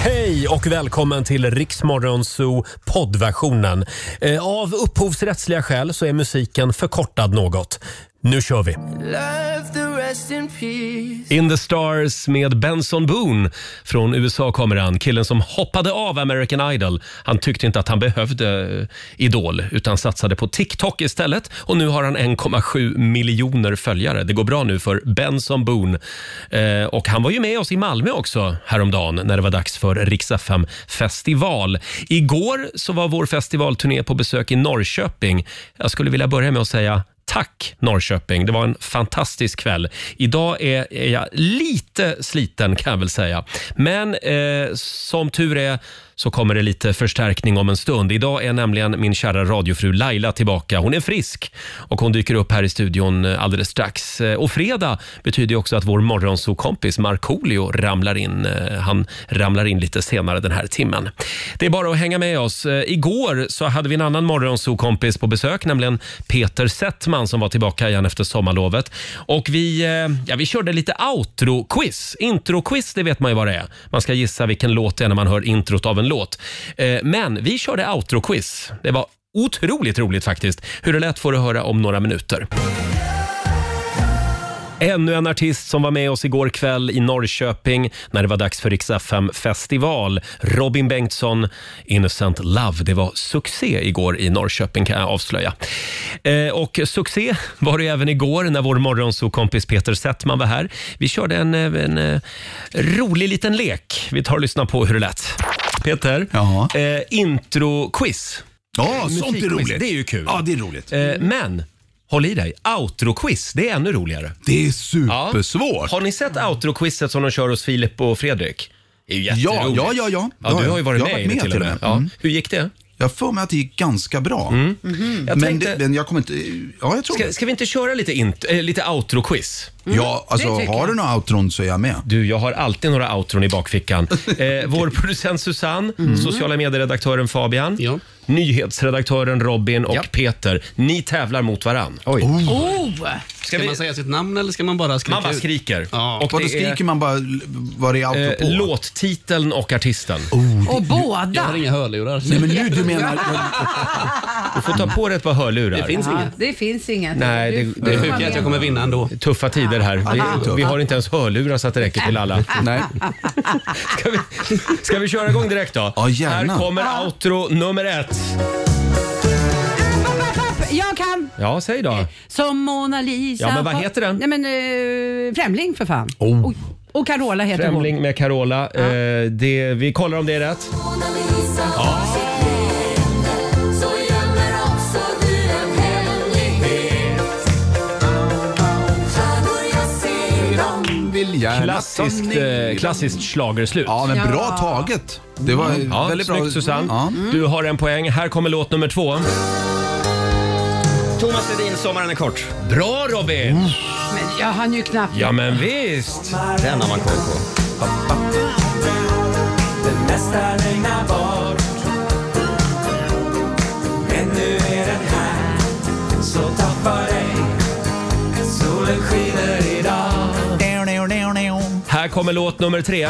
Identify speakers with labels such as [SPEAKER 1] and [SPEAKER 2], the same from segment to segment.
[SPEAKER 1] Hej och välkommen till Riksmorgonzoo poddversionen. Eh, Av upphovsrättsliga skäl så är musiken förkortad något. Nu kör vi! In the Stars med Benson Boone. Från USA kommer han, killen som hoppade av American Idol. Han tyckte inte att han behövde eh, Idol utan satsade på TikTok istället. Och nu har han 1,7 miljoner följare. Det går bra nu för Benson Boone. Eh, och han var ju med oss i Malmö också häromdagen när det var dags för Rix FM festival. Igår så var vår festivalturné på besök i Norrköping. Jag skulle vilja börja med att säga Tack Norrköping, det var en fantastisk kväll. Idag är, är jag lite sliten kan jag väl säga. Men eh, som tur är så kommer det lite förstärkning om en stund. Idag är nämligen min kära radiofru Laila tillbaka. Hon är frisk och hon dyker upp här i studion eh, alldeles strax. Eh, Och fredag betyder ju också att vår morgonsokompis Markoolio ramlar in. Eh, Han ramlar in lite senare den här timmen. Det är bara att hänga med oss. Eh, Igår så hade vi en annan morgonsokompis på besök, nämligen Peter Settman som var tillbaka igen efter sommarlovet. Och vi, eh, ja, vi körde lite outro-quiz. Intro-quiz, det vet man ju vad det är. Man ska gissa vilken låt det är när man hör introt av en låt. Eh, Men vi körde outro-quiz. Det var otroligt roligt faktiskt. Hur det lät får du höra om några minuter. Ännu en artist som var med oss igår kväll i Norrköping när det var dags för Rix FM festival. Robin Bengtsson, Innocent Love. Det var succé igår i Norrköping kan jag avslöja. Eh, och succé var det även igår när vår morgonsokompis Peter Settman var här. Vi körde en, eh, en, eh, rolig liten lek. Vi tar och lyssnar på hur det lät. Peter,
[SPEAKER 2] Ja.
[SPEAKER 1] eh, intro-quiz.
[SPEAKER 2] Ja, sånt är
[SPEAKER 1] Musikquiz,
[SPEAKER 2] roligt.
[SPEAKER 1] Eh, det är ju kul.
[SPEAKER 2] Ja, det är roligt.
[SPEAKER 1] Eh, men, håll i dig, outro-quiz, det är ännu roligare.
[SPEAKER 2] Det är
[SPEAKER 1] Ja.
[SPEAKER 2] supersvårt.
[SPEAKER 1] Har ni sett outro-quizet som de kör hos Filip och Fredrik? Det är ju jätteroligt.
[SPEAKER 2] Ja, ja, ja, ja.
[SPEAKER 1] ja du har ju varit
[SPEAKER 2] Jag
[SPEAKER 1] med,
[SPEAKER 2] har
[SPEAKER 1] i det till och med. Ja.
[SPEAKER 2] Mm.
[SPEAKER 1] Hur gick det?
[SPEAKER 2] Jag får mig att det gick ganska bra.
[SPEAKER 1] Mm. Mm-hmm. Jag
[SPEAKER 2] Mm. men,
[SPEAKER 1] tänkte-
[SPEAKER 2] det, men jag kommer inte... Ja, jag
[SPEAKER 1] Ska,
[SPEAKER 2] tror
[SPEAKER 1] mm,
[SPEAKER 2] det.
[SPEAKER 1] ska vi inte köra lite, int- eh, lite outro-quiz?
[SPEAKER 2] Ja, alltså
[SPEAKER 3] det tycker
[SPEAKER 2] har
[SPEAKER 3] jag.
[SPEAKER 2] du några outron så är jag med.
[SPEAKER 1] Du, jag har alltid några outron i bakfickan. Eh, vår producent Susanne, sociala medieredaktören Fabian,
[SPEAKER 4] Ja.
[SPEAKER 1] nyhetsredaktören Robin och
[SPEAKER 4] Ja.
[SPEAKER 1] Peter. Ni tävlar mot varann.
[SPEAKER 4] Oj.
[SPEAKER 3] Oh!
[SPEAKER 4] Ska,
[SPEAKER 1] vi-
[SPEAKER 4] man säga sitt namn eller ska man bara skrika
[SPEAKER 1] Man bara
[SPEAKER 4] ut?
[SPEAKER 1] skriker.
[SPEAKER 4] Ja.
[SPEAKER 1] Och
[SPEAKER 2] Vadå,
[SPEAKER 1] det
[SPEAKER 2] skriker
[SPEAKER 1] är
[SPEAKER 2] man bara vad det är outro på?
[SPEAKER 1] eh, låttiteln och artisten.
[SPEAKER 3] Och
[SPEAKER 4] Jag har
[SPEAKER 3] båda.
[SPEAKER 4] inga hörlurar.
[SPEAKER 2] Nej, men nu du menar...
[SPEAKER 1] Du får ta på dig ett par hörlurar.
[SPEAKER 4] Det finns
[SPEAKER 3] Ja,
[SPEAKER 4] inga.
[SPEAKER 3] det finns inget.
[SPEAKER 1] Nej, det-
[SPEAKER 3] Du får
[SPEAKER 1] det-
[SPEAKER 4] Det
[SPEAKER 3] vara
[SPEAKER 4] sjuka är att
[SPEAKER 3] med.
[SPEAKER 4] jag kommer vinna ändå.
[SPEAKER 1] Tuffa tider här. Vi, vi har inte ens hörlurar så att det räcker till alla.
[SPEAKER 2] Nej.
[SPEAKER 1] Ska vi, ska vi köra igång direkt då?
[SPEAKER 2] Ja, gärna.
[SPEAKER 1] Här kommer outro nummer ett.
[SPEAKER 3] Jag kan!
[SPEAKER 1] Ja, säg då.
[SPEAKER 3] Som Mona Lisa.
[SPEAKER 1] Ja, men vad
[SPEAKER 3] Fa-
[SPEAKER 1] heter den?
[SPEAKER 3] Nej, men, eh, främling för fan.
[SPEAKER 2] Oh.
[SPEAKER 3] Oj. Och Carola heter
[SPEAKER 1] Främling med Carola. Eh, det, vi kollar om det är rätt.
[SPEAKER 5] Mona Lisa har sitt leende, så gömmer också du en hemlighet. Stjärnor jag ser dem
[SPEAKER 2] Vill gärna ta
[SPEAKER 1] Klassiskt,
[SPEAKER 2] ner
[SPEAKER 1] eh, klassiskt schlagerslut.
[SPEAKER 2] Ja, men bra
[SPEAKER 3] Ja.
[SPEAKER 2] taget. Det var
[SPEAKER 1] Mm. Ja,
[SPEAKER 2] väldigt bra.
[SPEAKER 1] snyggt Susanne. Mm.
[SPEAKER 2] Ja. Mm.
[SPEAKER 1] Du har en poäng. Här kommer låt nummer två.
[SPEAKER 6] Thomas Ledin, Sommaren är kort.
[SPEAKER 1] Bra Robin!
[SPEAKER 2] Mm.
[SPEAKER 3] hon. Men jag hann ju knappt.
[SPEAKER 1] Ja men visst!
[SPEAKER 6] Den har man koll på.
[SPEAKER 1] Här kommer låt nummer tre.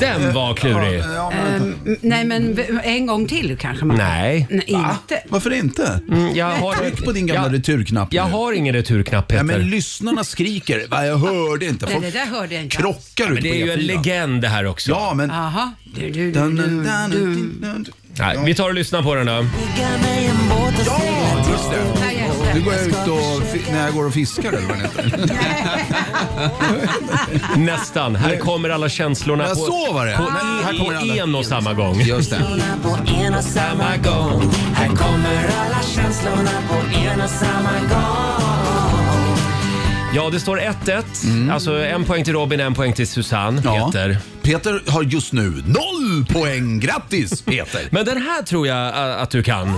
[SPEAKER 1] Den var klurig. Eh,
[SPEAKER 2] Ja, men,
[SPEAKER 3] Mm, Nej, men v- en gång till kanske man
[SPEAKER 1] Nej.
[SPEAKER 3] Nej, inte.
[SPEAKER 2] varför inte?
[SPEAKER 1] Mm, Jag har,
[SPEAKER 2] Tryck på din gamla
[SPEAKER 1] jag,
[SPEAKER 2] returknapp
[SPEAKER 1] jag
[SPEAKER 2] nu.
[SPEAKER 1] har ingen returknapp Peter.
[SPEAKER 2] Ja, men lyssnarna skriker. Va, Jag hörde inte.
[SPEAKER 3] Nej,
[SPEAKER 2] Folk
[SPEAKER 3] det där hörde jag inte.
[SPEAKER 2] krockar ute
[SPEAKER 1] Men det är ju
[SPEAKER 2] på
[SPEAKER 1] en
[SPEAKER 2] E4.
[SPEAKER 1] legend det här också.
[SPEAKER 2] Ja, men...
[SPEAKER 3] Jaha. Du, Ah, du,
[SPEAKER 2] Dun,
[SPEAKER 3] du,
[SPEAKER 2] dun,
[SPEAKER 3] du,
[SPEAKER 2] dun,
[SPEAKER 3] du.
[SPEAKER 2] dun, dun, dun.
[SPEAKER 1] Nej, vi tar och lyssnar på den då.
[SPEAKER 2] Ja, just det.
[SPEAKER 3] Nej, just det.
[SPEAKER 2] Nu går jag ut och... fi- När jag går och fiskar eller vad det heter.
[SPEAKER 1] Nästan. Här kommer alla känslorna på,
[SPEAKER 2] Ja, så var det. E-
[SPEAKER 1] på
[SPEAKER 2] Men här kommer
[SPEAKER 1] i
[SPEAKER 2] alla.
[SPEAKER 1] en och samma gång.
[SPEAKER 2] Just det.
[SPEAKER 5] på en och samma gång. Här kommer alla känslorna på en och samma gång.
[SPEAKER 1] Ja, det står 1-1. Alltså en poäng till Robin, en poäng till Susanne,
[SPEAKER 2] Mm. Ja.
[SPEAKER 1] Peter.
[SPEAKER 2] Peter har just nu noll poäng. Grattis Peter!
[SPEAKER 1] Men den här tror jag äh, att du kan.
[SPEAKER 5] Don't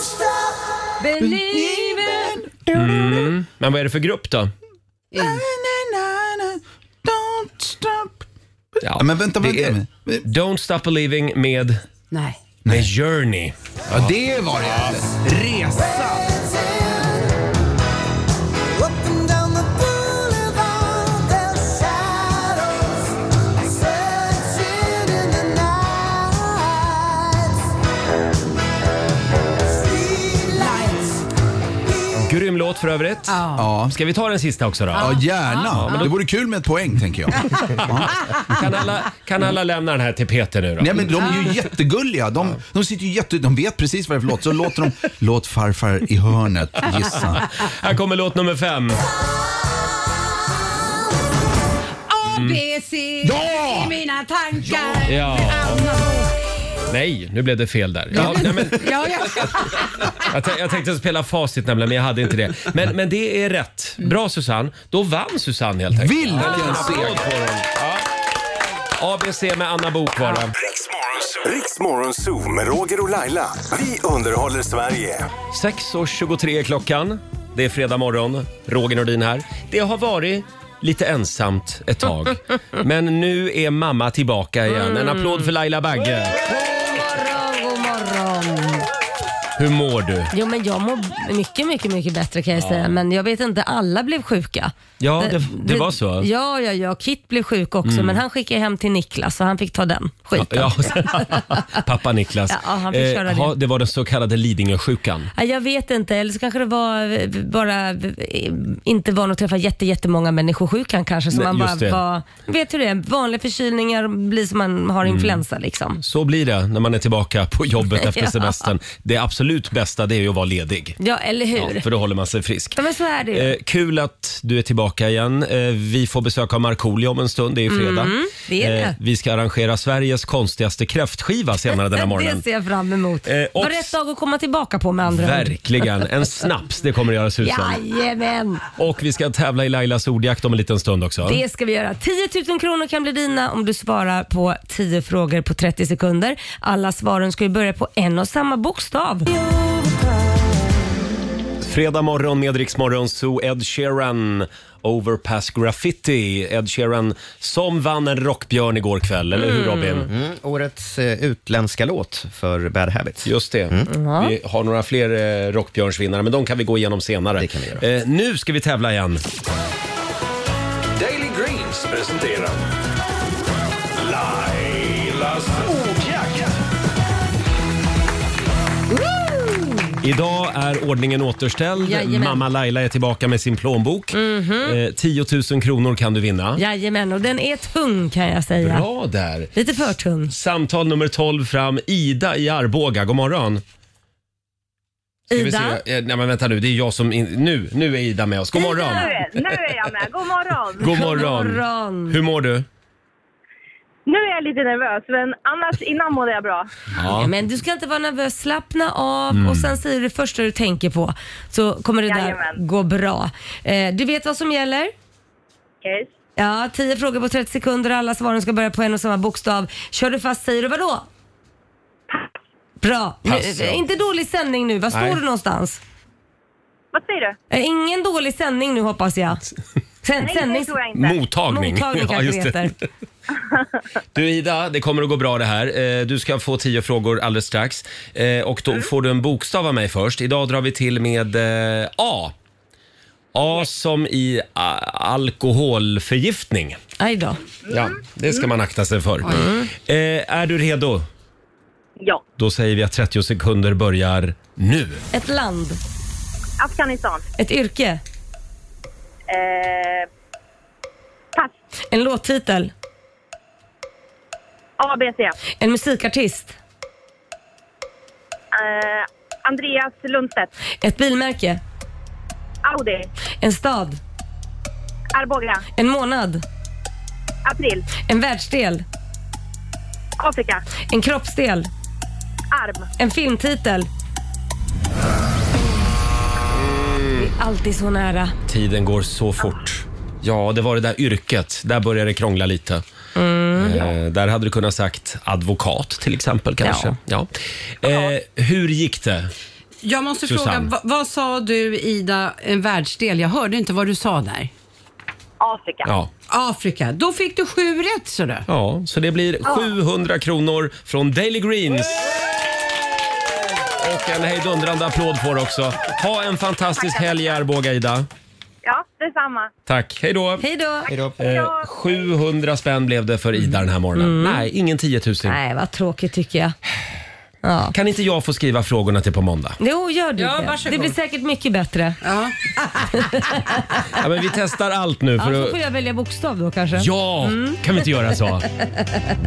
[SPEAKER 5] stop
[SPEAKER 3] Believer.
[SPEAKER 1] Men vad är det för grupp då?
[SPEAKER 2] Don't stop.
[SPEAKER 1] Ja,
[SPEAKER 2] Ja, men vänta, vad
[SPEAKER 1] det
[SPEAKER 2] är
[SPEAKER 1] är
[SPEAKER 2] det?
[SPEAKER 1] Don't Stop Believing med,
[SPEAKER 3] Nej.
[SPEAKER 1] med Journey.
[SPEAKER 2] Ja, det var det. Resa.
[SPEAKER 5] Up the
[SPEAKER 1] Grym låt för övrigt.
[SPEAKER 2] Ja.
[SPEAKER 1] Ska vi ta den sista också då?
[SPEAKER 2] Ja, gärna.
[SPEAKER 1] men då-
[SPEAKER 2] Det vore kul med ett poäng tänker jag.
[SPEAKER 1] Kan, alla, kan
[SPEAKER 2] Mm.
[SPEAKER 1] alla lämna den här till Peter nu då?
[SPEAKER 2] Nej, men de är ju jättegulliga. De, de, sitter ju jätte, de vet precis vad det är för låt. Så låter de Låt farfar i hörnet gissa.
[SPEAKER 1] Här kommer låt nummer fem.
[SPEAKER 3] A, B, C
[SPEAKER 2] Ja!
[SPEAKER 3] i mina tankar.
[SPEAKER 1] Mm. Ja. Nej, nu blev det fel där. Ja, nej, men,
[SPEAKER 3] Ja, ja.
[SPEAKER 1] jag, tän- jag tänkte spela facit nämligen, men jag hade inte det. Men, men det är rätt. Bra Susanne. Då vann Susanne helt enkelt.
[SPEAKER 2] Vilken seger!
[SPEAKER 1] ABC med Anna Bok var det.
[SPEAKER 4] Riksmorgon Zoo med Roger och Laila. Vi underhåller Sverige.
[SPEAKER 1] 6.23 är klockan. Det är fredag morgon. Roger Nordin här. Det har varit lite ensamt ett tag. Men nu är mamma tillbaka igen. En applåd för Laila Bagge.
[SPEAKER 7] morgon, god morgon.
[SPEAKER 1] Hur mår du?
[SPEAKER 7] Jo men jag mår mycket, mycket, mycket bättre kan jag säga. Men jag vet inte, alla blev sjuka.
[SPEAKER 1] Ja, det- det var så.
[SPEAKER 7] Ja, ja, ja. Kit blev sjuk också men han skickade hem till Niklas så han fick ta den skiten.
[SPEAKER 1] Ja, pappa Niklas. Eh,
[SPEAKER 7] Ja, han fick köra
[SPEAKER 1] ha-
[SPEAKER 7] det.
[SPEAKER 1] det var den så kallade Lidingösjukan.
[SPEAKER 7] Ja, Jag vet inte, eller så kanske det var eh, bara eh, inte van att träffa jätte, jättemånga människor sjukan kanske. Så
[SPEAKER 1] Nej,
[SPEAKER 7] man bara
[SPEAKER 1] just det.
[SPEAKER 7] var, vet hur det är, vanliga förkylningar blir som man
[SPEAKER 1] Mm.
[SPEAKER 7] har influensa liksom.
[SPEAKER 1] Så blir det när man är tillbaka på jobbet efter
[SPEAKER 7] Ja.
[SPEAKER 1] semestern. Det absolut bästa det är ju att vara ledig.
[SPEAKER 7] Ja, eller hur?
[SPEAKER 1] Ja, för då håller man sig frisk.
[SPEAKER 7] Ja, men så är det ju.
[SPEAKER 1] Eh, kul att du är tillbaka igen. Eh, vi får besök av Markoolio om en stund. Det är ju fredag.
[SPEAKER 7] Mm,
[SPEAKER 1] Eh,
[SPEAKER 7] det är det.
[SPEAKER 1] vi ska arrangera Sveriges konstigaste kräftskiva senare den här morgonen.
[SPEAKER 7] Det ser jag fram emot.
[SPEAKER 1] Eh, och-
[SPEAKER 7] Var rätt dag att komma tillbaka på med andra ord.
[SPEAKER 1] Verkligen. En snaps, det kommer att göra susen.
[SPEAKER 7] Jajamän!
[SPEAKER 1] Och vi ska tävla i Lailas ordjakt om en liten stund också.
[SPEAKER 7] Det ska vi göra. 10 000 kronor kan bli dina om du svarar på 10 frågor på 30 sekunder. Alla svaren ska ju börja på en och samma bokstav.
[SPEAKER 1] Fredag morgon med Rix Morgon Zoo, Ed Sheeran, Overpass Graffiti. Ed Sheeran som vann en Rockbjörn igår kväll, eller hur Robin?
[SPEAKER 6] Mm, årets eh, utländska låt för Bad Habits.
[SPEAKER 1] Just det.
[SPEAKER 6] Mm.
[SPEAKER 1] Vi har några fler eh, Rockbjörnsvinnare, men de kan vi gå igenom senare.
[SPEAKER 6] Det kan vi göra.
[SPEAKER 1] Eh, nu ska vi tävla igen.
[SPEAKER 4] Daily Greens presenterar Lailas ordjakt.
[SPEAKER 1] Idag är ordningen återställd.
[SPEAKER 7] Jajamän.
[SPEAKER 1] Mamma Laila är tillbaka med sin plånbok.
[SPEAKER 6] Mhm.
[SPEAKER 1] eh, 10 000 kronor kan du vinna.
[SPEAKER 7] Jajamän, och den är tung kan jag säga.
[SPEAKER 1] Bra där.
[SPEAKER 7] Lite för tung.
[SPEAKER 1] Samtal nummer 12 fram. Ida i Arboga, god morgon. Ska vi
[SPEAKER 7] Ida?
[SPEAKER 1] se. Eh, Nej men vänta nu, det är jag som... In... Nu, nu är Ida med oss. God morgon.
[SPEAKER 8] Nu är, nu är jag med. God morgon.
[SPEAKER 1] God morgon.
[SPEAKER 7] God morgon.
[SPEAKER 1] Hur mår du?
[SPEAKER 8] Nu är jag lite nervös, men annars innan mådde jag bra.
[SPEAKER 7] Ja. Men du ska inte vara nervös, slappna av
[SPEAKER 8] Mm.
[SPEAKER 7] och sen säger du det första du tänker på så kommer det där
[SPEAKER 8] Jajamän.
[SPEAKER 7] gå bra. Eh, du vet vad som gäller?
[SPEAKER 8] Okej.
[SPEAKER 7] Ja, 10 frågor på 30 sekunder alla svaren ska börja på en och samma bokstav. Kör du fast säger du vadå? Bra.
[SPEAKER 1] Pass,
[SPEAKER 7] Nu- eh,
[SPEAKER 1] ja.
[SPEAKER 7] Inte dålig sändning nu. Var
[SPEAKER 1] Nej.
[SPEAKER 7] står du någonstans?
[SPEAKER 8] Vad säger du?
[SPEAKER 7] Eh, Ingen dålig sändning nu hoppas jag. Sen,
[SPEAKER 8] Nej, det
[SPEAKER 7] sändning.
[SPEAKER 8] tror jag inte.
[SPEAKER 1] Mottagning.
[SPEAKER 7] Mottagning kanske det
[SPEAKER 1] just
[SPEAKER 7] heter.
[SPEAKER 1] Du Ida, det kommer att gå bra det här. Eh, Du ska få 10 frågor alldeles strax. Eh, Och då
[SPEAKER 7] Mm.
[SPEAKER 1] får du en bokstav av mig först. Idag drar vi till med eh, A. A som i a- alkoholförgiftning.
[SPEAKER 7] Aj då.
[SPEAKER 1] Ja, det ska man akta sig för.
[SPEAKER 7] Mm.
[SPEAKER 1] Eh, Är du redo?
[SPEAKER 8] Ja.
[SPEAKER 1] Då säger vi att 30 sekunder börjar nu.
[SPEAKER 7] Ett land.
[SPEAKER 8] Afghanistan.
[SPEAKER 7] Ett yrke.
[SPEAKER 8] Eh, pass.
[SPEAKER 7] En låttitel.
[SPEAKER 8] ABC.
[SPEAKER 7] En musikartist.
[SPEAKER 8] Eh, Andreas Lundstedt.
[SPEAKER 7] Ett bilmärke.
[SPEAKER 8] Audi.
[SPEAKER 7] En stad.
[SPEAKER 8] Arboga.
[SPEAKER 7] En månad.
[SPEAKER 8] April.
[SPEAKER 7] En världsdel.
[SPEAKER 8] Afrika.
[SPEAKER 7] En kroppsdel.
[SPEAKER 8] Arm.
[SPEAKER 7] En filmtitel. Det är alltid så nära.
[SPEAKER 1] Tiden går så fort. Ja, det var det där yrket. Där började det krångla lite. Eh, där hade du kunnat sagt advokat till exempel kanske. Ja. Eh, hur gick det?
[SPEAKER 3] Jag måste
[SPEAKER 1] Susanne.
[SPEAKER 3] fråga, vad, vad sa du Ida, en världsdel? Jag hörde inte vad du sa där.
[SPEAKER 8] Afrika.
[SPEAKER 1] Ja.
[SPEAKER 3] Afrika. Då fick du sju rätt så du.
[SPEAKER 1] ja, så det blir 700 kronor från Daily Greens. Och en hejdundrande applåd får du också. Ha en fantastisk helg i Arboga, Ida.
[SPEAKER 8] Ja, detsamma.
[SPEAKER 1] Tack. Hej då.
[SPEAKER 7] Hej då!
[SPEAKER 1] Eh, 700 spänn blev det för Ida den här morgonen. Nej, ingen 10 000.
[SPEAKER 7] Nej, vad tråkigt tycker jag. Ja.
[SPEAKER 1] Kan inte jag få skriva frågorna till på måndag?
[SPEAKER 7] Jo, gör du
[SPEAKER 3] Ja,
[SPEAKER 7] det.
[SPEAKER 3] varsågod.
[SPEAKER 7] Det blir säkert mycket bättre.
[SPEAKER 3] Ja.
[SPEAKER 1] Ja, men vi testar allt nu.
[SPEAKER 7] Ja,
[SPEAKER 1] För
[SPEAKER 7] så
[SPEAKER 1] att...
[SPEAKER 7] får Mm. jag välja bokstav då kanske.
[SPEAKER 1] Ja, kan vi inte göra så?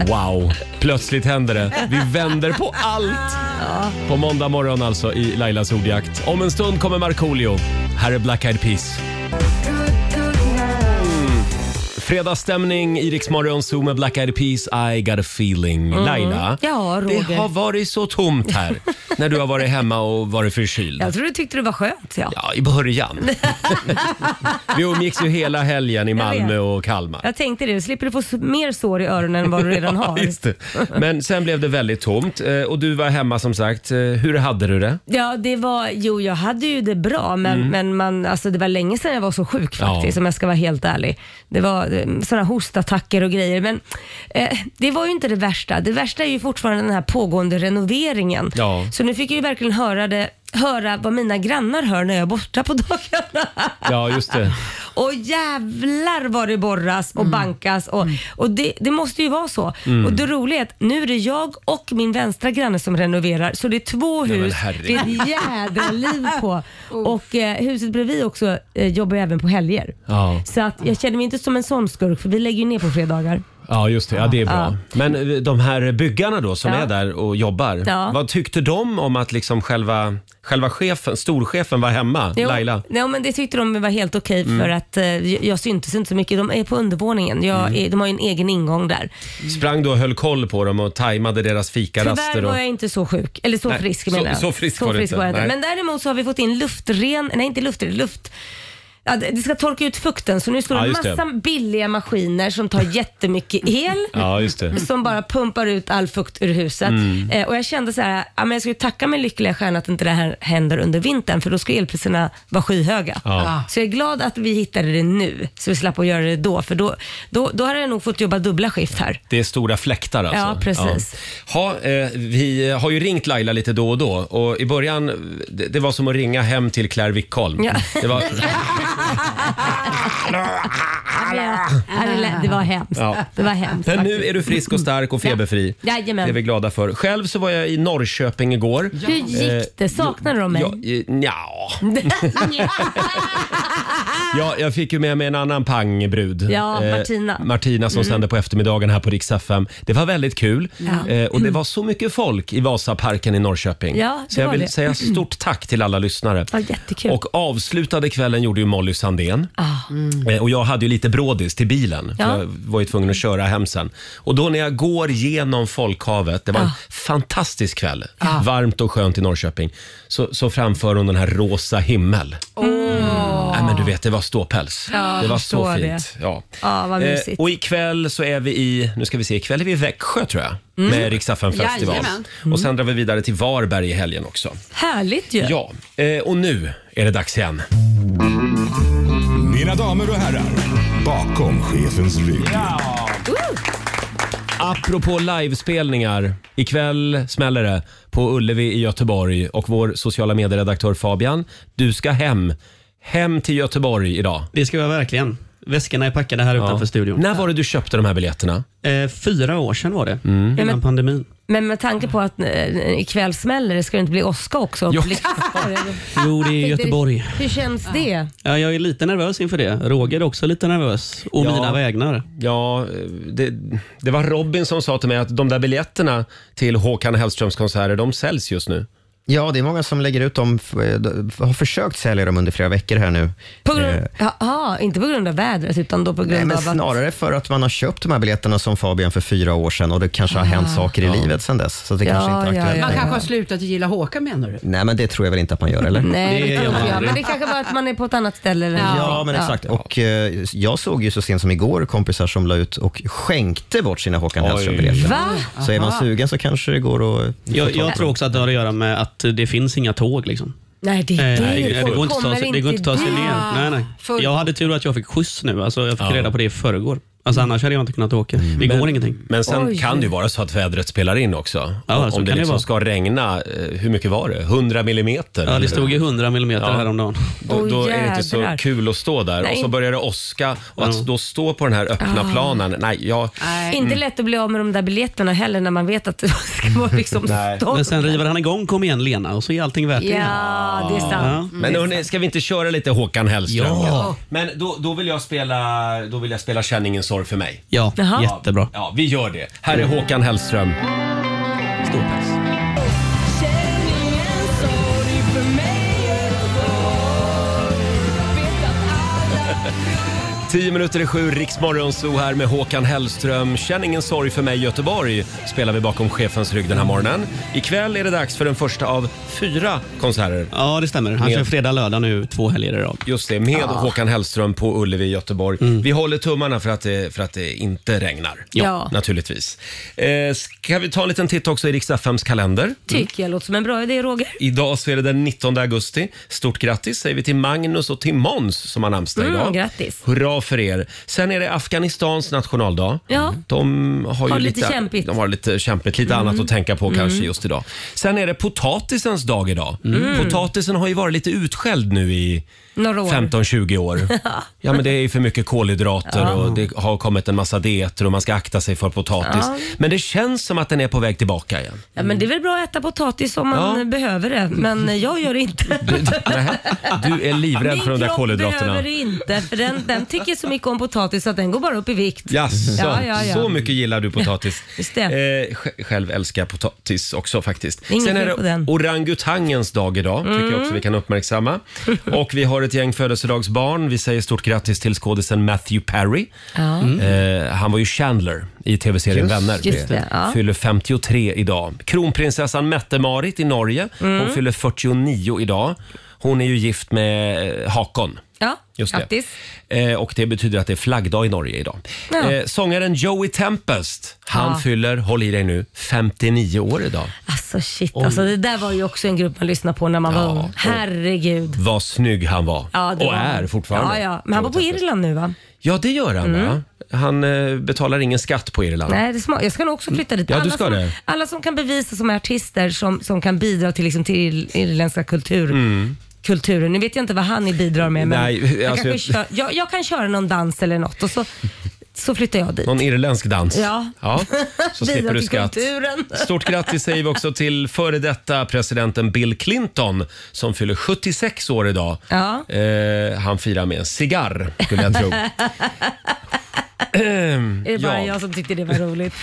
[SPEAKER 1] Wow, plötsligt händer det. Vi vänder på allt. På måndag morgon alltså i Lailas ordjakt. Om en stund kommer Markoolio. Här är Black Eyed Peas. Mm. Fredagsstämning, Iriks Zoo med Black Eyed Peas, I got a feeling. Laila,
[SPEAKER 7] Mm. Ja, Roger.
[SPEAKER 1] det har varit så tomt här när du har varit hemma och varit förkyld.
[SPEAKER 7] Jag tror du tyckte det var skönt. Ja.
[SPEAKER 1] Ja, i början. Vi umgicks ju hela helgen i Malmö och Kalmar.
[SPEAKER 7] Jag tänkte det, då slipper du få s- mer sår i öronen än vad du redan har.
[SPEAKER 1] Ja, just det. Men sen blev det väldigt tomt eh, och du var hemma som sagt. Eh, Hur hade du det?
[SPEAKER 7] Ja, det var, jo jag hade ju det bra men, men man, alltså, det var länge sedan jag var så sjuk
[SPEAKER 1] Mm. Ja.
[SPEAKER 7] faktiskt om jag ska vara helt ärlig. Det var eh, sådana hostattacker och grejer men eh, det var ju inte det värsta. Det värsta är ju fortfarande den här pågående renoveringen.
[SPEAKER 1] Ja.
[SPEAKER 7] Så nu fick jag ju verkligen höra, det, höra vad mina grannar hör när jag är borta på dagarna.
[SPEAKER 1] Ja, just det.
[SPEAKER 7] Och jävlar vad det borras
[SPEAKER 1] Mm.
[SPEAKER 7] och bankas. Och, och det, det måste ju vara så. Och det roliga är att nu är det jag och min vänstra granne som renoverar. Så det är två
[SPEAKER 1] men
[SPEAKER 7] hus
[SPEAKER 1] herregud.
[SPEAKER 7] det är ett jädra liv på. Och eh, huset bredvid också eh, jobbar ju även på helger.
[SPEAKER 1] Ja.
[SPEAKER 7] Så att jag känner mig inte som en sån skurk för vi lägger ju ner på fredagar.
[SPEAKER 1] Ja, just det. Ja, det är bra.
[SPEAKER 7] Ja.
[SPEAKER 1] Men eh, de här byggarna då som
[SPEAKER 7] Ja.
[SPEAKER 1] är där och jobbar.
[SPEAKER 7] Ja.
[SPEAKER 1] Vad tyckte de om att liksom själva, själva chefen, storchefen var hemma?
[SPEAKER 7] Jo,
[SPEAKER 1] Laila? Mm.
[SPEAKER 7] Nej, men det tyckte de var helt okej för att eh, jag- jag syntes inte så mycket. De är på undervåningen. Jag är, de har ju en egen ingång där.
[SPEAKER 1] Sprang du och höll koll på dem och tajmade deras fikaraster?
[SPEAKER 7] Tyvärr
[SPEAKER 1] Och...
[SPEAKER 7] var jag inte så sjuk, eller så
[SPEAKER 1] Nej,
[SPEAKER 7] frisk
[SPEAKER 1] så-
[SPEAKER 7] menar jag.
[SPEAKER 1] så frisk var du inte.
[SPEAKER 7] var jag inte.
[SPEAKER 1] Nej.
[SPEAKER 7] Men däremot så har vi fått in luftren, nej inte luftren, luft Ja, det det ska torka ut fukten så nu står
[SPEAKER 1] Ja,
[SPEAKER 7] det
[SPEAKER 1] just det.
[SPEAKER 7] massa billiga maskiner som tar jättemycket el.
[SPEAKER 1] Ja, just det.
[SPEAKER 7] Som bara pumpar ut all fukt ur huset.
[SPEAKER 1] Mm.
[SPEAKER 7] Eh, och jag kände så här, ja, men jag skulle tacka min lyckliga stjärna att inte det här händer under vintern för då skulle elpriserna vara skyhöga.
[SPEAKER 1] Ja.
[SPEAKER 7] Så jag är glad att vi hittade det nu så vi slapp att göra det då för då, då, då hade jag nog fått jobba dubbla skift här.
[SPEAKER 1] Det är stora fläktar alltså.
[SPEAKER 7] Ja, precis.
[SPEAKER 1] Ja. Ha, eh, vi har ju ringt Laila lite då och då och i början det, det var som att ringa hem till Claire Wickholm.
[SPEAKER 7] Ja.
[SPEAKER 1] Det var,
[SPEAKER 7] Ja, det lät- Det var hemskt.
[SPEAKER 1] Ja.
[SPEAKER 7] Det var hemskt.
[SPEAKER 1] men nu är du frisk och stark och feberfri.
[SPEAKER 7] Ja. Jajamän.
[SPEAKER 1] Det är vi glada för. Själv så var jag i Norrköping igår.
[SPEAKER 7] Hur
[SPEAKER 6] Eh,
[SPEAKER 7] gick det? Saknade de mig?
[SPEAKER 1] Ja, eh, nja. ja, jag fick ju med mig en annan pangbrud.
[SPEAKER 7] Ah. Ja,
[SPEAKER 1] Eh,
[SPEAKER 7] Martina. Mm.
[SPEAKER 1] Martina som sände på eftermiddagen här på Rix FM. Det var väldigt kul. Eh, och det var så mycket folk i Vasaparken i Norrköping.
[SPEAKER 7] Ja, det
[SPEAKER 1] så jag
[SPEAKER 7] var
[SPEAKER 1] vill
[SPEAKER 7] det.
[SPEAKER 1] säga stort tack till alla lyssnare.
[SPEAKER 7] Ja, jättekul.
[SPEAKER 1] Och avslutade kvällen gjorde ju Molly Sandén.
[SPEAKER 7] Ah.
[SPEAKER 1] Eh, Och jag hade ju lite brådis till bilen.
[SPEAKER 7] Mm. Ja.
[SPEAKER 1] För jag var ju tvungen att köra hem sen. Och då när jag går genom folkhavet, det var en fantastisk kväll. Varmt och skönt i Norrköping. Så, så framför hon den här rosa himmel. Mm. Nej, men du vet, det var ståpäls. det
[SPEAKER 7] jag
[SPEAKER 1] var så
[SPEAKER 7] förstår
[SPEAKER 1] fint. Ja. Eh,
[SPEAKER 7] Ja, vad mysigt.
[SPEAKER 1] och ikväll så är vi i, nu ska vi se, ikväll är vi i Växjö tror jag.
[SPEAKER 7] Mm.
[SPEAKER 1] Med Rix FM festival.
[SPEAKER 3] Jajamän.
[SPEAKER 1] Och sen drar vi vidare till Varberg i helgen också.
[SPEAKER 7] Härligt ju.
[SPEAKER 1] Ja, eh, och nu är det dags igen.
[SPEAKER 9] Mina damer och herrar, bakom chefens rygg.
[SPEAKER 1] Apropå livespelningar. Ikväll smäller det på Ullevi i Göteborg och vår sociala medieredaktör Fabian, du ska hem. Hem till Göteborg idag.
[SPEAKER 10] Det ska jag verkligen. Väskorna är packade här utanför studion.
[SPEAKER 1] När var det du köpte de här biljetterna?
[SPEAKER 10] Eh, fyra år sedan var det, innan
[SPEAKER 7] men-
[SPEAKER 10] pandemin.
[SPEAKER 7] Men med tanke på att eh, ikväll smäller det, ska det inte bli åska också?
[SPEAKER 1] Ja.
[SPEAKER 10] Jo, det är Göteborg.
[SPEAKER 7] Hur känns det?
[SPEAKER 10] Ja, jag är lite nervös inför det. Roger är också lite nervös. Och
[SPEAKER 1] Ja.
[SPEAKER 10] mina vägnar.
[SPEAKER 1] Ja, eh, det, det var Robin som sa till mig att de där biljetterna till Håkan Hellströms konserter, de säljs just nu.
[SPEAKER 6] Ja, det är många som lägger ut dem, f- d- eh, har försökt sälja dem under flera veckor här nu.
[SPEAKER 7] På grund,
[SPEAKER 6] Eh,
[SPEAKER 7] Jaha, inte på grund av vädret utan då på grund
[SPEAKER 6] Nej, men
[SPEAKER 7] av att...
[SPEAKER 6] snarare för att man har köpt de här biljetterna som Fabian för fyra år sedan och det kanske har hänt saker i livet sedan dess. Så det
[SPEAKER 7] Ah. Ja,
[SPEAKER 6] kanske inte
[SPEAKER 7] ja,
[SPEAKER 6] är aktuellt
[SPEAKER 7] ja.
[SPEAKER 6] längre.
[SPEAKER 7] Man
[SPEAKER 3] Han kanske har slutat att gilla Håkan menar du?
[SPEAKER 6] Nej, men det tror jag väl inte att man gör, eller?
[SPEAKER 7] Nej,
[SPEAKER 10] Det
[SPEAKER 7] det
[SPEAKER 10] gör
[SPEAKER 7] tror
[SPEAKER 10] man
[SPEAKER 7] jag.
[SPEAKER 10] aldrig.
[SPEAKER 7] Men det kanske var att man är på ett annat ställe. Eller
[SPEAKER 6] Ja, men exakt. Och eh, jag såg ju så sent som igår kompisar som la ut och skänkte bort sina Håkan Hellström-biljetter.
[SPEAKER 7] Va?
[SPEAKER 6] Så är man sugen så kanske det går att...
[SPEAKER 10] Jag, jag tror också att det har att göra med att det finns inga tåg. Liksom.
[SPEAKER 7] Nej, det
[SPEAKER 10] Eh,
[SPEAKER 7] är
[SPEAKER 10] nej,
[SPEAKER 7] det.
[SPEAKER 10] det går
[SPEAKER 7] Folk
[SPEAKER 10] inte att ta
[SPEAKER 7] kommer
[SPEAKER 10] sig, det går inte att ta sig
[SPEAKER 7] dit.
[SPEAKER 10] ner. Nej, nej.
[SPEAKER 3] Full-
[SPEAKER 10] Jag hade tur att jag fick skjuts nu. Alltså, jag fick reda på det i förrgår. Alltså annars hade jag inte kunnat åka.
[SPEAKER 4] Mm.
[SPEAKER 10] Det går ingenting.
[SPEAKER 1] Men sen kan det ju vara så att vädret spelar in också.
[SPEAKER 10] Ja, så
[SPEAKER 1] Om det
[SPEAKER 10] kan det
[SPEAKER 1] liksom
[SPEAKER 10] vara.
[SPEAKER 1] ska regna, eh, hur mycket var det? 100 millimeter?
[SPEAKER 10] Ja,
[SPEAKER 1] eller?
[SPEAKER 10] det stod ju 100 millimeter
[SPEAKER 1] Mm. Ja.
[SPEAKER 10] häromdagen.
[SPEAKER 1] Då, då är det inte så
[SPEAKER 7] jädrar.
[SPEAKER 1] kul att stå där.
[SPEAKER 7] Nej. Ah.
[SPEAKER 1] Och så börjar det åska och att då stå på den här öppna planen. Nej, jag...
[SPEAKER 7] Inte lätt att bli av med de där biljetterna heller när man vet att det ska vara liksom
[SPEAKER 1] Nej.
[SPEAKER 10] Men
[SPEAKER 7] stopp.
[SPEAKER 10] sen river han igång Kom igen Lena och så är allting värt det.
[SPEAKER 7] Ja, det är sant.
[SPEAKER 1] Men hörni, ska vi inte köra lite Håkan Hellström?
[SPEAKER 10] Ja.
[SPEAKER 1] Men då, då, vill jag spela, då vill jag spela Känn ingen sorg för mig.
[SPEAKER 10] Ja,
[SPEAKER 7] Jaha.
[SPEAKER 10] jättebra.
[SPEAKER 1] Ja, vi gör det. Här är Håkan Hellström.
[SPEAKER 10] Storpäls.
[SPEAKER 1] Tio minuter i sju, Riksmorgon Zoo här med Håkan Hellström. Känn ingen sorg för mig Göteborg spelar vi bakom chefens rygg den här morgonen. Ikväll är det dags för den första av fyra konserter.
[SPEAKER 10] Ja, det stämmer. Han
[SPEAKER 1] Med-
[SPEAKER 10] kör fredag, lördag nu två helger i rad.
[SPEAKER 1] Just det, med Håkan Hellström på Ullevi i Göteborg. Vi håller tummarna för att det, för att det inte regnar.
[SPEAKER 7] Ja.
[SPEAKER 1] Naturligtvis. Eh, ska vi ta en liten titt också i Riks-FMs kalender?
[SPEAKER 7] Tycker jag låter som en bra idé Roger.
[SPEAKER 1] Idag så är det den 19 augusti. Stort grattis säger vi till Magnus och till Måns som har namnsdag
[SPEAKER 7] Mm,
[SPEAKER 1] idag.
[SPEAKER 7] grattis.
[SPEAKER 1] Hurra för er. Sen är det Afghanistans nationaldag.
[SPEAKER 7] Ja.
[SPEAKER 1] De har ju
[SPEAKER 7] Har lite kämpigt. Mm.
[SPEAKER 1] De har lite kämpigt, lite annat att tänka på kanske just idag. Sen är det potatisens dag idag.
[SPEAKER 7] Mm.
[SPEAKER 1] Potatisen har ju varit lite utskälld nu i
[SPEAKER 7] Några år.
[SPEAKER 1] 15-20 år. Ja, men det är ju för mycket kolhydrater och det har kommit en massa dieter och man ska akta sig för potatis. Men det känns som att den är på väg tillbaka igen.
[SPEAKER 7] Ja, men det är väl bra att äta potatis om man
[SPEAKER 1] Ja.
[SPEAKER 7] behöver det, men jag gör det inte.
[SPEAKER 1] Nähä. Du är livrädd
[SPEAKER 7] Min
[SPEAKER 1] för de där
[SPEAKER 7] kropp
[SPEAKER 1] kolhydraterna.
[SPEAKER 7] behöver det inte, för den, den tycker så mycket om potatis att den går bara upp i vikt.
[SPEAKER 1] Jaså,
[SPEAKER 7] Ja, ja, ja.
[SPEAKER 1] så mycket gillar du potatis.
[SPEAKER 7] Just det.
[SPEAKER 1] Eh, sj- själv älskar jag potatis också faktiskt.
[SPEAKER 7] Inget
[SPEAKER 1] Sen är
[SPEAKER 7] fel på
[SPEAKER 1] det
[SPEAKER 7] den. Mm.
[SPEAKER 1] orangutangens dag idag, tycker jag också vi kan uppmärksamma. Och vi har ett gäng födelsedagsbarn. Vi säger stort grattis till skådisen Matthew Perry. Eh, han var ju Chandler i tv-serien Vänner.
[SPEAKER 7] just det, ja.
[SPEAKER 1] Fyller 53 idag. Kronprinsessan Mette-Marit i Norge, hon
[SPEAKER 7] Mm.
[SPEAKER 1] fyller 49 idag. Hon är ju gift med eh, Hakon.
[SPEAKER 7] Ja,
[SPEAKER 1] Just
[SPEAKER 7] grattis.
[SPEAKER 1] det. Eh, och det betyder att det är flaggdag i Norge idag.
[SPEAKER 7] Ja.
[SPEAKER 1] Eh, sångaren Joey Tempest, han
[SPEAKER 7] Ja.
[SPEAKER 1] fyller, håll i dig nu, 59 år idag.
[SPEAKER 7] Alltså shit, alltså, det där var ju också en grupp man lyssnade på när man var
[SPEAKER 1] Ja,
[SPEAKER 7] ung.
[SPEAKER 1] och-
[SPEAKER 7] Herregud.
[SPEAKER 1] Vad snygg han var
[SPEAKER 7] Ja, det
[SPEAKER 1] och
[SPEAKER 7] var han.
[SPEAKER 1] är fortfarande.
[SPEAKER 7] Ja, ja. Men han var
[SPEAKER 1] Joey
[SPEAKER 7] på
[SPEAKER 1] Tempest.
[SPEAKER 7] Irland nu va?
[SPEAKER 1] Ja, det gör han va? Han eh, betalar ingen skatt på Irland.
[SPEAKER 7] Nej, det är smart. Jag ska nog också flytta dit.
[SPEAKER 1] Mm. Ja, du
[SPEAKER 7] alla,
[SPEAKER 1] ska
[SPEAKER 7] som,
[SPEAKER 1] det.
[SPEAKER 7] alla som kan bevisa som är artister som, som kan bidra till, liksom, till irländska kultur. Kulturen. Nu vet jag inte vad han bidrar med men
[SPEAKER 1] Mm. Nej,
[SPEAKER 7] jag,
[SPEAKER 1] alltså-
[SPEAKER 7] kanske kör, jag, jag kan köra någon dans eller något och så, så flyttar jag dit.
[SPEAKER 1] Någon irländsk dans.
[SPEAKER 7] Ja.
[SPEAKER 1] Så
[SPEAKER 7] Bidra
[SPEAKER 1] slipper du
[SPEAKER 7] till
[SPEAKER 1] skatt.
[SPEAKER 7] kulturen.
[SPEAKER 1] Stort grattis säger vi också till före detta presidenten Bill Clinton som fyller 76 år idag.
[SPEAKER 7] Ja.
[SPEAKER 1] Eh, han firar med en cigarr, skulle jag tro. Ehm,
[SPEAKER 7] Är det bara
[SPEAKER 1] ja,
[SPEAKER 7] jag som tyckte det var roligt?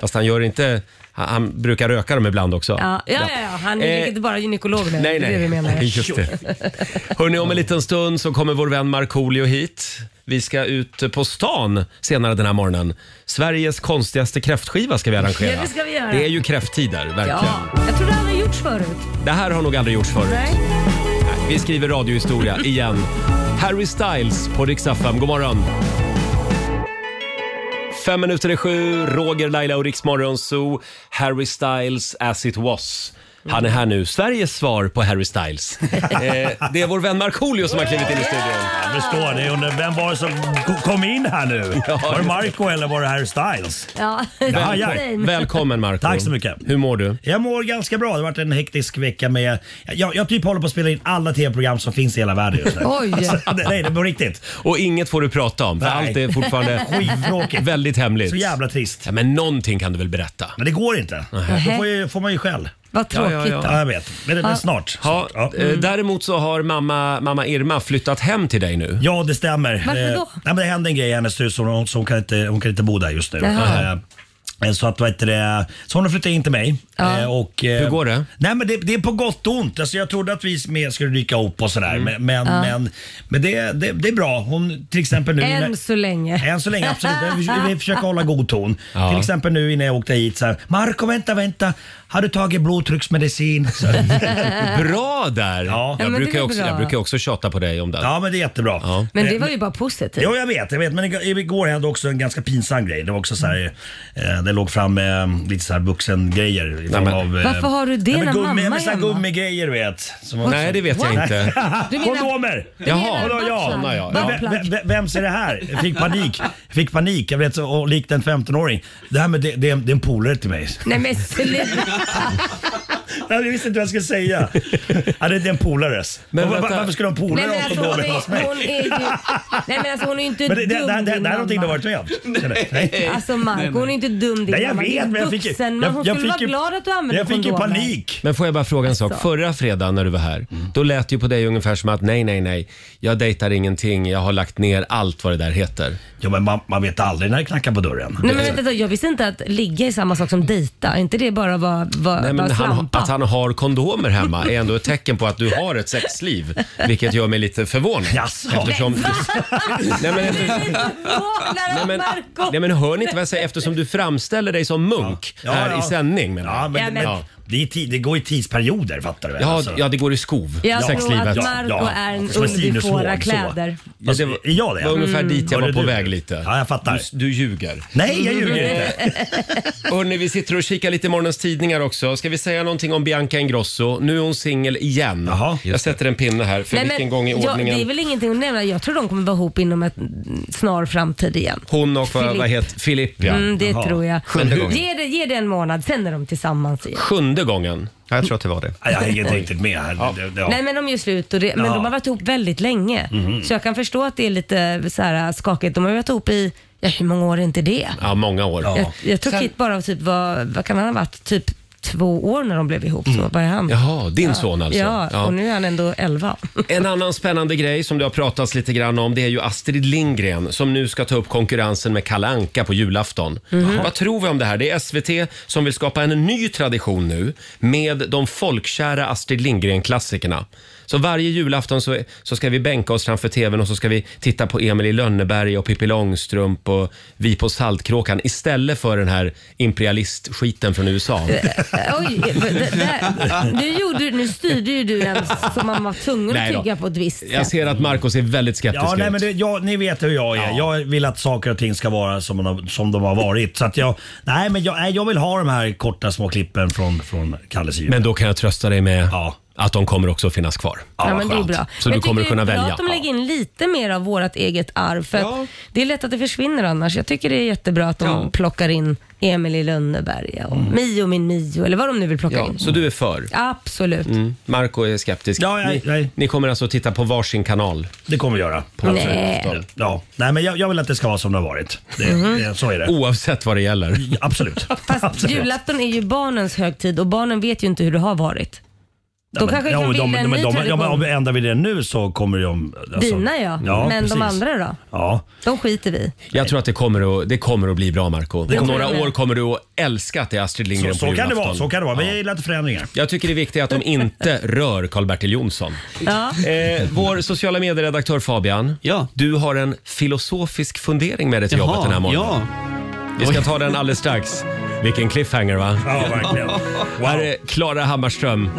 [SPEAKER 1] Fast han gör inte... Han, han brukar röka dem ibland också.
[SPEAKER 7] Ja, ja, ja, ja. han är
[SPEAKER 1] Eh,
[SPEAKER 7] inte bara gynekolog nu.
[SPEAKER 1] Nej,
[SPEAKER 7] det är det vi
[SPEAKER 1] nej.
[SPEAKER 7] menar.
[SPEAKER 1] Just det. Hörrni, om en liten stund så kommer vår vän Markoolio hit. Vi ska ut på stan senare den här morgonen. Sveriges konstigaste kräftskiva ska vi arrangera.
[SPEAKER 7] Ja, det ska vi göra.
[SPEAKER 1] Det är ju kräfttider, verkligen.
[SPEAKER 7] Ja, jag tror det aldrig har gjorts förut.
[SPEAKER 1] Det här har nog aldrig gjorts förut.
[SPEAKER 7] Nej.
[SPEAKER 1] Vi skriver radiohistoria igen. Harry Styles på Rix FM. God morgon! Fem minuter i sju, Roger, Laila och Rix Morgon Zoo. Harry Styles, as it was. Han är här nu. Sveriges svar på Harry Styles. eh, det är vår vän Markoolio som har klivit in i studion.
[SPEAKER 11] Förstår det under, vem var det som ko- kom in här nu? Var det Marco eller var det Harry Styles?
[SPEAKER 7] Ja,
[SPEAKER 11] Ja, ja.
[SPEAKER 7] Same.
[SPEAKER 1] Välkommen Marco.
[SPEAKER 11] Tack så mycket.
[SPEAKER 1] Hur mår du?
[SPEAKER 11] Jag mår ganska bra. Det har varit en hektisk vecka med... Jag, jag typ håller på att spela in alla tv-program som finns i hela världen just nu.
[SPEAKER 7] Oj.
[SPEAKER 11] Alltså, det- nej, det är på riktigt.
[SPEAKER 1] Och inget får du prata om, för
[SPEAKER 11] Nej.
[SPEAKER 1] allt är fortfarande
[SPEAKER 11] Skittråkigt.
[SPEAKER 1] väldigt hemligt.
[SPEAKER 11] Så jävla trist.
[SPEAKER 1] Ja, men någonting kan du väl berätta?
[SPEAKER 11] Men det går inte. Då får, ju, får man ju skäll.
[SPEAKER 7] Vad
[SPEAKER 1] Ja, ja,
[SPEAKER 7] tråkigt.
[SPEAKER 1] ja.
[SPEAKER 7] då.
[SPEAKER 11] Ja, jag vet. Men det, men snart.
[SPEAKER 1] Ja,
[SPEAKER 11] snart. Ja. Mm.
[SPEAKER 1] eh, Däremot så har mamma, mamma Irma flyttat hem till dig nu.
[SPEAKER 11] Ja, det stämmer.
[SPEAKER 7] Varför då?
[SPEAKER 11] Eh, nej, men det hände en grej i hennes hus. så Hon, så hon, kan, inte, hon kan inte bo där just nu.
[SPEAKER 7] Jaha.
[SPEAKER 11] Eh, Så, att, vad heter det, så hon har flyttat in till mig. Eh, Och, eh,
[SPEAKER 1] Hur går det?
[SPEAKER 11] Nej, men det, det är på gott och ont. Alltså, jag trodde att vi mer skulle dyka upp och
[SPEAKER 1] Mm.
[SPEAKER 11] sådär. Men, men, men, men det, det, det är bra. Hon, till exempel nu
[SPEAKER 7] Än så länge.
[SPEAKER 11] än så länge, absolut. Vi, vi försöker hålla god ton. Till exempel nu innan jag åkte hit så här, Marco vänta, vänta. har du tagit blodtrycksmedicin? Så-
[SPEAKER 7] Eh.
[SPEAKER 1] Bra där!
[SPEAKER 11] Ja,
[SPEAKER 1] Jag,
[SPEAKER 11] men det
[SPEAKER 1] brukar
[SPEAKER 11] är
[SPEAKER 1] också,
[SPEAKER 11] bra.
[SPEAKER 1] jag brukar också tjata på dig om det.
[SPEAKER 11] Ja, men det är jättebra. Eh,
[SPEAKER 1] Ja.
[SPEAKER 7] Men det var ju bara positivt.
[SPEAKER 11] Jo, jag vet, jag vet. Men ig- igår hände också en ganska pinsam grej. Det var också så här, eh, det låg fram eh, lite så här vuxengrejer. i form av, eh,
[SPEAKER 7] Varför har du det
[SPEAKER 11] nej, men
[SPEAKER 7] när
[SPEAKER 11] gummi-
[SPEAKER 7] mamma
[SPEAKER 11] men
[SPEAKER 7] är
[SPEAKER 11] så här
[SPEAKER 7] hemma?
[SPEAKER 11] Gummigrejer du vet. som
[SPEAKER 1] Nej,
[SPEAKER 11] också-
[SPEAKER 1] det vet jag
[SPEAKER 11] What?
[SPEAKER 1] inte.
[SPEAKER 7] Du menar-
[SPEAKER 11] Kondomer!
[SPEAKER 7] du menar
[SPEAKER 11] Vadå, ja.
[SPEAKER 7] buttplug?
[SPEAKER 11] Nej, ja, ja.
[SPEAKER 7] Buttplug.
[SPEAKER 11] Vem- vem- Vem ser det här? Jag fick panik. Jag Fick panik. Jag vet, så- och likt en 15-åring. Det här med det, det, är en- det är en polare till mig.
[SPEAKER 7] Nej men sluta.
[SPEAKER 11] Jag visste inte vad jag skulle säga. Ja, det är en polares. Men,
[SPEAKER 1] vänta.
[SPEAKER 11] varför skulle de polare
[SPEAKER 7] Nej men
[SPEAKER 11] ha
[SPEAKER 7] alltså hon
[SPEAKER 11] kondomer
[SPEAKER 7] är,
[SPEAKER 11] hos mig?
[SPEAKER 7] hon är ju... Nej men alltså hon är ju inte
[SPEAKER 11] Men det, det,
[SPEAKER 7] dum
[SPEAKER 11] det, det, det här
[SPEAKER 7] din
[SPEAKER 11] är någonting du har
[SPEAKER 7] mamma.
[SPEAKER 11] varit med om? känner du? Nej.
[SPEAKER 7] Alltså Marco hon är inte dum din
[SPEAKER 11] Nej, jag
[SPEAKER 7] mamma.
[SPEAKER 11] vet,
[SPEAKER 7] Du är
[SPEAKER 11] men jag fick ju-
[SPEAKER 7] vuxen, men
[SPEAKER 11] jag-
[SPEAKER 7] hon
[SPEAKER 11] jag
[SPEAKER 7] skulle vara
[SPEAKER 11] fick ju-
[SPEAKER 7] glad att du använde
[SPEAKER 11] Jag fick ju
[SPEAKER 7] kondomer.
[SPEAKER 11] panik.
[SPEAKER 1] Men får jag bara fråga en sak?
[SPEAKER 7] Alltså.
[SPEAKER 1] Förra fredagen när du var här,
[SPEAKER 11] Mm.
[SPEAKER 1] då lät det ju på dig ungefär som att nej, nej, nej. Jag dejtar ingenting, jag har lagt ner allt vad det där heter.
[SPEAKER 11] Ja, men man, man vet aldrig när det knackar på dörren.
[SPEAKER 7] Nej men vänta, vänta, jag visste inte att ligga är samma sak som dejta. Är inte det bara vara var,
[SPEAKER 1] Nej, men han,
[SPEAKER 7] slampa?
[SPEAKER 1] att han har kondomer hemma är ändå ett tecken på att du har ett sexliv, vilket gör mig lite förvånad.
[SPEAKER 11] Jaså?
[SPEAKER 1] Eftersom du, nej, men,
[SPEAKER 7] Du är
[SPEAKER 1] efter,
[SPEAKER 7] inte förvånad
[SPEAKER 1] nej,
[SPEAKER 7] att
[SPEAKER 1] men,
[SPEAKER 7] Marco...
[SPEAKER 1] nej, men hör ni inte vad jag säger? Eftersom du framställer dig som munk
[SPEAKER 11] Ja,
[SPEAKER 1] här
[SPEAKER 11] ja.
[SPEAKER 1] i sändning menar jag.
[SPEAKER 11] Ja, men,
[SPEAKER 7] Ja, men-
[SPEAKER 11] men, Det, är tid, det går i tidsperioder fattar du väl?
[SPEAKER 1] Ja,
[SPEAKER 11] Alltså.
[SPEAKER 1] ja, det går i skov.
[SPEAKER 7] Jag tror
[SPEAKER 1] sexlivet.
[SPEAKER 7] att Marco är en
[SPEAKER 11] som sinusvåg,
[SPEAKER 7] undifåra
[SPEAKER 11] så.
[SPEAKER 7] kläder.
[SPEAKER 1] Ja, det
[SPEAKER 11] Fast,
[SPEAKER 1] var,
[SPEAKER 11] är jag det?
[SPEAKER 1] var ungefär dit jag
[SPEAKER 11] Var
[SPEAKER 1] var
[SPEAKER 11] det
[SPEAKER 1] på
[SPEAKER 11] du?
[SPEAKER 1] väg lite.
[SPEAKER 11] Ja, jag
[SPEAKER 7] Mm.
[SPEAKER 11] fattar.
[SPEAKER 1] Du, du ljuger.
[SPEAKER 11] Nej, jag ljuger inte.
[SPEAKER 1] Hörni, vi sitter och kikar lite i morgonens tidningar också. Ska vi säga någonting om Bianca Ingrosso? Nu är hon singel igen.
[SPEAKER 11] Jaha, just
[SPEAKER 1] jag
[SPEAKER 11] det.
[SPEAKER 1] sätter en pinne här för vilken gång i
[SPEAKER 7] ja,
[SPEAKER 1] ordningen.
[SPEAKER 7] det är väl ingenting att nämna. Jag tror de kommer vara ihop inom en snar framtid igen.
[SPEAKER 1] Hon och vad,
[SPEAKER 7] Filip.
[SPEAKER 1] vad heter Filip, ja.
[SPEAKER 7] Mm, det
[SPEAKER 11] Jaha.
[SPEAKER 7] tror jag.
[SPEAKER 6] Sjunde
[SPEAKER 7] Men hur-
[SPEAKER 6] gången.
[SPEAKER 7] Ge det, ge det en månad, sen är de tillsammans igen.
[SPEAKER 1] Sjunde gången.
[SPEAKER 6] Ja, jag tror att det var det.
[SPEAKER 11] Nej, jag hänger inte riktigt med här. Det- det- ja.
[SPEAKER 7] Nej men de är ju slut och det, men
[SPEAKER 11] Ja. Mhm.
[SPEAKER 7] de har varit ihop väldigt länge. Så jag kan förstå att det är lite så här äh, skakigt. De har ju varit ihop i, ja hur många år är inte det?
[SPEAKER 1] Ja, många år.
[SPEAKER 11] Ja.
[SPEAKER 7] Jag, jag tror
[SPEAKER 1] Sen-
[SPEAKER 7] Kit bara typ var, vad kan han ha varit, typ två år när de blev ihop.
[SPEAKER 11] Mm.
[SPEAKER 7] Så vad är han?
[SPEAKER 1] Jaha, din son alltså.
[SPEAKER 7] Ja,
[SPEAKER 1] Ja.
[SPEAKER 7] och nu är han ändå 11.
[SPEAKER 1] En annan spännande grej som det har pratats lite grann om det är ju Astrid Lindgren som nu ska ta upp konkurrensen med Kalle Anka på julafton. Vad tror vi om det här? Det är SVT som vill skapa en ny tradition nu med de folkkära Astrid Lindgren-klassikerna. Så varje julafton så, så ska vi bänka oss framför tvn och så ska vi titta på Emil i Lönneberg och Pippi Långstrump och Vi på Saltkråkan istället för den här imperialistskiten från USA.
[SPEAKER 7] Eh, Oj, det, det, nu, gjorde, nu styrde ju du en som man var tvungen
[SPEAKER 1] Nej då.
[SPEAKER 7] att tygga på ett visst
[SPEAKER 1] Jag
[SPEAKER 7] sätt.
[SPEAKER 1] ser att Marco ser väldigt skeptisk
[SPEAKER 11] Ja, nej,
[SPEAKER 1] ut.
[SPEAKER 11] men det, jag, ni vet hur jag är. Jag vill att saker och ting ska vara som de, som de har varit. Så att jag, nej, men jag, nej, jag vill ha de här korta små klippen från, från Kalles jul.
[SPEAKER 1] Men då kan jag trösta dig med
[SPEAKER 11] Ja.
[SPEAKER 1] att de kommer också att finnas kvar.
[SPEAKER 7] Ja, men det är
[SPEAKER 1] skönt.
[SPEAKER 7] bra.
[SPEAKER 1] Så
[SPEAKER 7] Men
[SPEAKER 1] du
[SPEAKER 7] jag
[SPEAKER 1] kommer att
[SPEAKER 7] tycker
[SPEAKER 1] kunna
[SPEAKER 7] det är bra
[SPEAKER 1] välja.
[SPEAKER 7] att de lägger in lite mer av vårt eget arv. För att Det är lätt att det försvinner annars. Jag tycker det är jättebra att de plockar in Emil i Lönneberga och Mio min Mio eller vad de nu vill plocka
[SPEAKER 1] Ja,
[SPEAKER 7] in.
[SPEAKER 1] så du är för?
[SPEAKER 7] Absolut.
[SPEAKER 1] Mm. Marco är skeptisk.
[SPEAKER 11] Ja, nej,
[SPEAKER 1] ni,
[SPEAKER 11] nej.
[SPEAKER 1] ni kommer alltså att titta på varsin kanal?
[SPEAKER 11] Det kommer vi göra. Absolut.
[SPEAKER 7] Nej.
[SPEAKER 11] Ja. Nej, men jag, jag vill att det ska vara som det har varit. Det,
[SPEAKER 7] Mhm.
[SPEAKER 11] det, så
[SPEAKER 7] Oh.
[SPEAKER 11] är det.
[SPEAKER 1] Oavsett vad det gäller.
[SPEAKER 11] Absolut.
[SPEAKER 7] Fast
[SPEAKER 11] Absolut.
[SPEAKER 7] julafton är ju barnens högtid och barnen vet ju inte hur det har varit.
[SPEAKER 11] Ja,
[SPEAKER 7] de
[SPEAKER 11] men-
[SPEAKER 7] kanske
[SPEAKER 11] ja,
[SPEAKER 7] kan
[SPEAKER 11] men
[SPEAKER 7] bilda en
[SPEAKER 11] men
[SPEAKER 7] ny
[SPEAKER 11] de, ja,
[SPEAKER 7] tradition.
[SPEAKER 11] men Om vi ändrar vi det nu så kommer de... Alltså,
[SPEAKER 7] Dina ja, men
[SPEAKER 11] precis.
[SPEAKER 7] de andra då?
[SPEAKER 11] Ja.
[SPEAKER 7] De skiter vi i.
[SPEAKER 1] Jag tror att det kommer att, det kommer att bli bra Marco. Om
[SPEAKER 7] tror
[SPEAKER 1] några
[SPEAKER 7] jag med.
[SPEAKER 1] år kommer du att älska att det är Astrid
[SPEAKER 11] Så,
[SPEAKER 1] Lindgren
[SPEAKER 11] så
[SPEAKER 1] på
[SPEAKER 11] kan det
[SPEAKER 1] julafton.
[SPEAKER 11] vara, så kan det vara. Men jag gillar inte förändringar.
[SPEAKER 1] Jag tycker det är viktigt att de inte rör Karl-Bertil Jonsson.
[SPEAKER 7] Ja.
[SPEAKER 1] Eh, vår sociala medieredaktör Fabian,
[SPEAKER 10] Ja.
[SPEAKER 1] du har en filosofisk fundering med dig till jobbet den här morgonen.
[SPEAKER 10] ja.
[SPEAKER 1] Vi ska ta den alldeles strax. Vilken cliffhanger va?
[SPEAKER 11] Ja, verkligen.
[SPEAKER 1] Här
[SPEAKER 11] Wow.
[SPEAKER 1] är Klara Hammarström.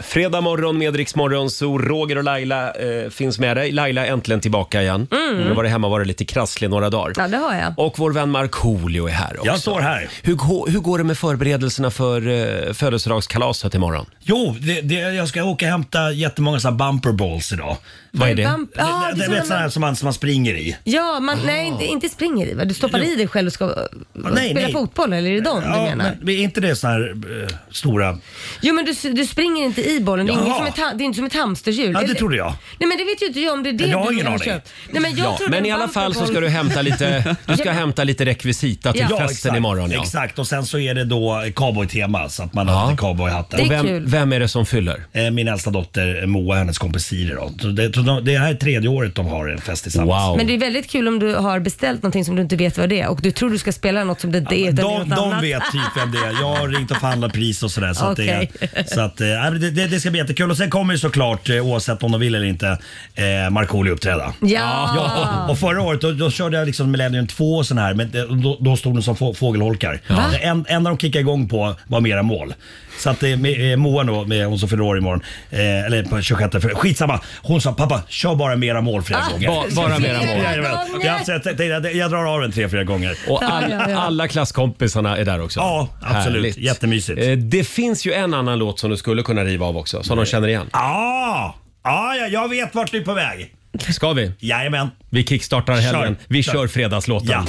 [SPEAKER 1] Fredag morgon med Rix Morgon, så Roger och Laila eh, finns med dig. Laila är äntligen tillbaka igen. Hon har varit hemma och varit lite krasslig några dagar.
[SPEAKER 7] Mm. ja, det har jag.
[SPEAKER 1] Och vår vän Markoolio är här också.
[SPEAKER 11] Jag står här.
[SPEAKER 1] Hur, gå- hur går det med förberedelserna för eh, födelsedagskalaset imorgon?
[SPEAKER 11] Jo, det, det, jag ska åka och hämta jättemånga såna bumper balls idag.
[SPEAKER 1] Vad är det?
[SPEAKER 7] Bump- Ja,
[SPEAKER 11] det,
[SPEAKER 7] det
[SPEAKER 11] det,
[SPEAKER 7] är
[SPEAKER 11] du vet
[SPEAKER 7] sådana-
[SPEAKER 11] sådana här som man, som man springer i.
[SPEAKER 7] Ja, man, nej inte, inte springer i va? Du stoppar i dig själv och ska eh,
[SPEAKER 11] nej,
[SPEAKER 7] spela
[SPEAKER 11] nej.
[SPEAKER 7] fotboll eller är det dem du
[SPEAKER 11] Ja,
[SPEAKER 7] menar?
[SPEAKER 11] men är inte det såna här eh, stora...
[SPEAKER 7] Jo men du, s- du springer inte i bollen, det är,
[SPEAKER 11] Jaha.
[SPEAKER 7] inget som ett, ta- det är inte som ett hamsterhjul.
[SPEAKER 11] Ja, det
[SPEAKER 7] Eller-
[SPEAKER 11] trodde jag.
[SPEAKER 7] Nej men det vet ju inte jag om det är det
[SPEAKER 11] Jag har
[SPEAKER 7] du
[SPEAKER 11] ingen
[SPEAKER 7] har
[SPEAKER 11] aning.
[SPEAKER 7] köpt. Nej, men jag
[SPEAKER 1] Ja,
[SPEAKER 7] trodde
[SPEAKER 1] men
[SPEAKER 7] en
[SPEAKER 1] i alla fall så ska du
[SPEAKER 7] bumperboll-
[SPEAKER 1] hämta lite, du ska hämta lite rekvisita till
[SPEAKER 7] Ja.
[SPEAKER 1] festen imorgon. Ja.
[SPEAKER 11] Exakt, och sen så är det då cowboytema så att man
[SPEAKER 1] Ja.
[SPEAKER 11] har lite cowboyhattar.
[SPEAKER 7] Det-
[SPEAKER 1] Och vem,
[SPEAKER 7] kul.
[SPEAKER 1] vem är det som fyller?
[SPEAKER 11] Eh, Min äldsta dotter Moa och hennes kompisir då. Så det, så de, det här är tredje året de har en fest tillsammans.
[SPEAKER 1] Wow.
[SPEAKER 7] Men det är väldigt kul om du har beställt någonting som du inte vet vad det är och du tror du ska spela något som det inte är utan det är
[SPEAKER 11] De,
[SPEAKER 7] något
[SPEAKER 11] de
[SPEAKER 7] annat.
[SPEAKER 11] vet typ vem det är. Jag har ringt och förhandlat pris och sådär. Så att det,
[SPEAKER 7] Okej.
[SPEAKER 11] är- så att, eh, nej, men det, det, det, det ska bli jättekul. Och sen kommer ju såklart, eh, oavsett om de vill eller inte, eh, Markoolio uppträda.
[SPEAKER 7] Ja.
[SPEAKER 11] ja! Och förra året då, då körde jag liksom Millennium 2 och sån här, men det- då, då stod de som få, fågelholkar.
[SPEAKER 5] Va?
[SPEAKER 11] Det En, enda de kickade igång på var mera mål. Så att eh, med- eh, Moa då, med, hon som fyller år imorgon, eh, eller på 26 för, skitsamma. Hon sa pappa, kör bara mera mål flera
[SPEAKER 1] Ah,
[SPEAKER 11] gånger.
[SPEAKER 1] ba- bara mera mål.
[SPEAKER 11] Jajamän. Ja, så jag, tänkte- jag, jag drar av den tre, fyra gånger.
[SPEAKER 1] Och all, alla klasskompisarna är där också. Ja,
[SPEAKER 11] absolut.
[SPEAKER 1] Jättemysigt. Det finns ju en annan låt som du skulle kunna riva av också, som de känner igen.
[SPEAKER 11] Ja, ja, ja, jag vet vart du är på väg.
[SPEAKER 1] Ska vi?
[SPEAKER 11] Jajamän.
[SPEAKER 1] Vi kickstartar helgen.
[SPEAKER 11] Kör.
[SPEAKER 1] Vi
[SPEAKER 11] Kör.
[SPEAKER 1] kör fredagslåten.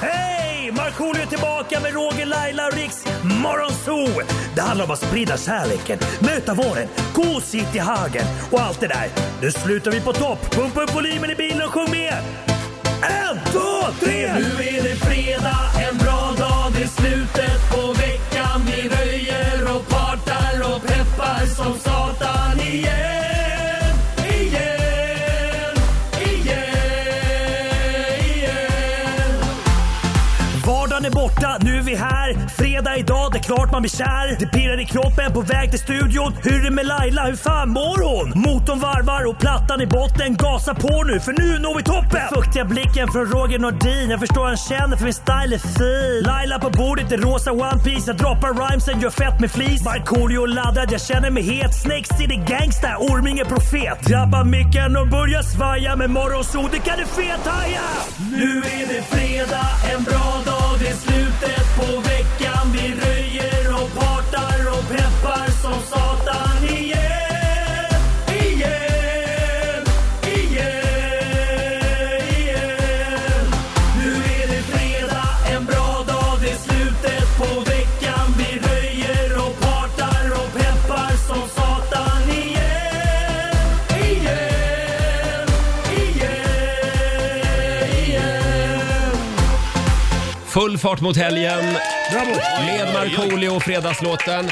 [SPEAKER 11] Hej! Markoolio är tillbaka med Roger, Laila och Riks Morgonzoo. Det handlar om att sprida kärleken, möta våren, gosigt i hagen och allt det där. Nu slutar vi på topp. Pumpa upp volymen i bilen och sjung med. En, två, tre!
[SPEAKER 5] Nu är det fredag, en bra dag, det är slutet på veckan. Vi röjer och partar och peppar som satan igen. Igen, igen, igen.
[SPEAKER 11] Vardagen är borta, nu är vi här. Fredag idag, det är klart man blir kär. Det pirrar i kroppen på väg till studion. Hur är det med Laila, hur fan mår hon? Motorn varvar och plattan i botten. Gasa på nu, för nu når vi toppen! Den fuktiga blicken från Roger Nordin. Jag förstår han känner, för min style är fin. Laila på bordet i rosa One Piece Jag droppar rhymesen, gör fett med flis. Markoolio laddad, jag känner mig het. Snakes city gangsta, Orminge profet. Drabbar micken och börjar svaja. Med morgonsol, det kan du fethaja!
[SPEAKER 5] Nu är det fredag, en bra dag, det är slutet på veckan. Vi röjer och partar och peppar som satan igen. Igen, igen, igen. Nu är det fredag, en bra dag, det är slutet på veckan. Vi röjer och partar och peppar som satan igen. Igen, igen, igen.
[SPEAKER 1] Full fart mot helgen. Med Markoolio och Fredagslåten.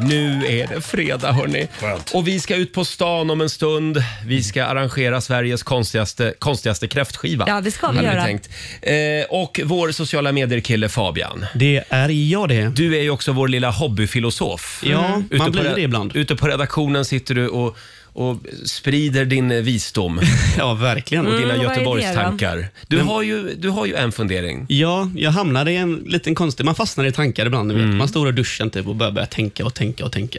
[SPEAKER 1] Nu är det fredag hörni. Och vi ska ut på stan om en stund.
[SPEAKER 10] Mm.
[SPEAKER 1] Vi ska arrangera Sveriges konstigaste, konstigaste kräftskiva.
[SPEAKER 7] Ja, det ska vi
[SPEAKER 1] hade
[SPEAKER 7] göra.
[SPEAKER 1] tänkt. Eh, och vår sociala medier-kille Fabian. Det är jag det. Du är ju också vår lilla hobbyfilosof.
[SPEAKER 10] Ja, man
[SPEAKER 1] på
[SPEAKER 10] blir
[SPEAKER 1] re-
[SPEAKER 10] det ibland.
[SPEAKER 1] Ute på redaktionen sitter du och och sprider din visdom.
[SPEAKER 10] Ja, verkligen.
[SPEAKER 1] Och dina
[SPEAKER 10] Mm, vad är det då?
[SPEAKER 1] Göteborgstankar. Du
[SPEAKER 10] Men-
[SPEAKER 1] har, ju, du har ju en fundering.
[SPEAKER 10] Ja, jag hamnade i en liten konstig... Man fastnar i tankar ibland. Mm. Vet. Man står i duschen typ, och börjar, börjar tänka och tänka och tänka.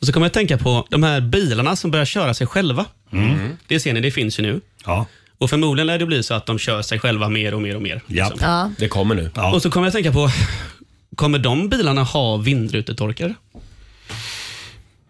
[SPEAKER 10] Och Så kommer jag att tänka på de här bilarna som börjar köra sig själva.
[SPEAKER 5] Mm.
[SPEAKER 10] Det ser ni, det finns ju nu. Och Förmodligen lär det bli så att de kör sig själva mer och mer och mer. liksom.
[SPEAKER 5] Ja.
[SPEAKER 1] Det kommer nu.
[SPEAKER 10] Och så kommer jag att tänka på, kommer de bilarna ha vindrutetorkare?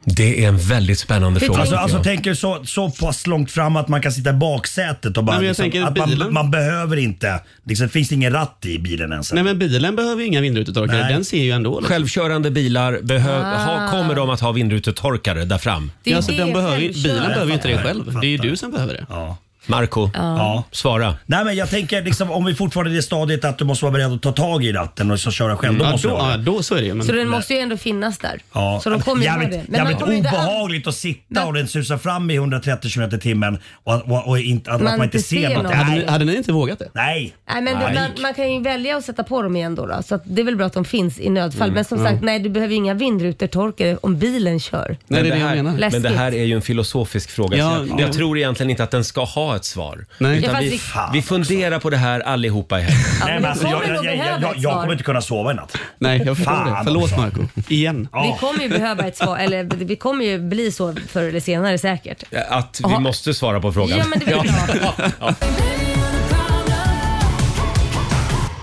[SPEAKER 1] Det är en väldigt spännande
[SPEAKER 10] fråga.
[SPEAKER 11] Alltså, alltså tänker du så, så pass långt fram att man kan sitta i baksätet och bara... liksom
[SPEAKER 10] Nej, men jag tänker
[SPEAKER 11] att man,
[SPEAKER 10] bilen.
[SPEAKER 11] man behöver inte... Liksom, det finns ingen ratt i bilen ens.
[SPEAKER 10] Nej, men bilen behöver ju inga vindrutetorkare.
[SPEAKER 11] Nej.
[SPEAKER 10] Den ser ju ändå. Liksom.
[SPEAKER 1] Självkörande bilar, behö-
[SPEAKER 10] Ah.
[SPEAKER 1] ha, kommer de att ha vindrutetorkare där fram?
[SPEAKER 10] Det är Alltså, det den behöver ju- bilen självkörande. behöver ju inte det själv. Det är ju du som behöver det.
[SPEAKER 11] Ja.
[SPEAKER 1] Marco,
[SPEAKER 11] Ja.
[SPEAKER 1] svara.
[SPEAKER 11] Nej men jag tänker liksom, om vi fortfarande är i det stadiet att du måste vara beredd att ta tag i ratten och så köra själv. Då
[SPEAKER 10] Ja,
[SPEAKER 11] måste
[SPEAKER 10] då-
[SPEAKER 11] du ha
[SPEAKER 10] ja,
[SPEAKER 11] det.
[SPEAKER 10] då så är det
[SPEAKER 7] Så den måste ju ändå finnas där.
[SPEAKER 11] Ja.
[SPEAKER 7] Så de kommer ju ha
[SPEAKER 11] jävligt
[SPEAKER 7] det. Men man
[SPEAKER 11] jävligt
[SPEAKER 7] kommer ju inte an-
[SPEAKER 11] obehagligt att sitta och den susar fram i 130 km i timmen och, att- och, och inte, att man, inte ser något.
[SPEAKER 7] Hade ni- hade
[SPEAKER 10] inte vågat det?
[SPEAKER 11] Nej.
[SPEAKER 7] Nej, men
[SPEAKER 11] Nej.
[SPEAKER 7] Man, man kan ju välja att sätta på dem igen då. då så att det är väl bra att de finns i nödfall.
[SPEAKER 1] Mm.
[SPEAKER 7] Men som
[SPEAKER 1] Mm.
[SPEAKER 7] sagt, nej du behöver ju inga vindrutetorkare om bilen kör.
[SPEAKER 1] Men här, Men
[SPEAKER 7] Läskigt.
[SPEAKER 1] det här är ju en filosofisk fråga.
[SPEAKER 10] Ja,
[SPEAKER 1] så jag,
[SPEAKER 10] ja.
[SPEAKER 1] jag tror egentligen inte att den ska ha ett svar.
[SPEAKER 10] Nej.
[SPEAKER 1] Utan
[SPEAKER 7] Ja, fast
[SPEAKER 1] vi,
[SPEAKER 7] vi-
[SPEAKER 1] vi funderar på det här allihopa i helgen.
[SPEAKER 7] Ja, men
[SPEAKER 11] men
[SPEAKER 7] då
[SPEAKER 11] alltså,
[SPEAKER 7] kommer
[SPEAKER 11] jag,
[SPEAKER 7] de
[SPEAKER 11] jag, jag,
[SPEAKER 7] behöva
[SPEAKER 11] jag, jag,
[SPEAKER 7] ett svar.
[SPEAKER 11] kommer inte kunna sova i natt.
[SPEAKER 10] Nej, jag förstår
[SPEAKER 11] Fan
[SPEAKER 10] det. Förlåt
[SPEAKER 11] också.
[SPEAKER 10] Marco. Igen.
[SPEAKER 7] Vi kommer ju behöva ett svar, eller vi kommer ju bli så förr eller senare säkert.
[SPEAKER 1] Eh, Att vi
[SPEAKER 7] Ja.
[SPEAKER 1] måste svara på frågan.
[SPEAKER 7] Ja, men det blir
[SPEAKER 1] bra.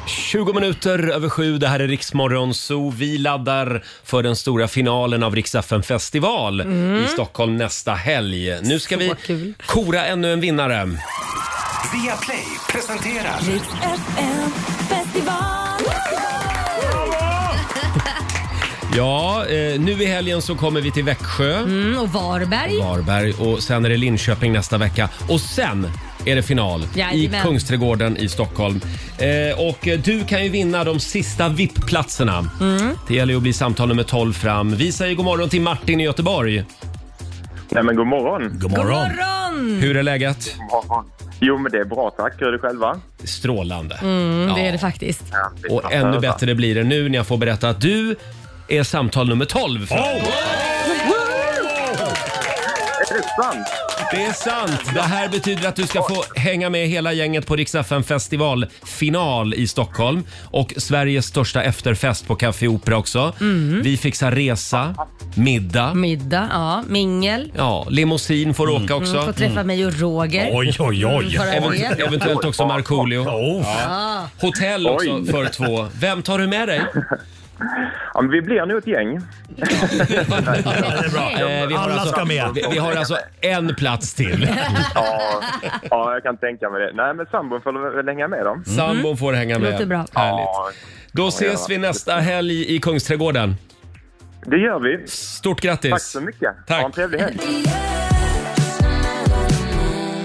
[SPEAKER 1] 20 minuter över sju, det här är Riksmorgon Zoo. Vi laddar för den stora finalen av Rix FM festival
[SPEAKER 5] Mm.
[SPEAKER 1] i Stockholm nästa helg. Nu ska vi kora ännu en vinnare.
[SPEAKER 4] Via Play presenterar...
[SPEAKER 5] Festival.
[SPEAKER 1] Ja, eh, nu i helgen så kommer vi till Växjö.
[SPEAKER 7] Mm, och Varberg.
[SPEAKER 1] Varberg och sen är det Linköping nästa vecka. Och sen är det final
[SPEAKER 7] Jajamän.
[SPEAKER 1] i Kungsträdgården i Stockholm. Eh, och eh, du kan ju vinna de sista VIP-platserna.
[SPEAKER 7] Mm.
[SPEAKER 1] Det gäller ju att bli samtal nummer 12 fram. Vi säger god morgon till Martin i Göteborg.
[SPEAKER 7] Mm.
[SPEAKER 12] Nej men god morgon.
[SPEAKER 1] God morgon. God Hur är läget?
[SPEAKER 12] Jo men det är bra tack. Hur är det själva?
[SPEAKER 1] Strålande.
[SPEAKER 7] Mm, det är det faktiskt.
[SPEAKER 1] Och ännu bättre blir det nu när jag får berätta att du är samtal nummer 12 fram.
[SPEAKER 12] sant?
[SPEAKER 1] Det är sant! Det här betyder att du ska få hänga med hela gänget på Rix FM festivalfinal i Stockholm och Sveriges största efterfest på Café Opera också.
[SPEAKER 7] Mm.
[SPEAKER 1] Vi fixar resa, middag,
[SPEAKER 7] Middag, ja. Mingel.
[SPEAKER 1] ja, limousin får åka också.
[SPEAKER 7] Mm, får träffa mig och Roger. Mm, bara
[SPEAKER 1] Event-
[SPEAKER 7] det.
[SPEAKER 1] Eventuellt också Markoolio.
[SPEAKER 11] Oh,
[SPEAKER 7] Ja.
[SPEAKER 1] Hotell också
[SPEAKER 12] Oj.
[SPEAKER 1] för två. Vem tar du med dig?
[SPEAKER 12] Ja, men vi blir nu ett gäng.
[SPEAKER 1] Eh, vi har alltså- Vi, vi har alltså en plats till.
[SPEAKER 6] Mm.
[SPEAKER 12] ja, ja, jag kan tänka mig det. Nej, men sambon får väl hänga med dem.
[SPEAKER 1] Sambon får hänga med.
[SPEAKER 12] Låter bra.
[SPEAKER 1] Härligt. Då ses vi nästa helg i Kungsträdgården.
[SPEAKER 12] Det gör vi.
[SPEAKER 1] Stort grattis.
[SPEAKER 12] Tack så mycket. Ha en trevlig helg.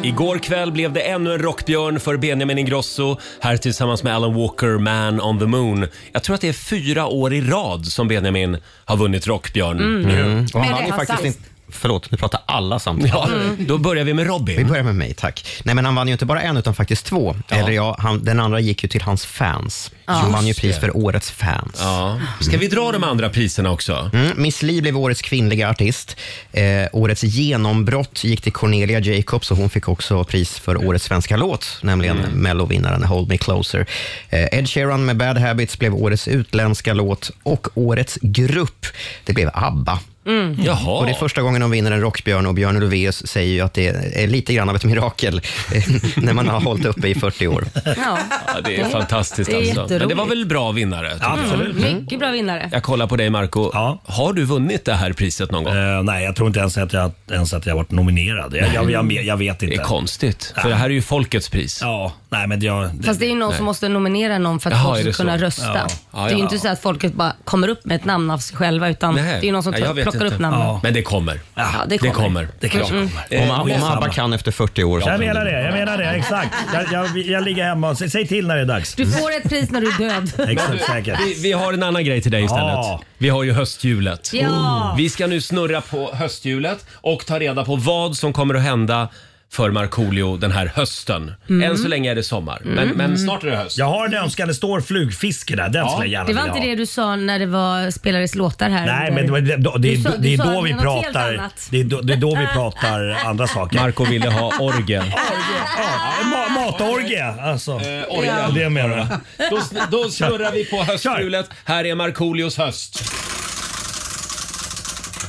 [SPEAKER 1] Igår kväll blev det ännu en rockbjörn för Benjamin Ingrosso här tillsammans med Alan Walker, Man on the Moon. Jag tror att det är fyra år i rad som Benjamin har vunnit rockbjörn.
[SPEAKER 6] Mm. Mm. Och han
[SPEAKER 1] Men
[SPEAKER 6] vann
[SPEAKER 1] det
[SPEAKER 6] ju
[SPEAKER 1] har
[SPEAKER 6] faktiskt
[SPEAKER 1] sagts.
[SPEAKER 6] inte... Förlåt, nu pratar alla samtidigt.
[SPEAKER 1] Ja, Då börjar vi med Robin.
[SPEAKER 6] Mm. Vi börjar med mig, tack. Nej, men han vann ju inte bara en, utan faktiskt två. Eller ja, han, den andra gick ju till hans fans.
[SPEAKER 1] Ja.
[SPEAKER 6] Han vann ju
[SPEAKER 1] Just
[SPEAKER 6] pris
[SPEAKER 1] det.
[SPEAKER 6] för årets fans.
[SPEAKER 1] Ja. Ska vi dra de andra priserna också?
[SPEAKER 6] Mm. Miss Li blev årets kvinnliga artist. Eh, årets genombrott gick till Cornelia Jacobs och hon fick också pris för årets svenska låt, nämligen
[SPEAKER 11] Mm.
[SPEAKER 6] Mellovinnaren Hold Me Closer. Eh, Ed Sheeran med Bad Habits blev årets utländska låt och årets grupp, det blev ABBA.
[SPEAKER 7] Mm. Jaha.
[SPEAKER 6] Och det är första gången de vinner en Rockbjörn och Björn Ulvaeus säger ju att det är lite grann av ett mirakel eh, när man har hållit uppe i 40 år.
[SPEAKER 7] Ja.
[SPEAKER 1] Ja, det är fantastiskt
[SPEAKER 7] Det är
[SPEAKER 1] alltså.
[SPEAKER 7] jätteroligt.
[SPEAKER 1] Men det var väl bra vinnare? tycker jag.
[SPEAKER 7] Mm, mycket bra vinnare.
[SPEAKER 1] Jag kollar på dig Marco. Har du vunnit det här priset någon gång?
[SPEAKER 11] Eh, nej, jag tror inte ens att jag, ens att jag varit nominerad. Jag, jag, jag, jag vet inte.
[SPEAKER 1] Det är konstigt, för det här är ju folkets pris.
[SPEAKER 11] Ja, nej men jag...
[SPEAKER 7] Fast det är ju någon
[SPEAKER 11] Nej.
[SPEAKER 7] som måste nominera någon för att
[SPEAKER 11] Jaha, är
[SPEAKER 7] folk
[SPEAKER 11] det
[SPEAKER 7] ska kunna
[SPEAKER 11] så?
[SPEAKER 7] rösta.
[SPEAKER 11] Ja. Ja,
[SPEAKER 7] Det är ju
[SPEAKER 11] ja.
[SPEAKER 7] inte så att folket bara kommer upp med ett namn av sig själva utan
[SPEAKER 1] Nej.
[SPEAKER 7] det är ju någon som
[SPEAKER 1] Ja,
[SPEAKER 7] tar-
[SPEAKER 1] jag vet
[SPEAKER 7] plockar
[SPEAKER 1] inte.
[SPEAKER 7] upp namnen.
[SPEAKER 1] Ja. Men det kommer.
[SPEAKER 7] Ja, det kommer.
[SPEAKER 1] Det
[SPEAKER 7] Det
[SPEAKER 1] kanske
[SPEAKER 7] kanske
[SPEAKER 1] kommer.
[SPEAKER 7] kommer.
[SPEAKER 1] Eh,
[SPEAKER 6] Om, om
[SPEAKER 1] skitsamma.
[SPEAKER 6] ABBA kan efter 40 år. så-
[SPEAKER 11] Jag menar det, jag menar det. Exakt. Jag, jag, jag ligger hemma och sä- säg till när det är dags.
[SPEAKER 7] Du får ett pris när du är död.
[SPEAKER 1] Men du, Vi, vi har en annan grej till dig istället.
[SPEAKER 11] Ja.
[SPEAKER 1] Vi har ju hösthjulet.
[SPEAKER 7] Ja.
[SPEAKER 1] Vi ska nu snurra på hösthjulet och ta reda på vad som kommer att hända för Markoolio den här hösten.
[SPEAKER 11] Mm.
[SPEAKER 1] Än så länge är det sommar, men,
[SPEAKER 7] Mm.
[SPEAKER 1] men snart är det höst.
[SPEAKER 11] Jag har en önskan, det står flugfiske där. Den skulle jag gärna
[SPEAKER 7] Det var
[SPEAKER 11] vilja
[SPEAKER 7] inte
[SPEAKER 11] ha.
[SPEAKER 7] det du sa när det var spelades låtar här.
[SPEAKER 11] Nej,
[SPEAKER 7] Där.
[SPEAKER 11] men det, var- det, det,
[SPEAKER 7] Du sa-
[SPEAKER 11] det,
[SPEAKER 7] du
[SPEAKER 11] det
[SPEAKER 7] sa
[SPEAKER 11] är då vi
[SPEAKER 7] något helt
[SPEAKER 11] pratar
[SPEAKER 7] annat.
[SPEAKER 11] det är då, det är då vi pratar andra saker.
[SPEAKER 1] Marco ville ha orgel.
[SPEAKER 11] Ja, ma- matorgie. Alltså.
[SPEAKER 1] orgel.
[SPEAKER 11] Det menar jag.
[SPEAKER 1] Då, sn- då snurrar vi på hösthjulet. Här är Markoolios höst.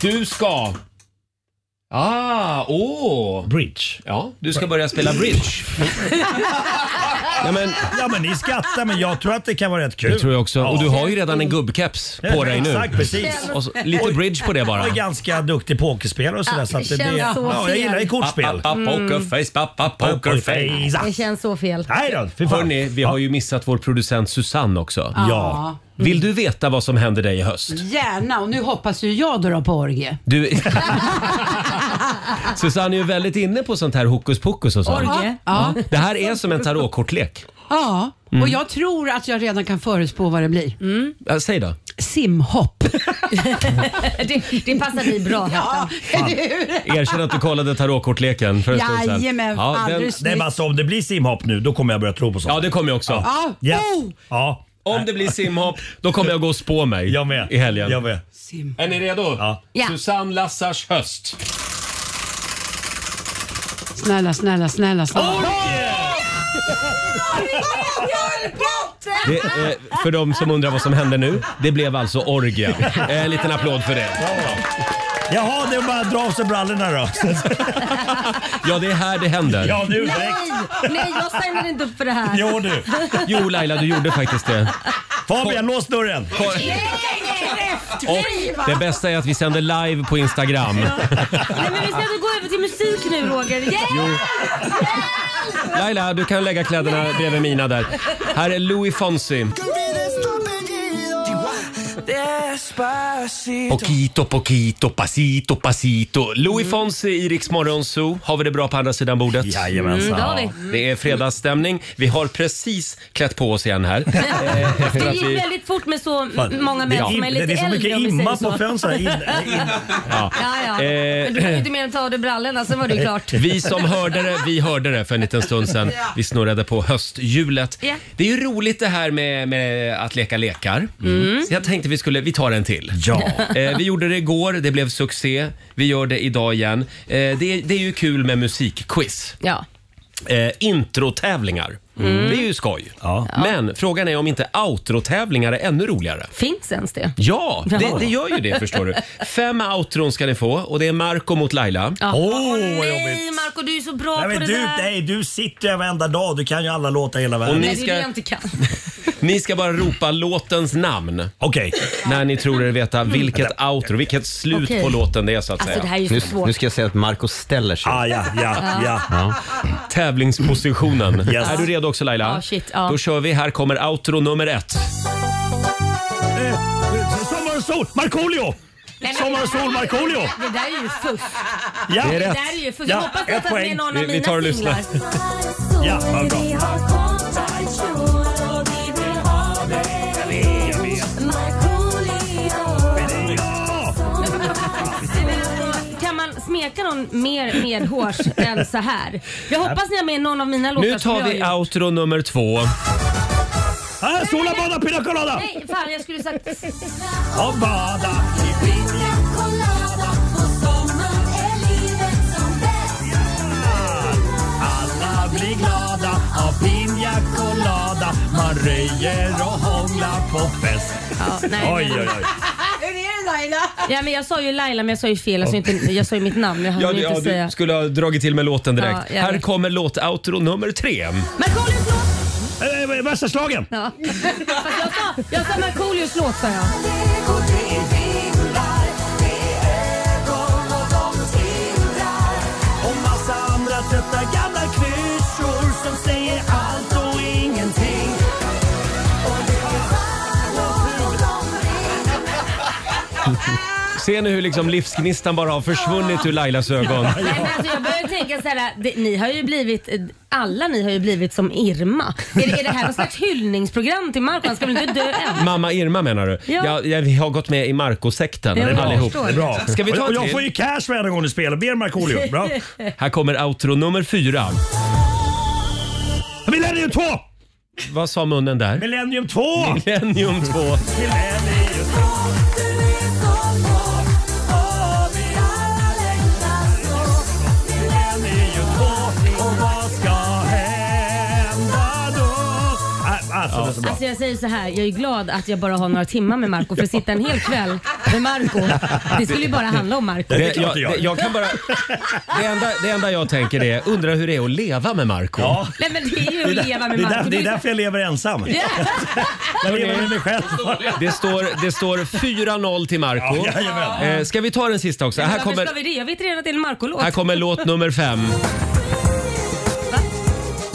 [SPEAKER 1] Du ska... Ah, åh!
[SPEAKER 11] Bridge.
[SPEAKER 1] Ja, du ska börja spela bridge. Ja men,
[SPEAKER 11] ja men ni skrattar men jag tror att det kan vara rätt kul.
[SPEAKER 1] Det tror jag också. Och du har ju redan en gubbkeps
[SPEAKER 11] Ja,
[SPEAKER 1] på dig nu.
[SPEAKER 11] Exakt, precis.
[SPEAKER 1] Och så, lite bridge på det bara.
[SPEAKER 11] Jag är ganska duktig pokerspelare och sådär. Så att det, det,
[SPEAKER 7] känns så
[SPEAKER 11] ja, jag
[SPEAKER 7] fel.
[SPEAKER 11] gillar ju kortspel.
[SPEAKER 1] Pappa pokerface, pappa pokerface.
[SPEAKER 7] Det känns så fel.
[SPEAKER 1] Hörni, vi har ju missat vår producent Susanne också.
[SPEAKER 3] Ja. Ja.
[SPEAKER 1] Vill du veta vad som händer dig i höst?
[SPEAKER 3] Gärna, och nu hoppas ju jag då på orgie.
[SPEAKER 1] Du... Susanne är ju väldigt inne på sånt här hokus pokus och sånt.
[SPEAKER 3] Orgie. Ja.
[SPEAKER 1] Det här är som en tarotkortlek.
[SPEAKER 3] Ja,
[SPEAKER 1] Mm.
[SPEAKER 3] och jag tror att jag redan kan förutspå vad det blir.
[SPEAKER 10] Mm.
[SPEAKER 1] Ja, Äh, Säg då.
[SPEAKER 3] Simhopp.
[SPEAKER 7] det, det passar dig bra.
[SPEAKER 3] Ja, eller hur?
[SPEAKER 1] Erkänn att du kollade tarotkortleken för en stund sedan.
[SPEAKER 3] Jajamän, aldrig snyggt.
[SPEAKER 11] Nej men alltså om det blir simhopp nu då kommer jag börja tro på sånt.
[SPEAKER 1] Ja det kommer jag också.
[SPEAKER 3] Ja.
[SPEAKER 11] Yes.
[SPEAKER 3] Oh.
[SPEAKER 11] Ja.
[SPEAKER 1] Om det blir simhopp, då kommer jag gå och spå mig
[SPEAKER 11] jag med.
[SPEAKER 1] i helgen.
[SPEAKER 11] Jag med.
[SPEAKER 1] Är ni redo?
[SPEAKER 3] Ja.
[SPEAKER 1] Susanne Lassars höst.
[SPEAKER 3] Snälla, snälla, snälla, snälla.
[SPEAKER 1] Det, eh, för de som undrar vad som hände nu, det blev alltså orgie. Eh, en liten applåd för det.
[SPEAKER 11] Jaha, det är bara att dra av sig brallorna då.
[SPEAKER 1] Ja, det är här det händer.
[SPEAKER 11] Ja, nu
[SPEAKER 7] Nej, nej, jag signar inte upp för det här.
[SPEAKER 11] Jo du.
[SPEAKER 1] Jo Laila, du gjorde faktiskt det.
[SPEAKER 11] Fabian, lås dörren.
[SPEAKER 1] Och det bästa är att vi sänder live på Instagram.
[SPEAKER 7] Nej, men vi ska inte gå över till musik nu Roger.
[SPEAKER 1] Jo.
[SPEAKER 7] Yeah!
[SPEAKER 1] Laila, du kan lägga kläderna bredvid mina där. Här är Louis Fonsi. Poquito, poquito, pasito, pasito. Louis Fonsi i Rix Morgon Zoo. Har vi det bra på andra sidan bordet?
[SPEAKER 11] Jajamensan. Mm, det har vi.
[SPEAKER 1] Det är fredagsstämning. Vi har precis klätt på oss igen här. Eh, efter
[SPEAKER 7] Det
[SPEAKER 1] att vi-
[SPEAKER 7] gick väldigt fort med så m-
[SPEAKER 1] Fan,
[SPEAKER 7] många
[SPEAKER 1] det-
[SPEAKER 7] människor som är
[SPEAKER 1] det-
[SPEAKER 7] lite
[SPEAKER 1] det är så mycket
[SPEAKER 7] äldre om vi
[SPEAKER 1] imma
[SPEAKER 7] säger
[SPEAKER 1] på fönstren. In- in- Ja.
[SPEAKER 7] Ja, ja.
[SPEAKER 1] Eh,
[SPEAKER 7] Men du kan ju inte mer än ta av dig brallorna, sen var det ju klart.
[SPEAKER 1] Vi som hörde det, vi hörde det för en liten stund sedan.
[SPEAKER 7] Ja.
[SPEAKER 1] Vi snurrade på hösthjulet.
[SPEAKER 7] Ja.
[SPEAKER 1] Det är ju roligt det här med, med att leka lekar.
[SPEAKER 7] Mm.
[SPEAKER 1] Så jag tänkte vi vi skulle, vi tar en till.
[SPEAKER 13] Ja.
[SPEAKER 1] Eh, vi gjorde det igår, det blev succé. Vi gör det idag igen. Eh, det, det är ju kul med musikquiz.
[SPEAKER 7] Ja.
[SPEAKER 1] Eh, introtävlingar.
[SPEAKER 7] Mm.
[SPEAKER 1] Det är ju skoj. Men frågan är om inte outrotävlingar är ännu roligare.
[SPEAKER 7] Finns ens det?
[SPEAKER 1] Ja,
[SPEAKER 7] Ja.
[SPEAKER 1] det, det gör ju det förstår du. Fem outron ska ni få och det är Marco mot Laila.
[SPEAKER 7] Ja.
[SPEAKER 11] Åh, vad
[SPEAKER 7] Nej, Marco, du är så bra
[SPEAKER 11] Nej,
[SPEAKER 7] på det
[SPEAKER 11] men du,
[SPEAKER 7] där.
[SPEAKER 11] nej, du sitter ju varenda dag. Du kan ju alla låtar i hela världen.
[SPEAKER 1] Och ni
[SPEAKER 7] Nej, det är det jag
[SPEAKER 1] ska-
[SPEAKER 7] inte kan.
[SPEAKER 1] Ni ska bara ropa låtens namn.
[SPEAKER 11] Okej.
[SPEAKER 1] När ni tror er veta vilket outro, vilket slut
[SPEAKER 7] Mm. Okej.
[SPEAKER 1] på låten det är så att
[SPEAKER 7] Alltså,
[SPEAKER 1] säga.
[SPEAKER 7] det här är ju så Nu- svårt. nu ska
[SPEAKER 1] jag säga att Marco ställer sig.
[SPEAKER 11] Ah, ja, ja, ja.
[SPEAKER 1] Tävlingspositionen.
[SPEAKER 11] Yes.
[SPEAKER 1] Är du redo också Laila?
[SPEAKER 7] Ja, shit, ja.
[SPEAKER 1] Då kör vi. Här kommer outro nummer ett.
[SPEAKER 11] Eh, Sommar och sol, Markoolio!
[SPEAKER 7] Nej, men-
[SPEAKER 11] Sommar och sol, Markoolio!
[SPEAKER 7] Det där är ju fusk.
[SPEAKER 11] Ja.
[SPEAKER 7] det,
[SPEAKER 11] Det är rätt.
[SPEAKER 7] där är ju fusk.
[SPEAKER 11] Ja,
[SPEAKER 7] Jag hoppas
[SPEAKER 11] ett
[SPEAKER 7] att det är
[SPEAKER 11] poäng.
[SPEAKER 7] någon
[SPEAKER 11] Vi-
[SPEAKER 7] av
[SPEAKER 11] vi
[SPEAKER 7] mina
[SPEAKER 11] tar och lyssnar.
[SPEAKER 7] singlar.
[SPEAKER 11] Ja, vad bra. Jag vet, jag vet.
[SPEAKER 7] Kan man smeka någon mer medhårs än så här? Jag hoppas ni har med någon av mina låtar
[SPEAKER 1] Nu
[SPEAKER 7] som
[SPEAKER 1] tar
[SPEAKER 7] jag
[SPEAKER 1] vi
[SPEAKER 7] har gjort.
[SPEAKER 1] outro nummer två.
[SPEAKER 11] Ah, sola, bada, pina colada!
[SPEAKER 7] Nej, fan jag skulle sagt...
[SPEAKER 11] Ja, bada. Alla blir glada av pina colada. Man röjer och hånglar på fest.
[SPEAKER 7] nej,
[SPEAKER 11] oj,
[SPEAKER 7] men-
[SPEAKER 11] oj, oj.
[SPEAKER 7] Hur är det Laila? Ja, men jag sa ju Laila men jag sa ju fel. Jag sa, ju inte, jag sa ju mitt namn. Jag hann
[SPEAKER 1] Ja,
[SPEAKER 7] ju
[SPEAKER 1] du,
[SPEAKER 7] inte
[SPEAKER 1] ja,
[SPEAKER 7] säga.
[SPEAKER 1] du skulle ha dragit till med låten direkt.
[SPEAKER 7] Ja, jag
[SPEAKER 1] Här
[SPEAKER 7] vet.
[SPEAKER 1] kommer låt-outro nummer tre.
[SPEAKER 11] Eh, eh, Värsta slagen.
[SPEAKER 7] Ja. Fast jag sa, jag sa Markoolios låt sa jag.
[SPEAKER 11] Och massa andra trötta gamla klyschor som säger allt och ingenting.
[SPEAKER 1] Ser ni hur liksom livsgnistan bara har försvunnit ur Lailas ögon?
[SPEAKER 7] Nej, men alltså, jag börjar tänka så här, det, ni har ju blivit, alla ni har ju blivit som Irma. Är, det- är det här något slags hyllningsprogram till Marco? Han ska väl inte dö än?
[SPEAKER 1] Mamma Irma menar du?
[SPEAKER 7] Ja.
[SPEAKER 1] Ja. ja, vi har gått med i Marco-sekten
[SPEAKER 7] Ja, jag
[SPEAKER 1] allihop.
[SPEAKER 7] förstår. Det är
[SPEAKER 11] Bra.
[SPEAKER 1] Ska vi
[SPEAKER 11] Och
[SPEAKER 1] ta
[SPEAKER 11] jag,
[SPEAKER 1] en
[SPEAKER 11] jag får ju
[SPEAKER 1] till?
[SPEAKER 11] cash varenda gång du spelar. Ber Markoolio. Bra.
[SPEAKER 1] Här kommer outro nummer fyra.
[SPEAKER 11] Millennium 2!
[SPEAKER 1] Vad sa munnen där?
[SPEAKER 11] Millennium 2!
[SPEAKER 1] Millennium 2.
[SPEAKER 11] Alltså, det är så bra.
[SPEAKER 7] Alltså jag säger så här, jag är glad att jag bara har några timmar med Marco för att sitta en hel kväll med Marco. Det skulle ju bara handla om Marco.
[SPEAKER 1] Det, jag, det, jag kan bara, det, enda, det enda jag tänker är, undrar hur det är att leva med Marco
[SPEAKER 11] Ja.
[SPEAKER 7] Nej men det är ju
[SPEAKER 11] Det
[SPEAKER 7] att
[SPEAKER 11] är, där,
[SPEAKER 7] Alltså, leva med
[SPEAKER 11] det, är där,
[SPEAKER 7] Marco.
[SPEAKER 11] det är därför jag lever ensam.
[SPEAKER 7] Ja.
[SPEAKER 11] Jag lever med mig själv.
[SPEAKER 1] Det står, det står 4-0 till Marco
[SPEAKER 11] Ja, jajamän.
[SPEAKER 1] eh, Ska vi ta den sista också? Här
[SPEAKER 7] Varför
[SPEAKER 1] kommer,
[SPEAKER 7] ska vi det? Jag vet redan att det är en Marco-låt.
[SPEAKER 1] här kommer låt nummer fem.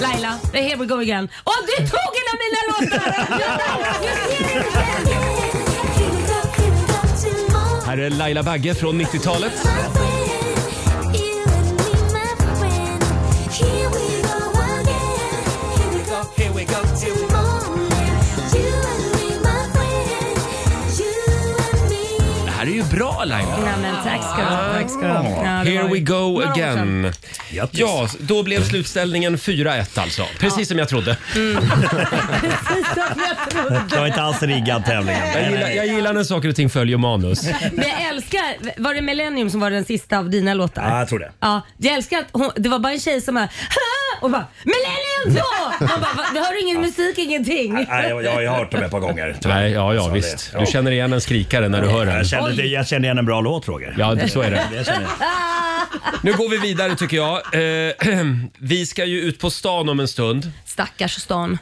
[SPEAKER 7] Laila, eh, here we go again. Åh, du tog en av mina låtar!
[SPEAKER 1] Här är Laila Bagge från 90-talet. Det här är ju bra Laila.
[SPEAKER 7] Nej men tack ska du ha. Tack ska du ha. Ja, det
[SPEAKER 1] Here
[SPEAKER 7] var
[SPEAKER 1] we
[SPEAKER 7] ju-
[SPEAKER 1] go
[SPEAKER 7] några år sedan.
[SPEAKER 1] again. Ja, då blev slutställningen 4-1 alltså. Precis som jag trodde.
[SPEAKER 7] Mm.
[SPEAKER 11] Det var inte alls riggad tävlingen.
[SPEAKER 1] Jag gillar, jag gillar när saker och ting följer manus.
[SPEAKER 7] Men jag älskar, var det Millennium som var den sista av dina låtar?
[SPEAKER 11] Ja, jag tror det.
[SPEAKER 7] Ja, jag älskar att hon, det var bara en tjej som bara "Ha!" och bara Millennium 2! Man bara, "Va? du hör ingen musik, ingenting.
[SPEAKER 11] Nej, jag, jag har ju hört dem ett par gånger.
[SPEAKER 1] Nej, ja, ja, visst. Du känner igen en skrikare när du hör den.
[SPEAKER 11] Jag kände, det, jag kände igen en bra låt Roger.
[SPEAKER 1] Ja, det- så är det.
[SPEAKER 11] Jag känner-
[SPEAKER 1] Nu går vi vidare tycker jag. Eh, vi ska ju ut på stan om en stund.
[SPEAKER 7] Stackars stan.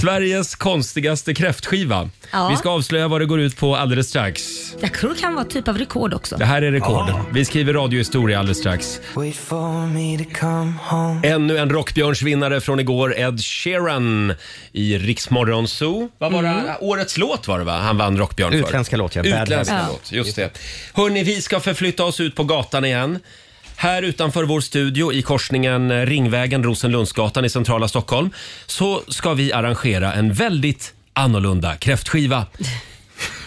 [SPEAKER 1] Sveriges konstigaste kräftskiva.
[SPEAKER 7] Ja.
[SPEAKER 1] Vi ska avslöja vad det går ut på alldeles strax.
[SPEAKER 7] Jag tror det kan vara typ av rekord också.
[SPEAKER 1] Det här är rekord. Vi skriver radiohistoria alldeles strax. Ännu en Rockbjörnsvinnare från igår, Ed Sheeran i Riksmorgon Zoo. Vad var det? Årets låt var det va? Han vann Rockbjörn för.
[SPEAKER 6] Utländska låt, ja. Bad
[SPEAKER 1] Utländska
[SPEAKER 6] Habit.
[SPEAKER 1] låt, just det. Hörni, vi ska förflytta oss ut på gatan igen. Här utanför vår studio i korsningen eh, Ringvägen Rosenlundsgatan i centrala Stockholm så ska vi arrangera en väldigt annorlunda kräftskiva.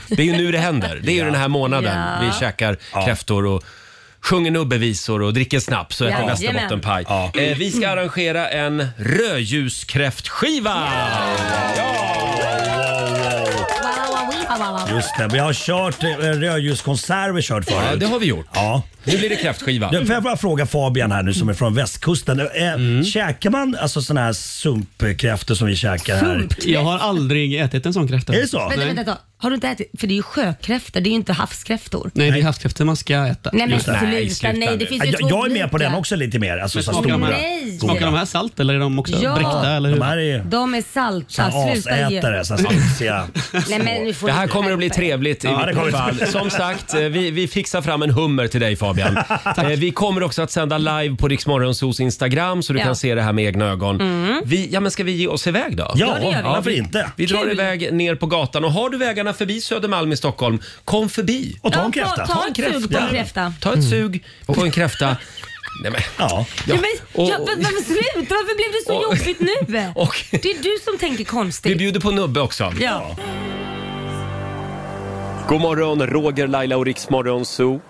[SPEAKER 1] Det är ju nu det händer. Det är ju den här månaden
[SPEAKER 7] Ja.
[SPEAKER 1] vi käkar kräftor och sjunger nubbevisor och dricker snaps och äter
[SPEAKER 7] Ja.
[SPEAKER 1] västerbottenpaj. Eh, vi ska arrangera en rödljuskräftskiva!
[SPEAKER 7] Wow, wow, wow, wow, wow.
[SPEAKER 11] Just det, vi har kört eh, rödljuskonserver kört förut.
[SPEAKER 1] Ja, det har vi gjort.
[SPEAKER 11] Ja.
[SPEAKER 1] Nu blir det kräftskiva.
[SPEAKER 11] Nu får jag bara fråga Fabian här nu som är från västkusten. Eh,
[SPEAKER 1] Mm.
[SPEAKER 11] Käkar man alltså sådana här sumpkräftor som vi käkar här?
[SPEAKER 10] Sumpkräftor? Jag har aldrig ätit en sån kräfta.
[SPEAKER 11] Är det så?
[SPEAKER 14] Vänta, vänta, vänta. Har du inte ätit? För det är ju sjökräftor, det är ju inte havskräftor.
[SPEAKER 10] Nej, det är havskräftor man ska äta.
[SPEAKER 14] Nej, men Just det. sluta, Nej, sluta nej, det nu. finns ju
[SPEAKER 11] jag,
[SPEAKER 14] två
[SPEAKER 11] jag är med på den
[SPEAKER 14] olika.
[SPEAKER 11] också lite mer. Alltså,
[SPEAKER 10] Men
[SPEAKER 11] så
[SPEAKER 10] smakar de
[SPEAKER 11] stora.
[SPEAKER 14] här-
[SPEAKER 11] stora.
[SPEAKER 14] smakar de
[SPEAKER 10] här salt eller är de också bräckta, eller hur?
[SPEAKER 11] De här är ju
[SPEAKER 14] De är
[SPEAKER 11] såna
[SPEAKER 14] salta.
[SPEAKER 11] här
[SPEAKER 14] Sluta ge.
[SPEAKER 11] asätare, såna här smutsiga.
[SPEAKER 14] Nej, men nu får
[SPEAKER 1] Det
[SPEAKER 14] du
[SPEAKER 1] här kommer att bli
[SPEAKER 14] skärpa dig.
[SPEAKER 1] trevligt i
[SPEAKER 11] Ja, det
[SPEAKER 1] vilket
[SPEAKER 11] kommer
[SPEAKER 1] fall.
[SPEAKER 11] det.
[SPEAKER 1] Som sagt, eh, vi, vi fixar fram en hummer till dig Fabian. Eh, vi kommer också att sända live på Riksmorgonsos Instagram så du
[SPEAKER 14] Ja.
[SPEAKER 1] kan se det här med egna ögon.
[SPEAKER 14] Mm.
[SPEAKER 1] Vi, ja, men ska vi ge oss iväg då?
[SPEAKER 11] Ja, det gör vi. varför inte?
[SPEAKER 1] Vi drar
[SPEAKER 11] Kul.
[SPEAKER 1] iväg ner på gatan och har du vägarna förbi Södermalm i Stockholm, kom förbi.
[SPEAKER 11] Och ta en
[SPEAKER 14] Ja, ta-
[SPEAKER 11] kräfta.
[SPEAKER 14] ta en sug på en kräfta.
[SPEAKER 1] Ta ett sug på en kräfta. Nej, men.
[SPEAKER 11] Ja.
[SPEAKER 14] Ja, men,
[SPEAKER 1] Och-
[SPEAKER 14] ja, men, men sluta, varför blev det så
[SPEAKER 1] och-
[SPEAKER 14] jobbigt nu? Det är du som tänker
[SPEAKER 1] Vi
[SPEAKER 14] konstigt.
[SPEAKER 1] bjuder på nubbe också.
[SPEAKER 14] Ja.
[SPEAKER 1] God morgon, Roger, Laila och Riksmorgon Zoo.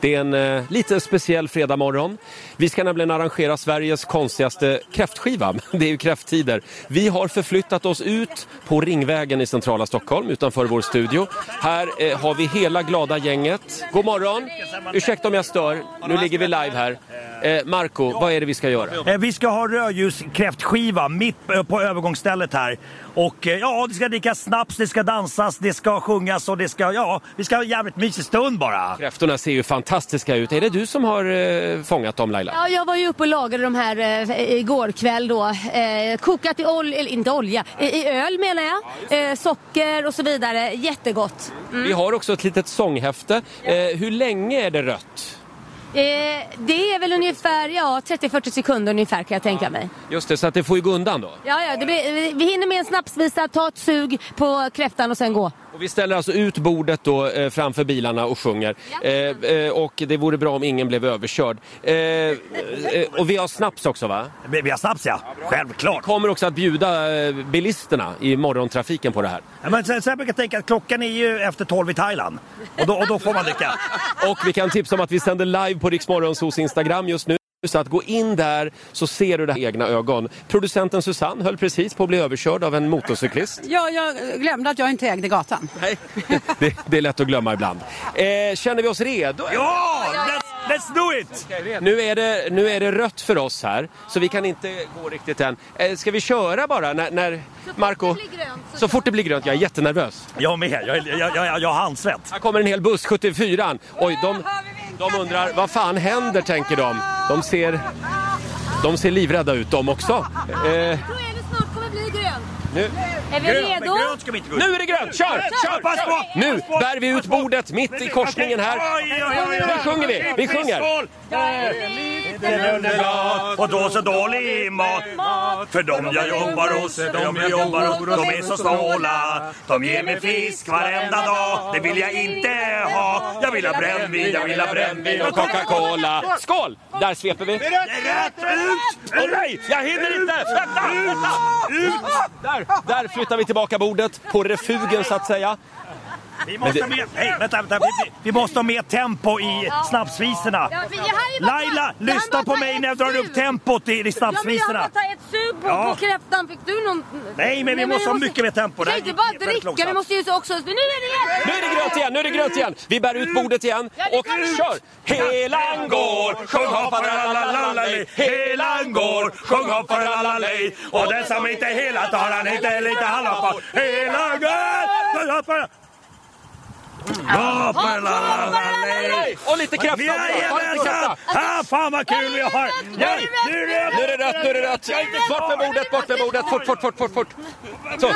[SPEAKER 1] Det är en eh, lite speciell fredagmorgon. Vi ska nämligen arrangera Sveriges konstigaste kräftskiva. Det är ju kräfttider. Vi har förflyttat oss ut på Ringvägen i centrala Stockholm utanför vår studio. Här eh, har vi hela glada gänget. God morgon! Ursäkta om jag stör. Nu ligger vi live här. Eh, Marco, vad är det vi ska göra?
[SPEAKER 11] Eh, Vi ska ha rödljuskräftskiva mitt eh, på övergångsstället här. Och eh, ja, det ska drickas snaps, det ska dansas, det ska sjungas och det ska, ja, vi ska ha en jävligt mysig stund bara.
[SPEAKER 1] Kräftorna ser ju fantastiska ut. Är det du som har eh, fångat dem Laila?
[SPEAKER 15] Ja, jag var ju uppe och lagade de här eh, igår kväll då. Eh, kokat i olja, eller inte olja, i, i öl menar jag. Eh, socker och så vidare. Jättegott.
[SPEAKER 1] Vi har också ett litet sånghäfte. Eh, hur länge är det rött?
[SPEAKER 15] Eh, det är väl ungefär ja, 30-40 sekunder ungefär kan jag tänka mig.
[SPEAKER 1] Just det, så att det får ju gå undan då.
[SPEAKER 15] Ja, ja, det blir, vi- vi hinner med en snapsvisa, ta ett sug på kräftan och sen gå.
[SPEAKER 1] Och vi ställer alltså ut bordet då eh, framför bilarna och sjunger. Eh, eh, och det vore bra om ingen blev överkörd. Eh, eh, och vi har snaps också va?
[SPEAKER 11] Vi vi har snaps ja, självklart.
[SPEAKER 1] Kommer också att bjuda eh, bilisterna i morgontrafiken på det här.
[SPEAKER 11] Ja, Men sen, sen brukar jag tänka att klockan är ju efter 12 i Thailand. Och då, och då får man dricka.
[SPEAKER 1] Och vi kan tipsa om att vi sänder live på Riksmorgonsos Instagram just nu. Så att gå in där så ser du det här med egna ögon. Producenten Susanne höll precis på att bli överkörd av en motorcyklist.
[SPEAKER 16] Ja, jag glömde att jag inte ägde gatan.
[SPEAKER 1] Nej. Det, det är lätt att glömma ibland. Eh, känner vi oss redo?
[SPEAKER 11] Ja! Let's, let's do it!
[SPEAKER 1] Nu är, det, nu är det rött för oss här, så vi kan inte gå riktigt än. Eh, ska vi köra bara när, när Marco... Så, fort det blir grönt, jag är jättenervös.
[SPEAKER 11] Jag med, jag, jag, jag, jag, jag har handsvett.
[SPEAKER 1] Här kommer en hel buss, 74 Oj, de, de undrar vad fan händer, tänker de. De ser, de ser livrädda ut de också. Eh,
[SPEAKER 15] Snart kommer bli grönt.
[SPEAKER 1] nu.
[SPEAKER 15] Är vi
[SPEAKER 1] Grönt,
[SPEAKER 15] redo?
[SPEAKER 11] grönt ska vi inte gå ut.
[SPEAKER 1] nu är det grönt, kör! kör.
[SPEAKER 11] Pass på!
[SPEAKER 1] Nu bär vi ut bordet mitt i korsningen här. Nu sjunger vi, vi sjunger.
[SPEAKER 11] Och då så dålig mat För de jag jobbar hos, för de jag jobbar hos De är så snåla De ger mig fisk varenda dag Det vill jag inte ha Jag vill ha brännvin, jag vill ha brännvin och Coca-Cola
[SPEAKER 1] Skål! Där sveper vi.
[SPEAKER 11] Rätt ut!
[SPEAKER 1] Åh nej, jag hinner inte! Vänta, vänta! Där, där flyttar vi tillbaka bordet, på refugen så att säga.
[SPEAKER 11] Vi måste ha mer, hej, vänta, vänta, vi, vi måste ha mer tempo i snapsvisorna.
[SPEAKER 15] Ja, men jag hann ju bara ta- jag
[SPEAKER 11] Laila,
[SPEAKER 15] hann
[SPEAKER 11] lyssna
[SPEAKER 15] bara
[SPEAKER 11] på
[SPEAKER 15] ta
[SPEAKER 11] mig
[SPEAKER 15] ett
[SPEAKER 11] när jag drar
[SPEAKER 15] sug.
[SPEAKER 11] upp tempot i, i
[SPEAKER 15] Ja, men jag hann
[SPEAKER 11] snapsvisorna.
[SPEAKER 15] bara ta ett sug på,
[SPEAKER 11] Ja.
[SPEAKER 15] på kräftan. Fick du någon?
[SPEAKER 11] Nej, men vi måste ha mycket mer tempo.
[SPEAKER 15] Vi
[SPEAKER 11] Det
[SPEAKER 15] kan
[SPEAKER 11] här
[SPEAKER 15] inte
[SPEAKER 11] gick
[SPEAKER 15] bara
[SPEAKER 11] väldigt
[SPEAKER 15] dricka, vi
[SPEAKER 11] långsamt.
[SPEAKER 15] måste ju också... Men nu är det grönt!
[SPEAKER 1] Nu är det grönt igen, nu är det grönt igen! Vi bär ut bordet igen och kör! Helan går, sjung
[SPEAKER 11] hopparalalalej Helan går, sjung hopparalalalej Och den som inte hela tar han inte lite han hoppar Helan går, sjung hoppar- Hopparalalalej
[SPEAKER 1] Och lite kräfta också. Ta lite
[SPEAKER 11] Jajamensan!
[SPEAKER 1] kräfta.
[SPEAKER 11] Ah, fan vad kul vi har! Nej, nu är det
[SPEAKER 1] Nu är det rött, nu är det rött! Bort med bordet, bort med bordet! Fort, fort, fort, fort, fort! Så.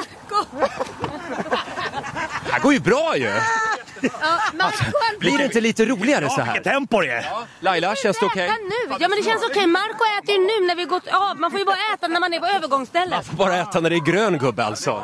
[SPEAKER 1] Det här går ju bra ju!
[SPEAKER 15] Ja,
[SPEAKER 11] Alltså,
[SPEAKER 15] Marco,
[SPEAKER 1] Blir det inte lite roligare så här?
[SPEAKER 11] Vilket tempo det är!
[SPEAKER 1] Laila, känns det okej?
[SPEAKER 15] Äta nu! Ja men det känns okej, Marco äter ju nu när vi gått av. Man får ju bara äta när man är på övergångsstället.
[SPEAKER 1] Bara äta när det är grön gubbe alltså?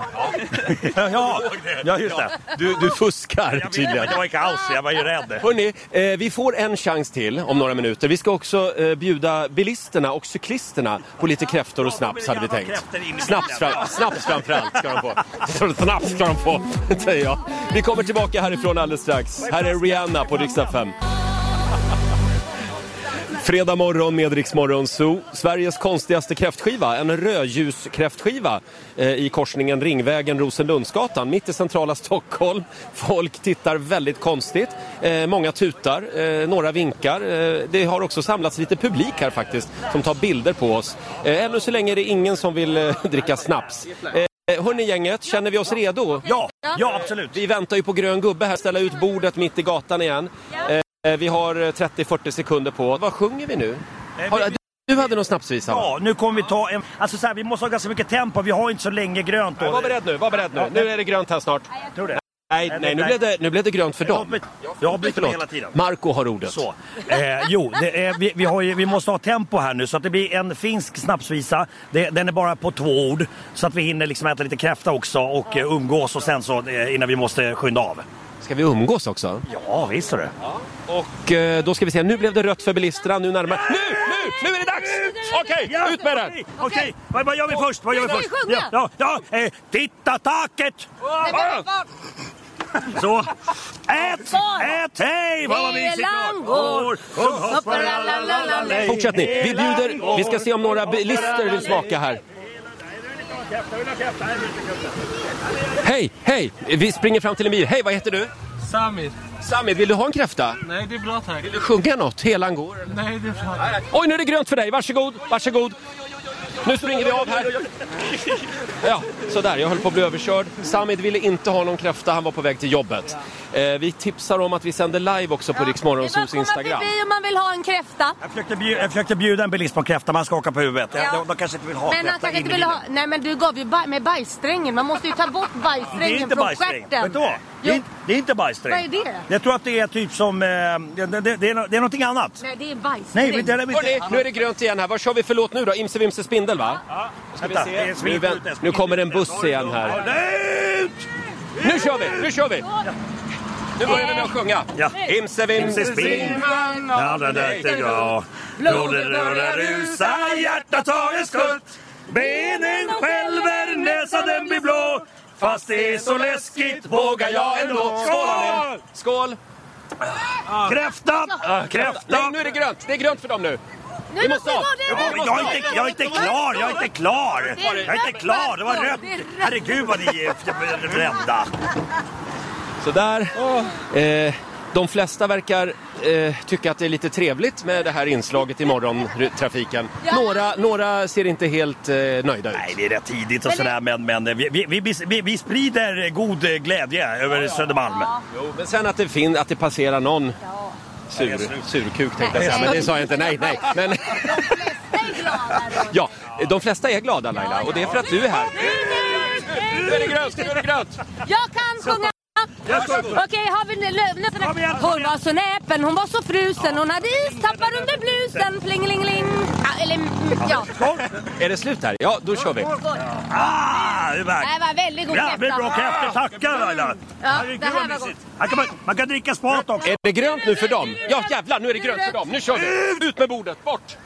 [SPEAKER 11] Ja, ja just det.
[SPEAKER 1] Du, du fuskar tydligen.
[SPEAKER 11] Det var ju kaos, jag var ju rädd.
[SPEAKER 1] Hörni, eh, vi får en chans till om några minuter. Vi ska också eh, bjuda bilisterna och cyklisterna på lite kräftor och snaps hade vi tänkt. Snaps, fram, snaps framförallt ska de få. Snaps ska de få, säger jag. Vi kommer tillbaka härifrån alldeles strax. Här är Rihanna på riksdag 5. Fredag morgon med Rix Morgon Zoo. Sveriges konstigaste kräftskiva, en rödljuskräftskiva eh, i korsningen Ringvägen-Rosenlundsgatan, mitt i centrala Stockholm. Folk tittar väldigt konstigt. Eh, många tutar, eh, några vinkar. Eh, det har också samlats lite publik här faktiskt, som tar bilder på oss. Eh, ännu så länge är det ingen som vill eh, dricka snaps. Eh, Eh, Hörni gänget, känner vi oss redo? Ja, ja absolut. Vi väntar ju på grön gubbe här, ställa ut bordet mitt i gatan igen. Eh, Vi har eh, 30-40 sekunder på oss. Vad sjunger vi nu? Har, du, du hade någon snapsvisa va?
[SPEAKER 11] Ja, nu kommer vi ta en... Alltså så här, vi måste ha ganska mycket tempo. Vi har inte så länge grönt då.
[SPEAKER 1] Var beredd nu, var beredd nu. Nu är det grönt här snart.
[SPEAKER 11] Tror det.
[SPEAKER 1] Nej, nej, nu blev det, nu blev det grönt för dem.
[SPEAKER 11] Jag har bytt
[SPEAKER 1] Förlåt.
[SPEAKER 11] hela tiden.
[SPEAKER 1] Marco har ordet.
[SPEAKER 11] Så. Eh, jo, det är, vi, vi, har ju, vi måste ha tempo här nu så att det blir en finsk snapsvisa. Det, den är bara på två ord. Så att vi hinner liksom äta lite kräfta också och eh, umgås och sen så eh, innan vi måste skynda av.
[SPEAKER 1] Ska vi umgås också?
[SPEAKER 11] Ja, visst är det.
[SPEAKER 1] Och eh, då ska vi se, nu blev det rött för bilisterna, nu närmar... Nu, nu, nu är det dags! Okej, ut med den!
[SPEAKER 11] Okej, vad vad gör vi först? Vad gör vi
[SPEAKER 5] Ska vi
[SPEAKER 11] först?
[SPEAKER 5] sjunga?
[SPEAKER 11] Ja, ja, ja, eh, titta taket! Så. Ät, ät, hej! Vad var mysigt!
[SPEAKER 5] Langor.
[SPEAKER 1] Fortsätt ni. Vi bjuder, vi ska se om några bilister vill smaka här. Hej, hej! Vi springer fram till en bil. Hej, vad heter du?
[SPEAKER 17] Samir.
[SPEAKER 1] Samir, vill du ha en kräfta?
[SPEAKER 17] Nej, det är bra tack.
[SPEAKER 1] Vill du sjunga något? Helan går?
[SPEAKER 17] Nej, det är bra.
[SPEAKER 1] Oj, nu är det grönt för dig. Varsågod, varsågod. Nu springer vi av här. Ja, sådär. Jag höll på att bli överkörd. Samid ville inte ha någon kräfta. Han var på väg till jobbet. Eh, vi tipsar om att vi sänder live också på Rix Morgonzoos Instagram.
[SPEAKER 15] Vi om man vill ha en kräfta.
[SPEAKER 11] Jag försökte, bjuda, jag försökte bjuda en bilist på en kräfta, man skakar på huvudet.
[SPEAKER 15] Ja.
[SPEAKER 11] De, de kanske inte vill ha
[SPEAKER 15] Men han
[SPEAKER 11] kräfta
[SPEAKER 15] kanske
[SPEAKER 11] in i
[SPEAKER 15] inte vill
[SPEAKER 11] bilen.
[SPEAKER 15] ha... Nej men du gav ju baj, med bajssträngen. Man måste ju ta bort
[SPEAKER 11] Det är
[SPEAKER 15] bajssträngen
[SPEAKER 11] inte
[SPEAKER 15] från
[SPEAKER 11] bajssträng.
[SPEAKER 15] stjärten.
[SPEAKER 11] Vet du vad? Det är,
[SPEAKER 15] Jo.
[SPEAKER 11] inte- det är inte bajssträng.
[SPEAKER 15] Vad är det?
[SPEAKER 11] Jag tror att det är typ som... Eh, det, det, det, är, no- det är någonting annat.
[SPEAKER 15] Nej det är bajssträng.
[SPEAKER 11] Nej, men det är-
[SPEAKER 1] Hörrni, nu är det grönt igen här. Vad kör vi för låt nu då? Imse Vimse Spindel va? Ja. Ska vi
[SPEAKER 11] Vänta, det är
[SPEAKER 1] se.
[SPEAKER 11] smid
[SPEAKER 1] Nu, vänt,
[SPEAKER 11] ut det, smid
[SPEAKER 1] nu kommer en buss igen här. Nu kör vi, nu kör vi! Nu börjar vi med att sjunga.
[SPEAKER 11] Ja.
[SPEAKER 1] Imse Vimse
[SPEAKER 11] Imse Spindel.
[SPEAKER 1] Spindel.
[SPEAKER 11] Ja, det där tycker jag. Blodet börjar rusa, hjärtat tar en skutt. Benen skälver, näsan den blir blå. Fast det är så läskigt vågar jag ändå. Skål!
[SPEAKER 1] Skål!
[SPEAKER 11] Kräfta! Kräfta!
[SPEAKER 1] Nej, nu är det grönt. Det är grönt för dem nu.
[SPEAKER 15] Nu
[SPEAKER 1] Vi måste av.
[SPEAKER 11] Ja, men jag, är inte, jag är inte klar, jag är inte klar! Jag är inte klar, det var rött! Herregud vad ni är rädda!
[SPEAKER 1] Sådär. Eh, de flesta verkar eh, tycka att det är lite trevligt med det här inslaget i morgontrafiken. Några, några ser inte helt eh, nöjda ut.
[SPEAKER 11] Nej, det är rätt tidigt och sådär men, men vi, vi, vi, vi, vi sprider god glädje över Södermalm.
[SPEAKER 1] Jo, men sen att det, fin- att det passerar någon sur, surkuk tänkte jag säga, men det sa jag inte. Nej, nej. Men... Ja, de flesta är glada Laila och det är för att du är här. Nu är det grönt, nu är det grönt!
[SPEAKER 15] Jag kan sjunga!
[SPEAKER 1] Varsågod.
[SPEAKER 15] Okej, har vi nu löv... Hon var så näpen, hon var så frusen, hon hade istappar under blusen. Plingelingeling. Ja, eller... mm, Ja.
[SPEAKER 1] Är det slut här? Ja, då kör vi.
[SPEAKER 11] Ah, det var...
[SPEAKER 15] Det var väldigt god
[SPEAKER 11] Jävligt bra kräftor, tackar Laila!
[SPEAKER 15] Mm. Ja, det här var gott.
[SPEAKER 11] Här kan man, man kan dricka spat också.
[SPEAKER 1] Är det grönt nu för dem? Ja, jävlar, nu är det grönt för dem. Nu kör vi! Ut med bordet, bort!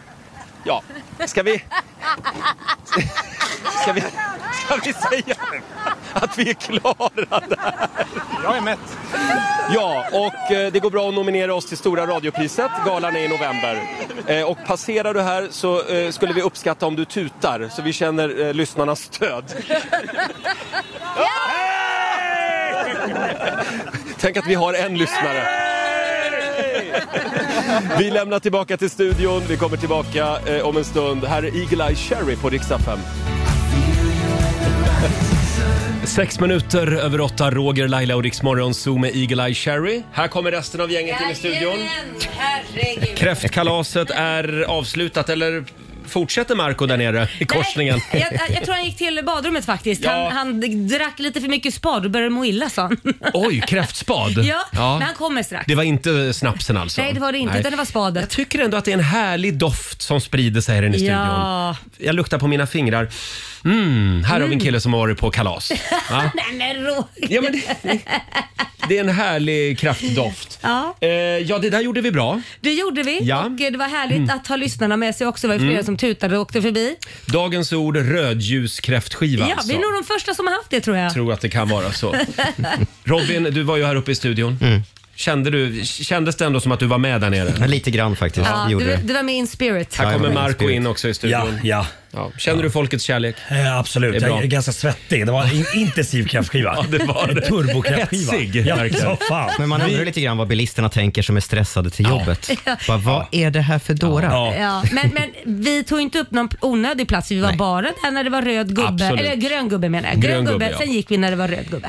[SPEAKER 1] Ja, ska vi, ska vi, ska vi säga att vi är klara där? Jag är mätt. Ja, och eh, det går bra att nominera oss till Stora radiopriset. Galan är i november. Eh, Och passerar du här så eh, skulle vi uppskatta om du tutar så vi känner eh, lyssnarnas stöd. Tänk att vi har en lyssnare. Vi lämnar tillbaka till studion. Vi kommer tillbaka eh, om en stund. Här är Eagle Eye Cherry på riksdag 5. Sex minuter över åtta, Roger, Laila och Riksmorgon Zoo med Eagle Eye Cherry. Här kommer resten av gänget in i studion.
[SPEAKER 5] Herregud.
[SPEAKER 1] Kräftkalaset är avslutat, eller fortsätter Marco där nere i korsningen?
[SPEAKER 14] Jag, jag, jag tror han gick till badrummet faktiskt.
[SPEAKER 1] Ja.
[SPEAKER 14] Han, han d- drack lite för mycket spad och började må illa sa han.
[SPEAKER 1] Oj, kräftspad!
[SPEAKER 14] Ja, men han kommer strax.
[SPEAKER 1] Det var inte snapsen alltså?
[SPEAKER 14] Nej det var det inte,
[SPEAKER 1] Nej.
[SPEAKER 14] utan det var spadet.
[SPEAKER 1] Jag tycker ändå att det är en härlig doft som sprider sig här inne i studion.
[SPEAKER 14] Ja.
[SPEAKER 1] Jag luktar på mina fingrar. Mm, här har vi en
[SPEAKER 14] Mm.
[SPEAKER 1] kille som har varit på kalas. Va?
[SPEAKER 14] Nej men Roger.
[SPEAKER 1] Ja, men det... Det är en härlig kraftdoft.
[SPEAKER 14] Ja.
[SPEAKER 1] Eh, ja, det där gjorde vi bra.
[SPEAKER 14] Det gjorde vi
[SPEAKER 1] Ja.
[SPEAKER 14] och eh, det var härligt att ha lyssnarna med sig också. Det var ju flera
[SPEAKER 1] Mm.
[SPEAKER 14] som tutade och åkte förbi.
[SPEAKER 1] Dagens ord rödljuskräftskiva.
[SPEAKER 14] Ja,
[SPEAKER 1] alltså.
[SPEAKER 14] vi är nog de första som har haft det tror jag. Mm.
[SPEAKER 1] tror att det kan vara så. Robin, du var ju här uppe i studion. Kände du, kändes det ändå som att du var med där nere?
[SPEAKER 6] Lite grann faktiskt.
[SPEAKER 14] Ja, du, du var med in spirit.
[SPEAKER 1] Här kommer Marco in också i studion.
[SPEAKER 11] Ja,
[SPEAKER 1] Känner du folkets kärlek?
[SPEAKER 11] Eh, absolut,
[SPEAKER 1] Det är bra.
[SPEAKER 11] jag är ganska svettig. Det var en intensiv kräftskiva.
[SPEAKER 1] Ja, det var det.
[SPEAKER 11] Turbokräftskiva. Ja, ja, fan.
[SPEAKER 6] Men man undrar lite grann vad bilisterna tänker som är stressade till jobbet.
[SPEAKER 14] Ja.
[SPEAKER 6] Bara, vad är det här för dåra?
[SPEAKER 14] Ja, men, men vi tog inte upp någon onödig plats. Vi var bara där när det var röd gubbe.
[SPEAKER 1] Absolut.
[SPEAKER 14] Eller grön gubbe menar jag. Grön,
[SPEAKER 1] Grön
[SPEAKER 14] gubbe,
[SPEAKER 1] gubbe, ja.
[SPEAKER 14] sen gick vi när det var röd gubbe.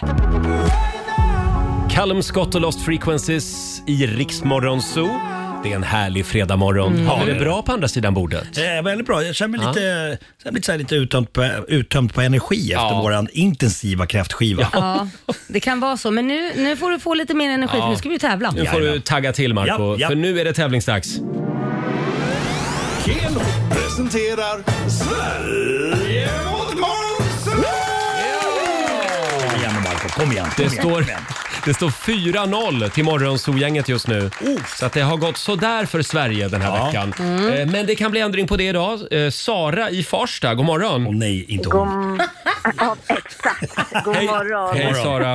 [SPEAKER 1] Callum Scott och Lost Frequencies i Riksmorgon Zoo. Det är en härlig fredagmorgon.
[SPEAKER 11] Mm.
[SPEAKER 1] Har vi det bra på andra sidan bordet?
[SPEAKER 11] Eh, väldigt bra. Jag känner mig
[SPEAKER 1] Ja.
[SPEAKER 11] lite, jag känner mig lite, så här, lite uttömt, på, uttömt på energi efter våran intensiva kräftskiva.
[SPEAKER 14] Ja, det kan vara så. Men nu, nu får du få lite mer energi
[SPEAKER 1] Ja.
[SPEAKER 14] för nu ska vi ju tävla.
[SPEAKER 1] Nu får du tagga till Marco,
[SPEAKER 11] Japp, japp.
[SPEAKER 1] för nu är det tävlingsdags.
[SPEAKER 9] Keno presenterar Sverige mot
[SPEAKER 11] Kom igen nu, Marco, kom igen.
[SPEAKER 1] Det
[SPEAKER 11] kom igen,
[SPEAKER 1] står,
[SPEAKER 11] kom igen.
[SPEAKER 1] det står 4-0 till Morgonzoo-gänget just nu.
[SPEAKER 11] Oh,
[SPEAKER 1] Så att det har gått sådär för Sverige den här veckan. Eh, Men det kan bli ändring på det idag. Eh, Sara i Farsta, god morgon.
[SPEAKER 11] Åh nej, inte
[SPEAKER 8] God, ja, exakt. God morgon.
[SPEAKER 1] Hej Sara.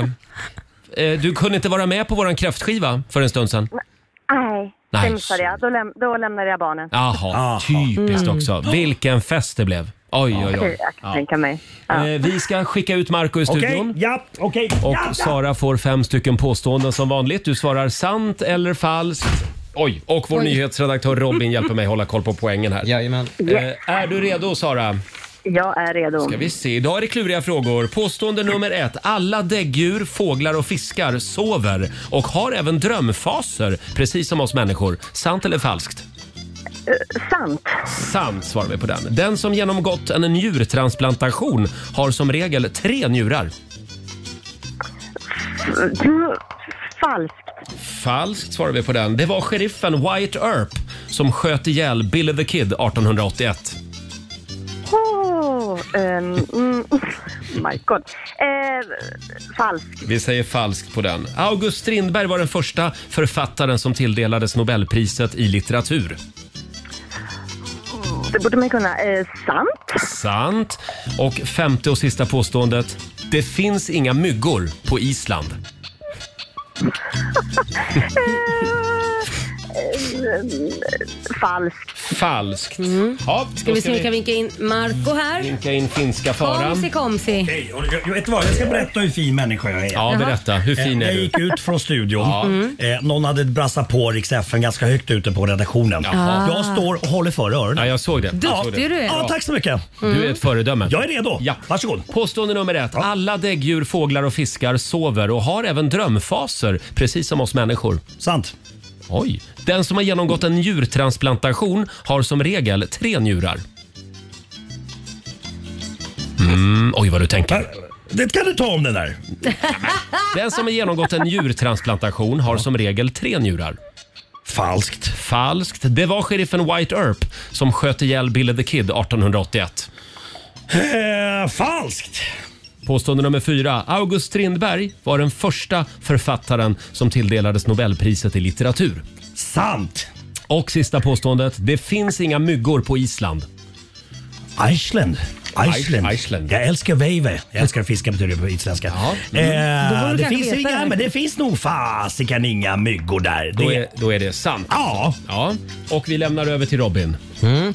[SPEAKER 1] Eh, Du kunde inte vara med på våran kräftskiva för en stund sedan.
[SPEAKER 8] Nej,
[SPEAKER 1] Nej.
[SPEAKER 8] det missade jag. Då, läm- då lämnade jag barnen.
[SPEAKER 1] Jaha, typiskt
[SPEAKER 8] Mm.
[SPEAKER 1] också. Vilken fest det blev. Oj, oj,
[SPEAKER 8] Okej,
[SPEAKER 1] oj.
[SPEAKER 8] Jag kan
[SPEAKER 1] Ja.
[SPEAKER 8] tänka mig.
[SPEAKER 1] Eh, Vi ska skicka ut Marco i
[SPEAKER 11] Okej,
[SPEAKER 1] studion.
[SPEAKER 11] ja, okej.
[SPEAKER 1] Och
[SPEAKER 11] ja, ja.
[SPEAKER 1] Sara får fem stycken påståenden som vanligt. Du svarar sant eller falskt. Oj, och vår
[SPEAKER 14] Oj.
[SPEAKER 1] nyhetsredaktör Robin hjälper mig hålla koll på poängen här.
[SPEAKER 6] Jajamän.
[SPEAKER 1] Eh, är du redo Sara?
[SPEAKER 8] Jag är redo.
[SPEAKER 1] Ska vi se. Idag är det kluriga frågor. Påstående nummer ett. Alla däggdjur, fåglar och fiskar sover och har även drömfaser, precis som oss människor. Sant eller falskt?
[SPEAKER 8] Eh, sant.
[SPEAKER 1] Sant svarar vi på den. Den som genomgått en njurtransplantation har som regel tre njurar.
[SPEAKER 8] Mm, Falskt.
[SPEAKER 1] Falskt svarar vi på den. Det var sheriffen White Earp som sköt ihjäl Billy the Kid 1881.
[SPEAKER 8] Oh, ehm, mm, my God. Eh, falskt.
[SPEAKER 1] Vi säger falskt på den. August Strindberg var den första författaren som tilldelades Nobelpriset i litteratur.
[SPEAKER 8] Det borde man kunna. Eh, sant.
[SPEAKER 1] Sant. Och femte och sista påståendet. Det finns inga myggor på Island.
[SPEAKER 8] Eh, falskt.
[SPEAKER 1] Falskt. Ja,
[SPEAKER 14] Mm. Ska vi se, nu kan vinka in Marco här.
[SPEAKER 1] vinka in finska faran.
[SPEAKER 14] Komsi, komsi.
[SPEAKER 11] Hej, och jag- jag vet vad, jag ska berätta hur fin människa jag är.
[SPEAKER 1] Ja, berätta. Hur fin
[SPEAKER 11] Eh,
[SPEAKER 1] är
[SPEAKER 11] Jag
[SPEAKER 1] du?
[SPEAKER 11] gick ut från studion.
[SPEAKER 1] Ja.
[SPEAKER 14] Mm.
[SPEAKER 11] Eh, någon hade brassat på Rix FN ganska högt ute på redaktionen.
[SPEAKER 14] Ah.
[SPEAKER 1] Jaha.
[SPEAKER 11] Jag står och håller för öronen.
[SPEAKER 1] Ja, jag såg det. Jag såg
[SPEAKER 14] Duktig
[SPEAKER 1] det.
[SPEAKER 14] du är.
[SPEAKER 11] Ja, tack så mycket.
[SPEAKER 14] Mm.
[SPEAKER 1] Du är ett föredöme.
[SPEAKER 11] Jag är redo.
[SPEAKER 1] Ja.
[SPEAKER 11] Varsågod.
[SPEAKER 1] Påstående nummer ett. Alla däggdjur, fåglar och fiskar sover och har även drömfaser, precis som oss människor.
[SPEAKER 11] Sant.
[SPEAKER 1] Oj. Den som har genomgått en njurtransplantation har som regel tre njurar. Mm, oj, vad du tänker.
[SPEAKER 11] Eh, Det kan du ta om den där.
[SPEAKER 1] Den som har genomgått en njurtransplantation har som regel tre njurar.
[SPEAKER 11] Falskt.
[SPEAKER 1] Falskt. Det var sheriffen White Earp som sköt ihjäl Billy the Kid 1881.
[SPEAKER 11] Eh, falskt.
[SPEAKER 1] Påstående nummer fyra. August Strindberg var den första författaren som tilldelades Nobelpriset i litteratur.
[SPEAKER 11] Sant.
[SPEAKER 1] Och sista påståendet. Det finns inga myggor på Island.
[SPEAKER 11] Iceland. Iceland.
[SPEAKER 1] Iceland.
[SPEAKER 11] Jag älskar veive. Jag älskar att fiska betyder det på isländska.
[SPEAKER 14] Mm. Då får
[SPEAKER 11] Eh,
[SPEAKER 14] du
[SPEAKER 11] det,
[SPEAKER 14] kanske
[SPEAKER 11] finns
[SPEAKER 14] veta
[SPEAKER 11] inga,
[SPEAKER 14] det.
[SPEAKER 11] men det finns nog fasiken inga myggor där.
[SPEAKER 1] Då
[SPEAKER 11] Det,
[SPEAKER 1] är, då är det sant.
[SPEAKER 11] ja.
[SPEAKER 1] Ja. Och vi lämnar över till Robin.
[SPEAKER 6] Mm.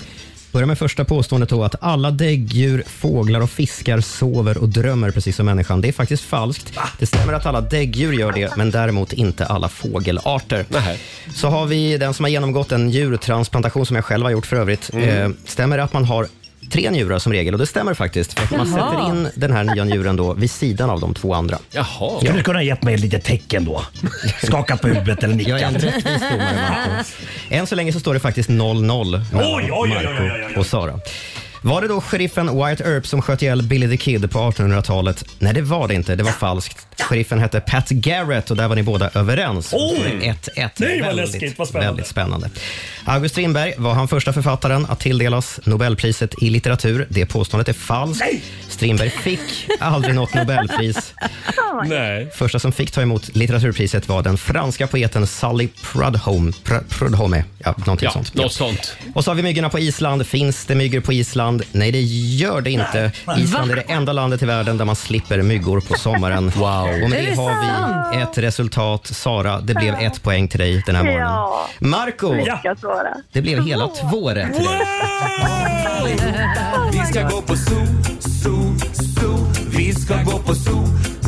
[SPEAKER 6] Börja med första påståendet då, att alla däggdjur, fåglar och fiskar sover och drömmer precis som människan. Det är faktiskt falskt. Det stämmer att alla däggdjur gör det, men däremot inte alla fågelarter.
[SPEAKER 1] Nähä.
[SPEAKER 6] Så har vi den som har genomgått en djurtransplantation, som jag själv har gjort för övrigt. Eh, stämmer det att man har tre njurar som regel? Och det stämmer faktiskt. För att man
[SPEAKER 14] Jaha.
[SPEAKER 6] sätter in den här nya njuren då vid sidan av de två andra.
[SPEAKER 1] Jaha.
[SPEAKER 11] Skulle du kunna ha gett mig lite tecken då? Skakat på huvudet eller
[SPEAKER 6] Jag är en
[SPEAKER 11] nickat?
[SPEAKER 6] rättvis domare, Marco. Än så länge så står det faktiskt 0-0 mellan
[SPEAKER 11] Oj, oj, oj, oj, oj, oj.
[SPEAKER 6] Marco och Sara. Var det då sheriffen White Earp som sköt ihjäl Billy the Kid på 1800-talet? Nej, det var det inte. Det var falskt. Sheriffen hette Pat Garrett och där var ni båda överens.
[SPEAKER 11] Oj!
[SPEAKER 6] Så det är 1-1.
[SPEAKER 11] Nej, vad
[SPEAKER 6] Väldigt,
[SPEAKER 11] läskigt, vad spännande.
[SPEAKER 6] Väldigt spännande. August Strindberg var han första författaren att tilldelas Nobelpriset i litteratur. Det påståendet är falskt.
[SPEAKER 11] Nej!
[SPEAKER 6] Strindberg fick aldrig något Nobelpris.
[SPEAKER 1] Nej.
[SPEAKER 6] Första som fick ta emot litteraturpriset var den franska poeten Sally Prudhomme. Pr- Prudhomme ja, någonting
[SPEAKER 1] Ja,
[SPEAKER 6] sånt.
[SPEAKER 1] något sånt.
[SPEAKER 6] Och så har vi myggorna på Island. Finns det myggor på Island? Island? Nej, det gör det inte. Island är det enda landet i världen där man slipper myggor på sommaren. Wow. Och med
[SPEAKER 2] Är det
[SPEAKER 6] det har vi
[SPEAKER 2] sant?
[SPEAKER 6] ett resultat. Sara, det blev ett poäng till dig den här morgonen.
[SPEAKER 2] Ja.
[SPEAKER 6] Marco!
[SPEAKER 2] Ja.
[SPEAKER 6] Det blev hela två rätt till dig.
[SPEAKER 2] Vi ska gå på zoo, zoo, zoo. Vi ska gå på zoo.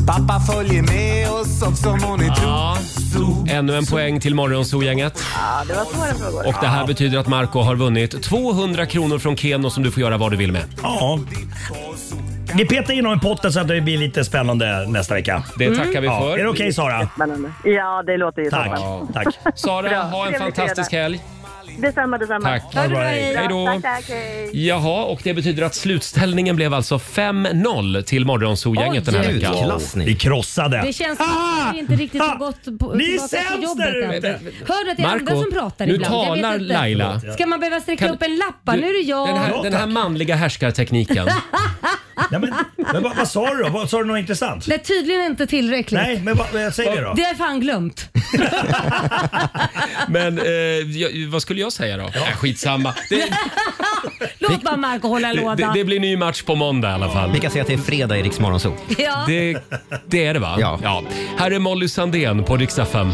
[SPEAKER 2] Pappa följer med oss också må ni tro.
[SPEAKER 1] Ja. Ännu en poäng till Morgonzoo-gänget.
[SPEAKER 2] Ja, det var svåra frågor.
[SPEAKER 1] Och det här betyder att Marco har vunnit 200 kronor från Keno som du får göra vad du vill med.
[SPEAKER 11] Ja. Vi petar in honom i potten så att det blir lite spännande nästa vecka.
[SPEAKER 1] Det tackar vi
[SPEAKER 11] Ja.
[SPEAKER 1] för.
[SPEAKER 11] Är det okej Sara?
[SPEAKER 8] Ja, det låter ju
[SPEAKER 11] Tack.
[SPEAKER 8] toppen.
[SPEAKER 11] Tack.
[SPEAKER 1] Sara,
[SPEAKER 8] Bra.
[SPEAKER 1] ha en
[SPEAKER 8] Trevlig
[SPEAKER 1] fantastisk
[SPEAKER 8] fredag.
[SPEAKER 1] helg.
[SPEAKER 8] Detsamma, detsamma.
[SPEAKER 1] Tack. Ha det bra, hej. Hej då.
[SPEAKER 8] Tack, tack, hej.
[SPEAKER 1] Jaha, och det betyder att slutställningen blev alltså 5-0 till Morgonzoo-gänget den här
[SPEAKER 11] Oj.
[SPEAKER 1] veckan.
[SPEAKER 11] Utklassning. Vi krossade.
[SPEAKER 7] Det känns som att vi inte riktigt har gått på,
[SPEAKER 2] Ni är
[SPEAKER 7] tillbaka till
[SPEAKER 2] sämst
[SPEAKER 7] jobbet
[SPEAKER 2] där ute.
[SPEAKER 7] än. Hör du att det är
[SPEAKER 1] Marco,
[SPEAKER 7] andra som pratar
[SPEAKER 1] nu
[SPEAKER 7] ibland? Jag vet
[SPEAKER 1] talar
[SPEAKER 7] inte.
[SPEAKER 1] Laila.
[SPEAKER 7] Ska man behöva sträcka
[SPEAKER 1] Kan-
[SPEAKER 7] upp en lapp? Va, Nu är det jag.
[SPEAKER 1] Den här, den här manliga härskartekniken.
[SPEAKER 11] Men vad, vad sa du då? Vad, sa du något intressant?
[SPEAKER 7] Det är tydligen inte tillräckligt.
[SPEAKER 11] Nej, men vad, vad säger vi då?
[SPEAKER 7] Det har jag fan glömt.
[SPEAKER 1] Men eh, jag, vad skulle jag säga då? Äh, skitsamma. Det,
[SPEAKER 7] Låt bara Marco hålla
[SPEAKER 1] det,
[SPEAKER 7] låda.
[SPEAKER 1] det, det blir ny match på måndag i alla fall.
[SPEAKER 6] Vi kan säga att det är fredag i Rix Morgonzoo.
[SPEAKER 7] Ja.
[SPEAKER 1] Det, det är det va? Ja. Här är Molly Sandén på riksdag 5.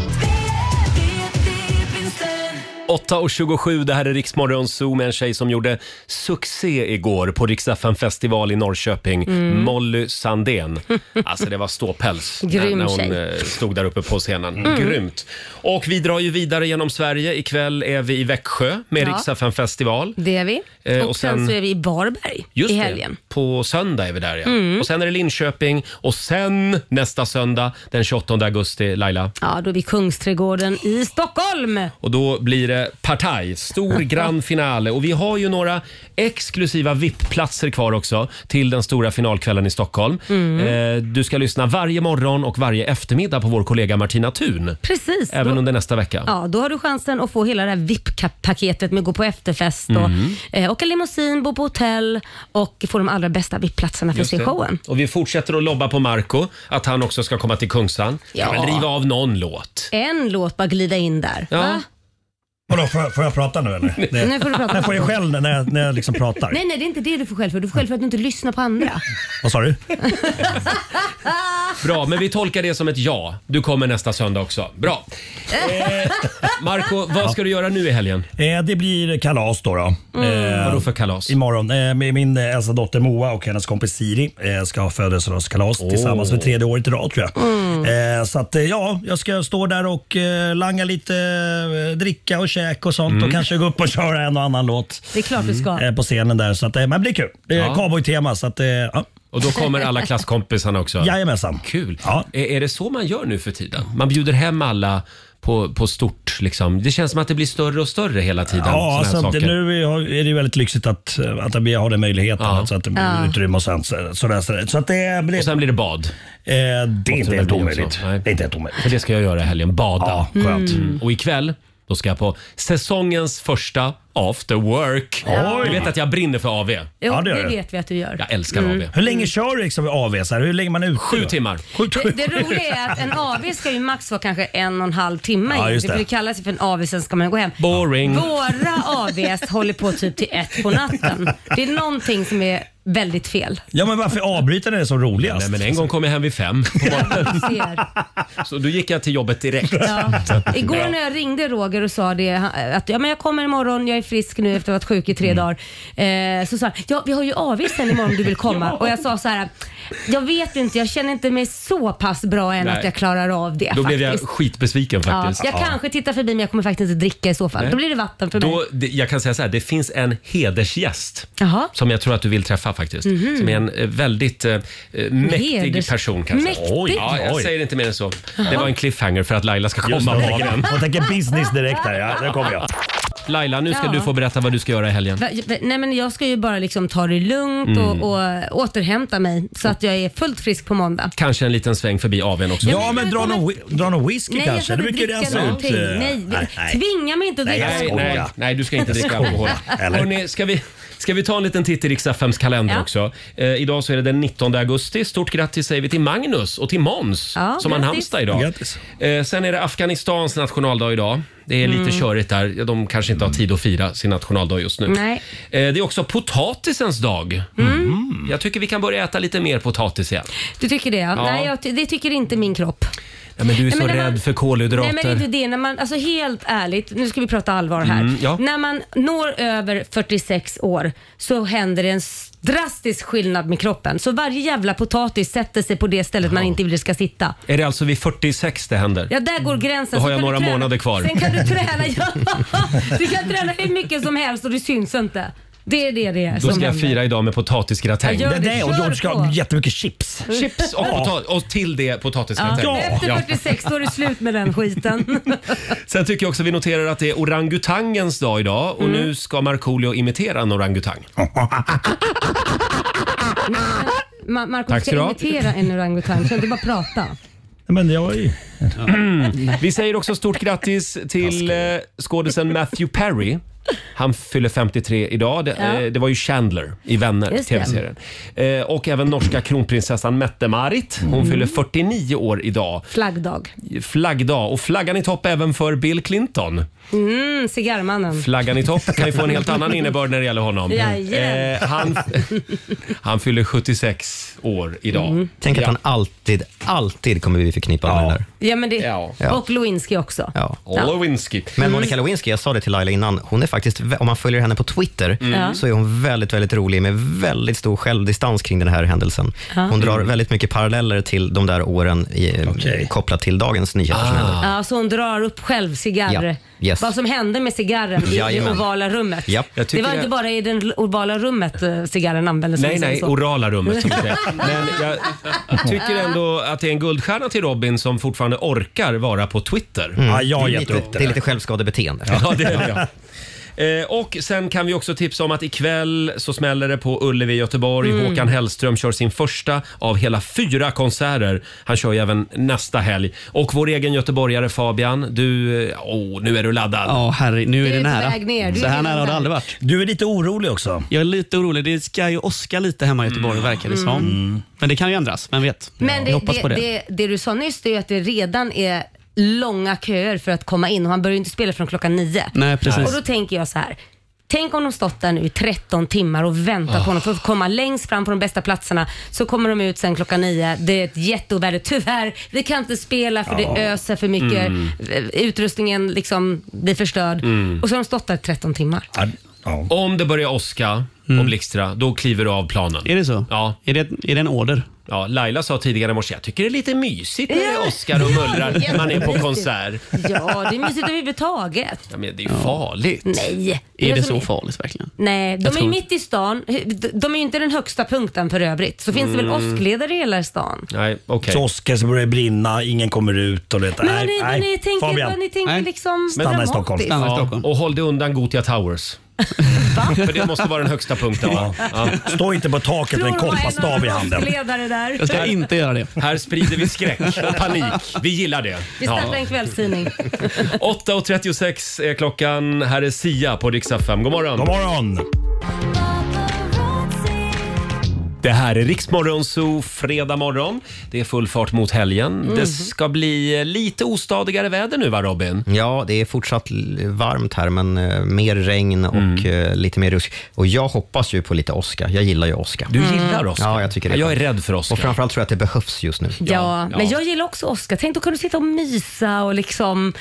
[SPEAKER 1] 8.27, det här är Riksmorgon Zoo med en tjej som gjorde succé igår på Riksdagen festival i Norrköping.
[SPEAKER 2] Mm.
[SPEAKER 1] Molly Sandén. Alltså det var ståpäls när,
[SPEAKER 2] Grym
[SPEAKER 1] när hon
[SPEAKER 2] tjej.
[SPEAKER 1] eh, stod där uppe på scenen.
[SPEAKER 2] Mm.
[SPEAKER 1] Grymt! Och vi drar ju vidare genom Sverige. Ikväll är vi i Växjö med
[SPEAKER 7] Ja.
[SPEAKER 1] Riksdagen festival.
[SPEAKER 7] Det är vi.
[SPEAKER 1] Eh,
[SPEAKER 7] och,
[SPEAKER 1] och
[SPEAKER 7] sen,
[SPEAKER 1] sen-
[SPEAKER 7] så är vi i Varberg
[SPEAKER 1] Just
[SPEAKER 7] i
[SPEAKER 1] det,
[SPEAKER 7] helgen.
[SPEAKER 1] på söndag är vi där ja.
[SPEAKER 7] Mm.
[SPEAKER 1] Och sen är det Linköping och sen nästa söndag den 28 augusti, Laila.
[SPEAKER 7] Ja, då är vi i Kungsträdgården i Stockholm.
[SPEAKER 1] Och då blir det partaj, stor grand finale. Och vi har ju några exklusiva VIP-platser kvar också till den stora finalkvällen i Stockholm.
[SPEAKER 7] Mm.
[SPEAKER 1] Eh, du ska lyssna varje morgon och varje eftermiddag på vår kollega Martina Thun.
[SPEAKER 7] Precis.
[SPEAKER 1] Även under nästa vecka.
[SPEAKER 7] Ja, då har du chansen att få hela det här VIP-paketet med gå på efterfest och
[SPEAKER 1] Mm.
[SPEAKER 7] eh, åka limousin, bo på hotell och få de allra bästa VIP-platserna för att
[SPEAKER 1] Just
[SPEAKER 7] se
[SPEAKER 1] det.
[SPEAKER 7] showen.
[SPEAKER 1] Och vi fortsätter att lobba på Marco att han också ska komma till Kungsan.
[SPEAKER 7] Ja.
[SPEAKER 1] Ja. men riva av någon låt.
[SPEAKER 7] En låt bara glida in där.
[SPEAKER 1] Ja.
[SPEAKER 7] Va?
[SPEAKER 11] Vadå, får, får jag prata nu eller? Det-
[SPEAKER 7] Nu får du prata.
[SPEAKER 11] Jag får jag skäll när jag, när jag liksom pratar.
[SPEAKER 7] Nej, nej, det är inte det du får skäll för. Du får skäll för att du inte lyssnar på andra.
[SPEAKER 11] Vad sa du?
[SPEAKER 1] Bra, men vi tolkar det som ett ja. Du kommer nästa söndag också. Bra. Eh, Marco, vad ska du göra nu i helgen?
[SPEAKER 11] Eh, det blir kalas då. då. Eh.
[SPEAKER 1] Mm. Vadå för kalas?
[SPEAKER 11] Imorgon. Eh, med min eh, äldsta dotter Moa och hennes kompis Siri eh, ska ha födelsedagskalas tillsammans för tredje året i rad tror jag.
[SPEAKER 1] Mm.
[SPEAKER 11] Eh, så att, eh, ja, jag ska stå där och eh, langa lite eh, dricka och käk och sånt
[SPEAKER 1] Mm.
[SPEAKER 11] och kanske gå upp och köra en och annan låt.
[SPEAKER 7] Det är klart du ska.
[SPEAKER 11] Eh, på scenen där. Så att, eh, men det blir kul. Det är
[SPEAKER 1] Ja.
[SPEAKER 11] cowboytema. Så att, eh, ja.
[SPEAKER 1] Och då kommer alla klasskompisarna också?
[SPEAKER 11] Jajamensan.
[SPEAKER 1] Kul. Är, är det så man gör nu för tiden? Man bjuder hem alla på, på stort liksom. Det känns som att det blir större och större hela tiden. såna
[SPEAKER 11] Ja,
[SPEAKER 1] här
[SPEAKER 11] alltså, det,
[SPEAKER 1] saker.
[SPEAKER 11] nu är är det ju väldigt lyxigt att, eh, att vi har den möjligheten. Så att det blir
[SPEAKER 1] Ja.
[SPEAKER 11] utrymme och sen så, sådär, sådär. Så att det blir... Och
[SPEAKER 1] sen blir det bad? Eh,
[SPEAKER 11] det är
[SPEAKER 1] Måste
[SPEAKER 11] inte
[SPEAKER 1] det
[SPEAKER 11] helt
[SPEAKER 1] bli också.
[SPEAKER 11] omöjligt.
[SPEAKER 1] Nej.
[SPEAKER 11] Det är inte helt omöjligt.
[SPEAKER 1] För det ska jag göra i helgen, bada.
[SPEAKER 11] Ja, skönt.
[SPEAKER 1] Mm. Och ikväll då ska jag på säsongens första after work.
[SPEAKER 11] Oj.
[SPEAKER 1] Du vet att jag brinner för AV.
[SPEAKER 7] Jo, det, vet vi att du gör.
[SPEAKER 1] Jag älskar AV.
[SPEAKER 11] Hur länge kör du liksom AV? Så här? Hur länge är man ute?
[SPEAKER 1] Sju timmar.
[SPEAKER 7] Det, det roliga är att en AV ska ju max vara kanske en och en halv timme.
[SPEAKER 1] Ja,
[SPEAKER 7] in.
[SPEAKER 1] just
[SPEAKER 7] det.
[SPEAKER 1] det.
[SPEAKER 7] det kallas ju för en AV, sen ska man gå hem.
[SPEAKER 1] Boring.
[SPEAKER 7] Våra AVs håller på typ till ett på natten. Det är någonting som är väldigt fel.
[SPEAKER 11] Ja, men varför avbryter ni det så roligast?
[SPEAKER 1] Nej, men
[SPEAKER 7] alltså-
[SPEAKER 1] en gång kom jag hem vid fem på morgonen.
[SPEAKER 7] Ser.
[SPEAKER 1] Så då gick jag till jobbet direkt.
[SPEAKER 7] Ja.
[SPEAKER 1] Ja.
[SPEAKER 7] Igår när jag ringde Roger och sa det, att ja, men jag kommer imorgon, jag är frisk nu efter att ha varit sjuk i
[SPEAKER 1] Mm.
[SPEAKER 7] tre dagar. Eh, så sa han, ja vi har ju AW sen imorgon om du vill komma. Och jag sa så här, jag vet inte, jag känner inte mig så pass bra än
[SPEAKER 1] Nej.
[SPEAKER 7] att jag klarar av det
[SPEAKER 1] Då blev jag
[SPEAKER 7] faktiskt.
[SPEAKER 1] skitbesviken faktiskt.
[SPEAKER 7] Ja, jag kanske tittar förbi men jag kommer faktiskt inte dricka i så fall.
[SPEAKER 1] Nej.
[SPEAKER 7] Då blir det vatten för mig.
[SPEAKER 1] Då, det- jag kan säga så här, det finns en hedersgäst
[SPEAKER 7] Jaha.
[SPEAKER 1] som jag tror att du vill träffa faktiskt.
[SPEAKER 7] Mhm.
[SPEAKER 1] Som är en eh, väldigt eh, eh, mäktig
[SPEAKER 7] Heders-
[SPEAKER 1] person kanske.
[SPEAKER 7] Mäktig?
[SPEAKER 1] ja, jag
[SPEAKER 7] Oj.
[SPEAKER 1] säger inte mer än så. Det
[SPEAKER 7] Jaha.
[SPEAKER 1] var en cliffhanger för att Laila ska
[SPEAKER 11] Just
[SPEAKER 1] komma
[SPEAKER 11] det,
[SPEAKER 1] på
[SPEAKER 11] hon
[SPEAKER 1] den.
[SPEAKER 11] tänker- hon tänker business direkt här. Ja, där kommer jag.
[SPEAKER 1] Laila, nu ska
[SPEAKER 7] Ja.
[SPEAKER 1] du få berätta vad du ska göra i helgen.
[SPEAKER 7] Va- va- Nej, men jag ska ju bara liksom ta det lugnt
[SPEAKER 1] Mm.
[SPEAKER 7] och, och återhämta mig så att jag är fullt frisk på måndag.
[SPEAKER 1] Kanske en liten sväng förbi AWn också.
[SPEAKER 11] Ja, men dra någon, whi- dra någon whisky
[SPEAKER 7] Nej, jag
[SPEAKER 11] kanske.
[SPEAKER 7] ska
[SPEAKER 11] Det
[SPEAKER 7] inte
[SPEAKER 11] brukar ju
[SPEAKER 7] dricka
[SPEAKER 11] rensa ut.
[SPEAKER 7] någonting.
[SPEAKER 11] eh,
[SPEAKER 7] Nej, Tvinga mig inte att dricka
[SPEAKER 1] Nej,
[SPEAKER 7] alkohol.
[SPEAKER 1] nej, nej, du ska inte dricka
[SPEAKER 11] Skoja.
[SPEAKER 1] alkohol.
[SPEAKER 11] Eller?
[SPEAKER 1] Hörrni, ska, vi, ska vi ta en liten titt i riks kalender
[SPEAKER 7] Ja.
[SPEAKER 1] också? Eh, idag så är det den 19 augusti. Stort grattis säger vi till Magnus och till Måns
[SPEAKER 7] Ja,
[SPEAKER 1] som har
[SPEAKER 7] grattis.
[SPEAKER 1] namnsdag idag. Eh, sen är det Afghanistans nationaldag idag. det är lite
[SPEAKER 7] Mm.
[SPEAKER 1] körigt där. De kanske inte har tid att fira sin nationaldag just nu.
[SPEAKER 7] Nej.
[SPEAKER 1] Eh, Det är också potatisens dag. Mm. Jag tycker vi kan börja äta lite mer potatis igen.
[SPEAKER 7] Du tycker det? Ja.
[SPEAKER 1] Ja.
[SPEAKER 7] Nej, jag, ty- det tycker inte min kropp.
[SPEAKER 1] Ja, men du är
[SPEAKER 7] Nej,
[SPEAKER 1] så
[SPEAKER 7] men när
[SPEAKER 1] rädd
[SPEAKER 7] man-
[SPEAKER 1] för kolhydrater.
[SPEAKER 7] Nej men inte det, när man, alltså helt ärligt, nu ska vi prata allvar här.
[SPEAKER 1] Mm, ja.
[SPEAKER 7] När man når över 46 år så händer det en s- drastisk skillnad med kroppen. Så varje jävla potatis sätter sig på det stället man inte vill det ska sitta.
[SPEAKER 1] Är det alltså vid 46 det händer?
[SPEAKER 7] Ja, där går gränsen.
[SPEAKER 1] Mm. Då har
[SPEAKER 7] Så
[SPEAKER 1] jag
[SPEAKER 7] kan du
[SPEAKER 1] några
[SPEAKER 7] träna-
[SPEAKER 1] månader kvar.
[SPEAKER 7] Sen kan du träna, ja. Du kan träna hur mycket som helst och det syns inte. Det är det det är
[SPEAKER 1] Då
[SPEAKER 7] som
[SPEAKER 1] ska jag
[SPEAKER 7] händer.
[SPEAKER 1] fira idag med potatisgratäng.
[SPEAKER 7] Ja, gör det. Det där, och då Kör ska på.
[SPEAKER 1] jättemycket chips. Chips och, potat- och till det potatisgratäng.
[SPEAKER 7] Ja. Efter 46 då är det slut med den skiten.
[SPEAKER 1] Sen tycker jag också vi noterar att det är orangutangens dag idag och
[SPEAKER 7] Mm.
[SPEAKER 1] nu ska Markoolio imitera en orangutang.
[SPEAKER 7] Ma- Marco,
[SPEAKER 1] Tack ska
[SPEAKER 7] du
[SPEAKER 1] du
[SPEAKER 7] ska
[SPEAKER 1] ha.
[SPEAKER 7] imitera en orangutang. Så inte bara prata.
[SPEAKER 1] Men jag Vi säger också stort grattis till eh, skådisen Matthew Perry. Han fyller 53 idag. Det,
[SPEAKER 7] Ja.
[SPEAKER 1] eh, det var ju Chandler i Vänner,
[SPEAKER 7] Just det.
[SPEAKER 1] tv-serien. Eh, och även norska kronprinsessan Mette-Marit. Hon
[SPEAKER 7] Mm.
[SPEAKER 1] fyller 49 år idag.
[SPEAKER 7] Flaggdag.
[SPEAKER 1] Flaggdag. Och flaggan i topp även för Bill Clinton.
[SPEAKER 7] Mm, cigarrmannen.
[SPEAKER 1] Flaggan i topp kan ju få en helt annan innebörd när det gäller honom.
[SPEAKER 7] Jajamän.
[SPEAKER 1] Eh, han, han fyller 76 år idag.
[SPEAKER 7] Mm.
[SPEAKER 6] Tänk att han alltid, alltid kommer vi förknippa honom med det där.
[SPEAKER 7] Ja, men det...
[SPEAKER 6] Ja.
[SPEAKER 7] Och Lewinsky också.
[SPEAKER 6] Ja.
[SPEAKER 7] Ja.
[SPEAKER 6] Men Monica Lewinsky, jag sa det till Laila innan, hon är faktiskt, vä- om man följer henne på Twitter,
[SPEAKER 7] Mm. Ja.
[SPEAKER 6] så är hon väldigt, väldigt rolig med väldigt stor självdistans kring den här händelsen.
[SPEAKER 7] Ja.
[SPEAKER 6] Hon drar
[SPEAKER 7] Mm.
[SPEAKER 6] väldigt mycket paralleller till de där åren i, eh, kopplat till dagens nyheter som händer.
[SPEAKER 7] Ja, så hon drar upp själv cigarrer.
[SPEAKER 6] Ja. Yes.
[SPEAKER 7] Vad som hände med cigarren i det
[SPEAKER 6] Jajamän.
[SPEAKER 7] ovala rummet.
[SPEAKER 6] Japp. Jag
[SPEAKER 7] Det
[SPEAKER 1] tycker
[SPEAKER 7] var
[SPEAKER 1] jag-
[SPEAKER 7] inte bara i det ovala rummet eh, cigarren användes.
[SPEAKER 1] Nej,
[SPEAKER 7] som
[SPEAKER 1] nej,
[SPEAKER 7] så.
[SPEAKER 1] orala rummet som vi säger. Men jag tycker ändå att det är en guldstjärna till Robin som fortfarande orkar vara på Twitter.
[SPEAKER 6] Mm. det, är lite, det är lite självskadebeteende.
[SPEAKER 1] Ja, det är det. ja. Eh, Och sen kan vi också tipsa om att ikväll så smäller det på Ullevi i Göteborg.
[SPEAKER 17] Mm.
[SPEAKER 1] Håkan Hellström kör sin första av hela fyra konserter. Han kör ju även nästa helg. Och vår egen göteborgare Fabian, du... eh, Åh, nu är du laddad.
[SPEAKER 10] Ja, herre, nu är
[SPEAKER 1] Du är
[SPEAKER 10] det
[SPEAKER 1] på
[SPEAKER 10] nära.
[SPEAKER 1] väg ner, du
[SPEAKER 10] Så
[SPEAKER 1] är
[SPEAKER 10] här
[SPEAKER 1] redan
[SPEAKER 10] nära har det
[SPEAKER 1] där.
[SPEAKER 10] aldrig varit. Du är lite orolig också. Jag är lite orolig. Det ska ju åska lite hemma i Göteborg verkar det som. Men det kan ju ändras, vem vet?
[SPEAKER 7] Mm. Men
[SPEAKER 10] jag
[SPEAKER 7] det,
[SPEAKER 10] hoppas
[SPEAKER 7] det,
[SPEAKER 10] på
[SPEAKER 7] det.
[SPEAKER 10] det.
[SPEAKER 7] Det, du sa nyss det är ju att det redan är långa köer för att komma in och han börjar ju inte spela från klockan nio.
[SPEAKER 10] Nej, precis.
[SPEAKER 7] Och då tänker jag så här. Tänk om de stått där nu i 13 timmar och väntat
[SPEAKER 10] Ah.
[SPEAKER 7] på honom för att komma längst fram på de bästa platserna. Så kommer de ut sen klockan nio. Det är ett jätteoväder. Tyvärr, vi kan inte spela för
[SPEAKER 1] Ja.
[SPEAKER 7] det öser för mycket.
[SPEAKER 1] Mm.
[SPEAKER 7] Utrustningen liksom blir förstörd.
[SPEAKER 1] Mm.
[SPEAKER 7] Och så har de stått där i 13 timmar.
[SPEAKER 1] Om det börjar åska och blixtra, då kliver du av planen. Mm. Är det så? Ja. Är det, är det en order? Ja, Laila sa tidigare i morse, jag tycker det är lite mysigt när det
[SPEAKER 7] Ja.
[SPEAKER 1] åskar och
[SPEAKER 7] Ja,
[SPEAKER 1] mullrar när man är på
[SPEAKER 7] jättemysigt.
[SPEAKER 1] konsert.
[SPEAKER 7] Ja, det är mysigt överhuvudtaget.
[SPEAKER 1] Ja, men det är ju farligt.
[SPEAKER 7] Nej. alltså, Är det så
[SPEAKER 10] farligt verkligen?
[SPEAKER 7] Nej, de
[SPEAKER 1] Jag
[SPEAKER 7] är
[SPEAKER 1] tror-
[SPEAKER 7] ju mitt i stan. De är ju inte den högsta punkten för övrigt. Så finns det väl
[SPEAKER 11] Mm.
[SPEAKER 7] åskledare i hela stan.
[SPEAKER 1] Nej, okej.
[SPEAKER 11] Kiosker som börjar brinna, ingen kommer ut och det.
[SPEAKER 7] Men vad ni, vad ni tänker, vad ni tänker liksom dramatiskt.
[SPEAKER 1] Ja, och håll dig undan Gotia Towers. För det måste vara den högsta punkten. Va? Stå inte på taket
[SPEAKER 11] med en Tror du vad kompastav en i handen.
[SPEAKER 7] Åskledare där.
[SPEAKER 1] inte göra det. Här sprider vi skräck och panik. Vi gillar det.
[SPEAKER 7] Vi startar en kvällstidning.
[SPEAKER 1] 8.36 är klockan. Här är Sia på Rix FM. God morgon!
[SPEAKER 11] God morgon!
[SPEAKER 1] Det här är Riksmorgon Zoo, fredag morgon. Det är full fart mot helgen.
[SPEAKER 6] Mhm.
[SPEAKER 1] Det ska bli eh, lite ostadigare väder nu va Robin?
[SPEAKER 6] Ja, det är fortsatt l- varmt här, men eh, mer regn och eh, lite mer rusk. Och jag hoppas ju på lite åska. Jag gillar ju åska.
[SPEAKER 1] Du gillar åska?
[SPEAKER 6] Ja, jag tycker det.
[SPEAKER 1] Ja, jag är rädd för åska.
[SPEAKER 6] Och framförallt tror jag att det behövs just nu.
[SPEAKER 7] Ja, men jag gillar också Oscar. Tänk då kunde du sitta och mysa och liksom...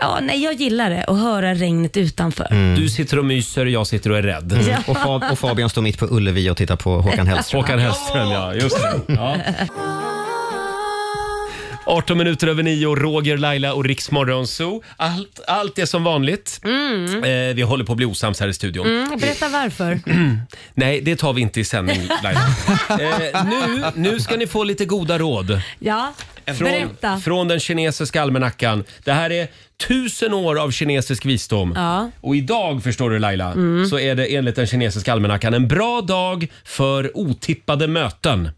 [SPEAKER 7] Ja, nej, jag gillar det. Och höra regnet utanför.
[SPEAKER 1] Du sitter och myser och jag sitter och är rädd.
[SPEAKER 7] Ja.
[SPEAKER 6] Och, Fab- och Fabian står mitt på Ullevi och tittar på Håkan Hellström.
[SPEAKER 1] Håkan Hellström, ja. Just det. Ja. 18 minuter över nio, Roger, Laila och Riksmorgon Zoo. Allt, allt är som vanligt.
[SPEAKER 7] Mm.
[SPEAKER 1] Eh, vi håller på att bli osams här i studion.
[SPEAKER 7] Mm, berätta varför.
[SPEAKER 1] Nej, det tar vi inte i sändning, Laila. eh, nu, nu ska ni få lite goda råd.
[SPEAKER 7] Ja, berätta.
[SPEAKER 1] Från, från den kinesiska almanackan. Det här är tusen år av kinesisk visdom.
[SPEAKER 7] Ja.
[SPEAKER 1] Och idag, förstår du Laila,
[SPEAKER 7] Mm.
[SPEAKER 1] så är det enligt den kinesiska almanackan en bra dag för otippade möten.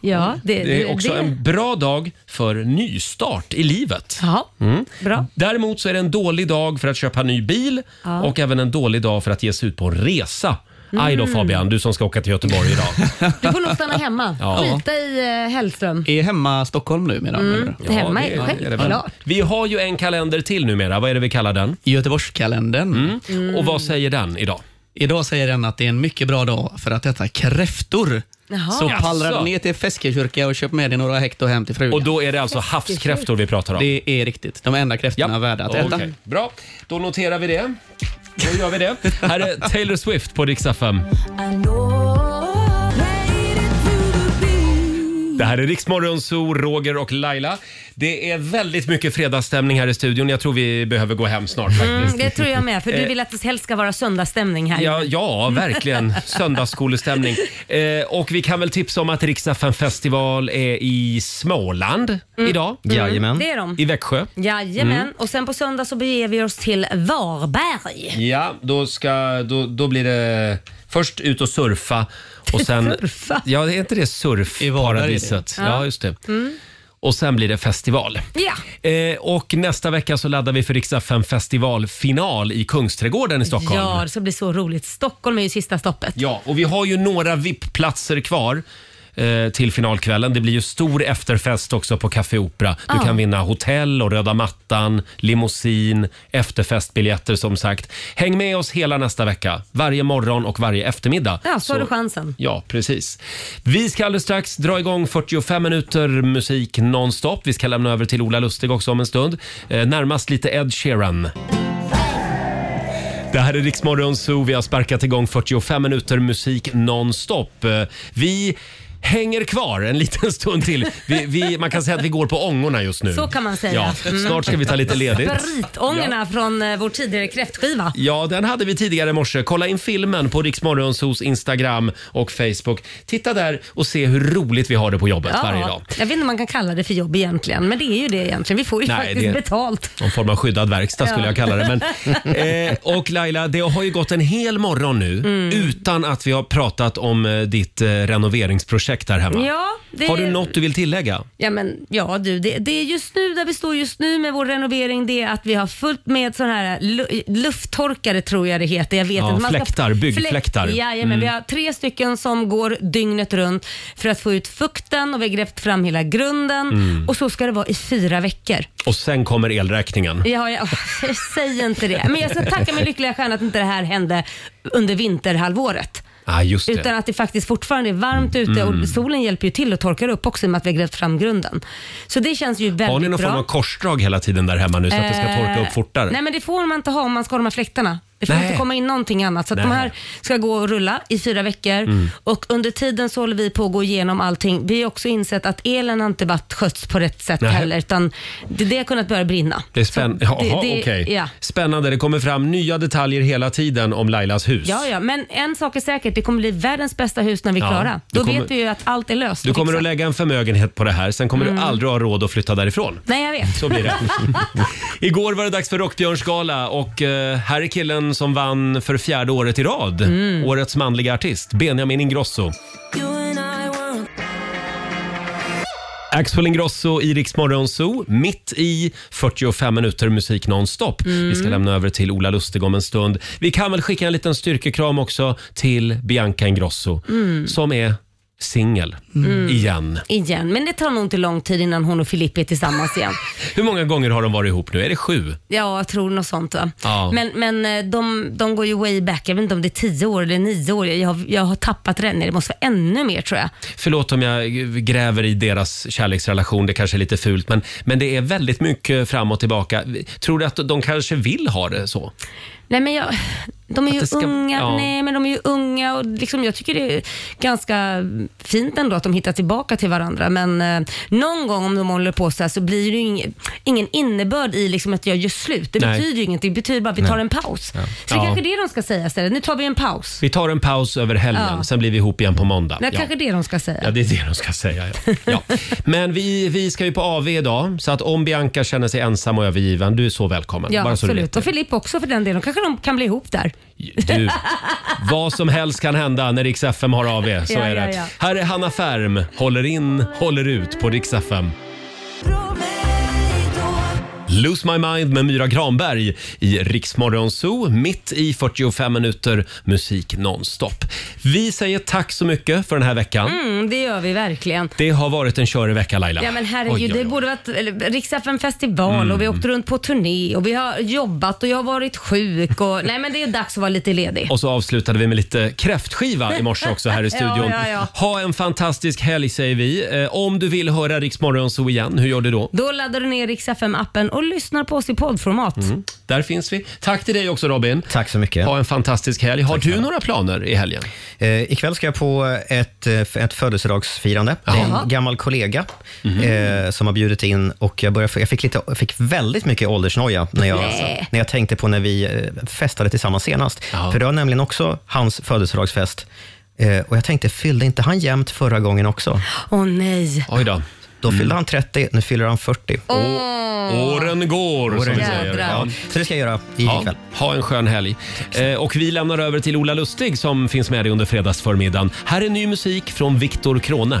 [SPEAKER 7] Ja, det,
[SPEAKER 1] Det är också
[SPEAKER 7] det-
[SPEAKER 1] en bra dag för nystart i livet.
[SPEAKER 7] Ja,
[SPEAKER 1] Mm.
[SPEAKER 7] bra.
[SPEAKER 1] Däremot så är det en dålig dag för att köpa ny bil
[SPEAKER 7] Ja.
[SPEAKER 1] och även en dålig dag för att ge sig ut på en resa. Aj då
[SPEAKER 7] Mm.
[SPEAKER 1] Fabian, du som ska åka till Göteborg idag.
[SPEAKER 7] Du får nog stanna hemma.
[SPEAKER 1] Ja.
[SPEAKER 7] Skita i eh, Hellström.
[SPEAKER 10] Är hemma Stockholm nu menar
[SPEAKER 7] Mm, hemma är självklart.
[SPEAKER 1] Vi har ju en kalender till numera. Vad är det vi kallar den?
[SPEAKER 10] Göteborgskalendern.
[SPEAKER 1] Mm. Och vad säger den idag?
[SPEAKER 10] Idag säger den att det är en mycket bra dag för att äta kräftor.
[SPEAKER 1] Jaha.
[SPEAKER 10] Så pallra
[SPEAKER 1] Jaså.
[SPEAKER 10] ner till Feskekyrka och köp med dig några hekto hem till frugan. Och
[SPEAKER 1] då är det alltså havskräftor vi pratar om?
[SPEAKER 10] Det är riktigt. De enda kräftorna värda att äta.
[SPEAKER 1] Okej, Bra, då noterar vi det. Då gör vi det. Här är Taylor Swift på Rix FM. Det här är Riksmorgon Zoo, Roger och Laila. Det är väldigt mycket fredagsstämning här i studion. Jag tror vi behöver gå hem snart faktiskt.
[SPEAKER 7] Mm, det tror jag med, för du
[SPEAKER 1] Eh,
[SPEAKER 7] vill att det helst ska vara söndagsstämning här.
[SPEAKER 1] Ja, ja
[SPEAKER 7] mm.
[SPEAKER 1] verkligen. Söndagsskolestämning. Eh, och vi kan väl tipsa om att Riksdagen festival är i Småland
[SPEAKER 7] Mm.
[SPEAKER 1] idag.
[SPEAKER 7] Mm, Jajamän. det är de.
[SPEAKER 1] I Växjö.
[SPEAKER 7] Jajamän,
[SPEAKER 1] Mm.
[SPEAKER 7] och sen på söndag så beger vi oss till Varberg.
[SPEAKER 1] Ja, då, ska, då, då blir det först ut och surfa och sen...
[SPEAKER 7] Surfa?
[SPEAKER 1] Ja, är inte det surfparadiset?
[SPEAKER 7] I Varberg är det.
[SPEAKER 1] Ja, just det.
[SPEAKER 7] Mm.
[SPEAKER 1] Och sen blir det festival.
[SPEAKER 7] Ja.
[SPEAKER 1] Eh, och nästa vecka så laddar vi för Riksdagen festivalfinal i Kungsträdgården i Stockholm.
[SPEAKER 7] ja, det ska bli så roligt. Stockholm är ju sista stoppet.
[SPEAKER 1] Ja, och vi har ju några VIP-platser kvar eh, till finalkvällen. Det blir ju stor efterfest också på Café Opera. Du
[SPEAKER 7] Ja.
[SPEAKER 1] kan vinna hotell och röda mattan, limousin, efterfestbiljetter som sagt. Häng med oss hela nästa vecka, varje morgon och varje eftermiddag.
[SPEAKER 7] Ja, så, har du chansen.
[SPEAKER 1] Ja, precis. Vi ska alldeles strax dra igång 45 minuter musik nonstop. Vi ska lämna över till Ola Lustig också om en stund. Eh, närmast lite Ed Sheeran. Det här är Riksmorgon Zoo. Vi har sparkat igång 45 minuter musik nonstop. Eh, Vi hänger kvar en liten stund till. Vi, vi, man kan säga att vi går på ångorna just nu.
[SPEAKER 7] Så kan man säga.
[SPEAKER 1] Ja,
[SPEAKER 7] Mm.
[SPEAKER 1] snart ska vi ta lite ledigt.
[SPEAKER 7] Spritångorna från eh, vår tidigare kräftskiva.
[SPEAKER 1] Ja, den hade vi tidigare i morse. Kolla in filmen på Riksmorgonsos Instagram och Facebook. Titta där och se hur roligt vi har det på jobbet varje dag.
[SPEAKER 7] Jag vet inte om man kan kalla det för jobb egentligen, men det är ju det egentligen. Vi får ju
[SPEAKER 1] Nej,
[SPEAKER 7] faktiskt
[SPEAKER 1] det-
[SPEAKER 7] betalt.
[SPEAKER 1] Någon form av skyddad verkstad skulle
[SPEAKER 7] Ja.
[SPEAKER 1] jag kalla det. Men, eh, och Laila, det har ju gått en hel morgon nu
[SPEAKER 7] Mm.
[SPEAKER 1] utan att vi har pratat om eh, ditt eh, renoveringsprojekt där hemma.
[SPEAKER 7] Ja, det-
[SPEAKER 1] Har du något du vill tillägga?
[SPEAKER 7] Ja, men, ja du, det, det är just nu där vi står just nu med vår renovering, det är att vi har fullt med sådana här lu- lufttorkare tror jag det heter. Jag vet
[SPEAKER 1] Ja,
[SPEAKER 7] inte. ska-
[SPEAKER 1] fläktar, byggfläktar.
[SPEAKER 7] Jajamän,
[SPEAKER 1] Mm.
[SPEAKER 7] vi har tre stycken som går dygnet runt för att få ut fukten och vi har grävt fram hela grunden
[SPEAKER 1] Mm.
[SPEAKER 7] och så ska det vara i fyra veckor.
[SPEAKER 1] Och sen kommer elräkningen.
[SPEAKER 7] Ja, jag, säg inte det. Men jag ska tacka min lyckliga stjärna att inte det här hände under vinterhalvåret.
[SPEAKER 1] Ah, just det.
[SPEAKER 7] Utan att det faktiskt fortfarande är varmt ute
[SPEAKER 1] Mm.
[SPEAKER 7] och solen hjälper ju till och torkar upp också i och med att vi har grävt fram grunden. Så det känns ju väldigt bra.
[SPEAKER 1] har ni någon form av korsdrag hela tiden där hemma nu så att det ska
[SPEAKER 7] Eh,
[SPEAKER 1] torka upp fortare?
[SPEAKER 7] Nej, men det får man inte ha om man ska ha de här fläktarna. Det får
[SPEAKER 1] Nej.
[SPEAKER 7] inte komma in någonting annat. Så att de
[SPEAKER 1] Nej.
[SPEAKER 7] här ska gå och rulla i fyra veckor
[SPEAKER 1] Mm.
[SPEAKER 7] och under tiden så håller vi på att gå igenom allting. Vi har också insett att elen har inte varit skötts på rätt sätt
[SPEAKER 1] Nej.
[SPEAKER 7] heller utan det, det har kunnat börja brinna.
[SPEAKER 1] Det är spänn... Jaha,
[SPEAKER 7] det- det-
[SPEAKER 1] okej.
[SPEAKER 7] ja.
[SPEAKER 1] Spännande. Det kommer fram nya detaljer hela tiden om Lailas hus.
[SPEAKER 7] Ja, ja, men en sak är säkert, det kommer bli världens bästa hus när vi är
[SPEAKER 1] Ja,
[SPEAKER 7] klara.
[SPEAKER 1] du
[SPEAKER 7] Då
[SPEAKER 1] kommer-
[SPEAKER 7] vet vi ju att allt är löst.
[SPEAKER 1] Du
[SPEAKER 7] och
[SPEAKER 1] kommer
[SPEAKER 7] fixat.
[SPEAKER 1] att lägga en förmögenhet på det här, sen kommer du
[SPEAKER 7] Mm.
[SPEAKER 1] aldrig ha råd att flytta därifrån.
[SPEAKER 7] Nej, jag vet.
[SPEAKER 1] Så blir det. Igår var det dags för Rockbjörnsgala och eh, här är killen som vann för fjärde året i rad.
[SPEAKER 5] Mm.
[SPEAKER 1] Årets manliga artist, Benjamin Ingrosso. Axel Ingrosso i Rix Morgon Zoo, mitt i 45 minuter musik nonstop.
[SPEAKER 5] Mm.
[SPEAKER 1] Vi ska lämna över till Ola Lustig om en stund. Vi kan väl skicka en liten styrkekram också till Bianca Ingrosso
[SPEAKER 7] Mm.
[SPEAKER 1] som är singel
[SPEAKER 7] Mm.
[SPEAKER 1] igen.
[SPEAKER 7] Igen, men det tar nog inte lång tid innan hon och Filippi är tillsammans igen.
[SPEAKER 1] Hur många gånger har de varit ihop nu? Är det sju?
[SPEAKER 7] Ja, jag tror något sånt va.
[SPEAKER 1] Ja.
[SPEAKER 7] Men, men eh, de, de går ju way back. Jag vet inte om det är tio år eller nio år. Jag, har- jag har tappat det. Nej, det måste vara ännu mer tror jag.
[SPEAKER 1] Förlåt om jag gräver i deras kärleksrelation, det kanske är lite fult, men, men det är väldigt mycket fram och tillbaka. Tror du att de kanske vill ha det så?
[SPEAKER 7] Nej, men jag, de är
[SPEAKER 1] Att
[SPEAKER 7] ju
[SPEAKER 1] det ska-
[SPEAKER 7] unga.
[SPEAKER 1] ja.
[SPEAKER 7] Nej, men de är ju unga och liksom, jag tycker det är ganska fint ändå att de hittar tillbaka till varandra. Men eh, någon gång om de håller på så här så blir det ju ingen, ingen innebörd i liksom att jag gör slut. Det
[SPEAKER 1] Nej.
[SPEAKER 7] betyder ju ingenting. Det betyder bara att vi
[SPEAKER 1] Nej.
[SPEAKER 7] tar en paus. Så det
[SPEAKER 1] Ja.
[SPEAKER 7] är kanske är det de ska säga istället. Nu tar vi en paus.
[SPEAKER 1] Vi tar en paus över helgen,
[SPEAKER 7] Ja.
[SPEAKER 1] sen blir vi ihop igen på måndag.
[SPEAKER 7] Det är
[SPEAKER 1] Ja.
[SPEAKER 7] kanske det de ska säga.
[SPEAKER 1] Ja, det är det de ska säga. Ja. Ja. Men vi, vi ska ju på AV idag, så att om Bianca känner sig ensam och övergiven, du är så välkommen.
[SPEAKER 7] Ja,
[SPEAKER 1] Bara så du
[SPEAKER 7] absolut. och Filip också för den delen. Kanske de kan bli ihop där.
[SPEAKER 1] vet. Du, vad som helst kan hända när Rix FM har AV, så
[SPEAKER 7] Ja,
[SPEAKER 1] är det.
[SPEAKER 7] ja, ja.
[SPEAKER 1] Här är Hanna Färm, håller in, håller ut på Rix FM. Lose My Mind med Myra Granberg i Riksmorgon Zoo. Mitt i 45 minuter musik nonstop. Vi säger tack så mycket för den här veckan.
[SPEAKER 7] Mm, det gör vi verkligen.
[SPEAKER 1] Det har varit en körig vecka Laila.
[SPEAKER 7] Ja men herregud,
[SPEAKER 1] Oj, oj,
[SPEAKER 7] det
[SPEAKER 1] oj.
[SPEAKER 7] borde varit eller, Riks-FM festival
[SPEAKER 1] Mm.
[SPEAKER 7] och vi åkte runt på turné och vi har jobbat och jag har varit sjuk och nej men det är dags att vara lite ledig.
[SPEAKER 1] Och så avslutade vi med lite kräftskiva i morse också här i
[SPEAKER 7] Ja,
[SPEAKER 1] studion.
[SPEAKER 7] ja, ja.
[SPEAKER 1] Ha en fantastisk helg säger vi. Eh, Om du vill höra Riksmorgon Zoo igen, hur gör du då?
[SPEAKER 7] Då laddar du ner Riks-FM appen och lyssnar på oss i poddformat.
[SPEAKER 1] Mm. Där finns vi. Tack till dig också Robin. Tack så mycket. Ha en fantastisk helg. Har du några planer i helgen?
[SPEAKER 6] Eh, ikväll ska jag på ett, eh, ett födelsedagsfirande. Det är
[SPEAKER 1] Jaha.
[SPEAKER 6] en gammal kollega eh, som har bjudit in och jag, började, jag, fick lite, jag fick väldigt mycket åldersnoja när jag,
[SPEAKER 7] Nej.
[SPEAKER 6] när jag tänkte på när vi eh, festade tillsammans senast. För det var nämligen också hans födelsedagsfest. Eh, och jag tänkte, fyllde inte han jämnt förra gången också?
[SPEAKER 7] Åh nej.
[SPEAKER 1] Oj då.
[SPEAKER 6] Då fyllde han 30, nu fyller han 40.
[SPEAKER 7] Mm.
[SPEAKER 1] Åren går, som vi säger.
[SPEAKER 6] Jädrar.
[SPEAKER 1] Ja.
[SPEAKER 6] Så det ska jag göra ikväll.
[SPEAKER 1] Ha en skön helg. Eh, och vi lämnar över till Ola Lustig som finns med dig under fredagsförmiddagen. Här är ny musik från Viktor Krone.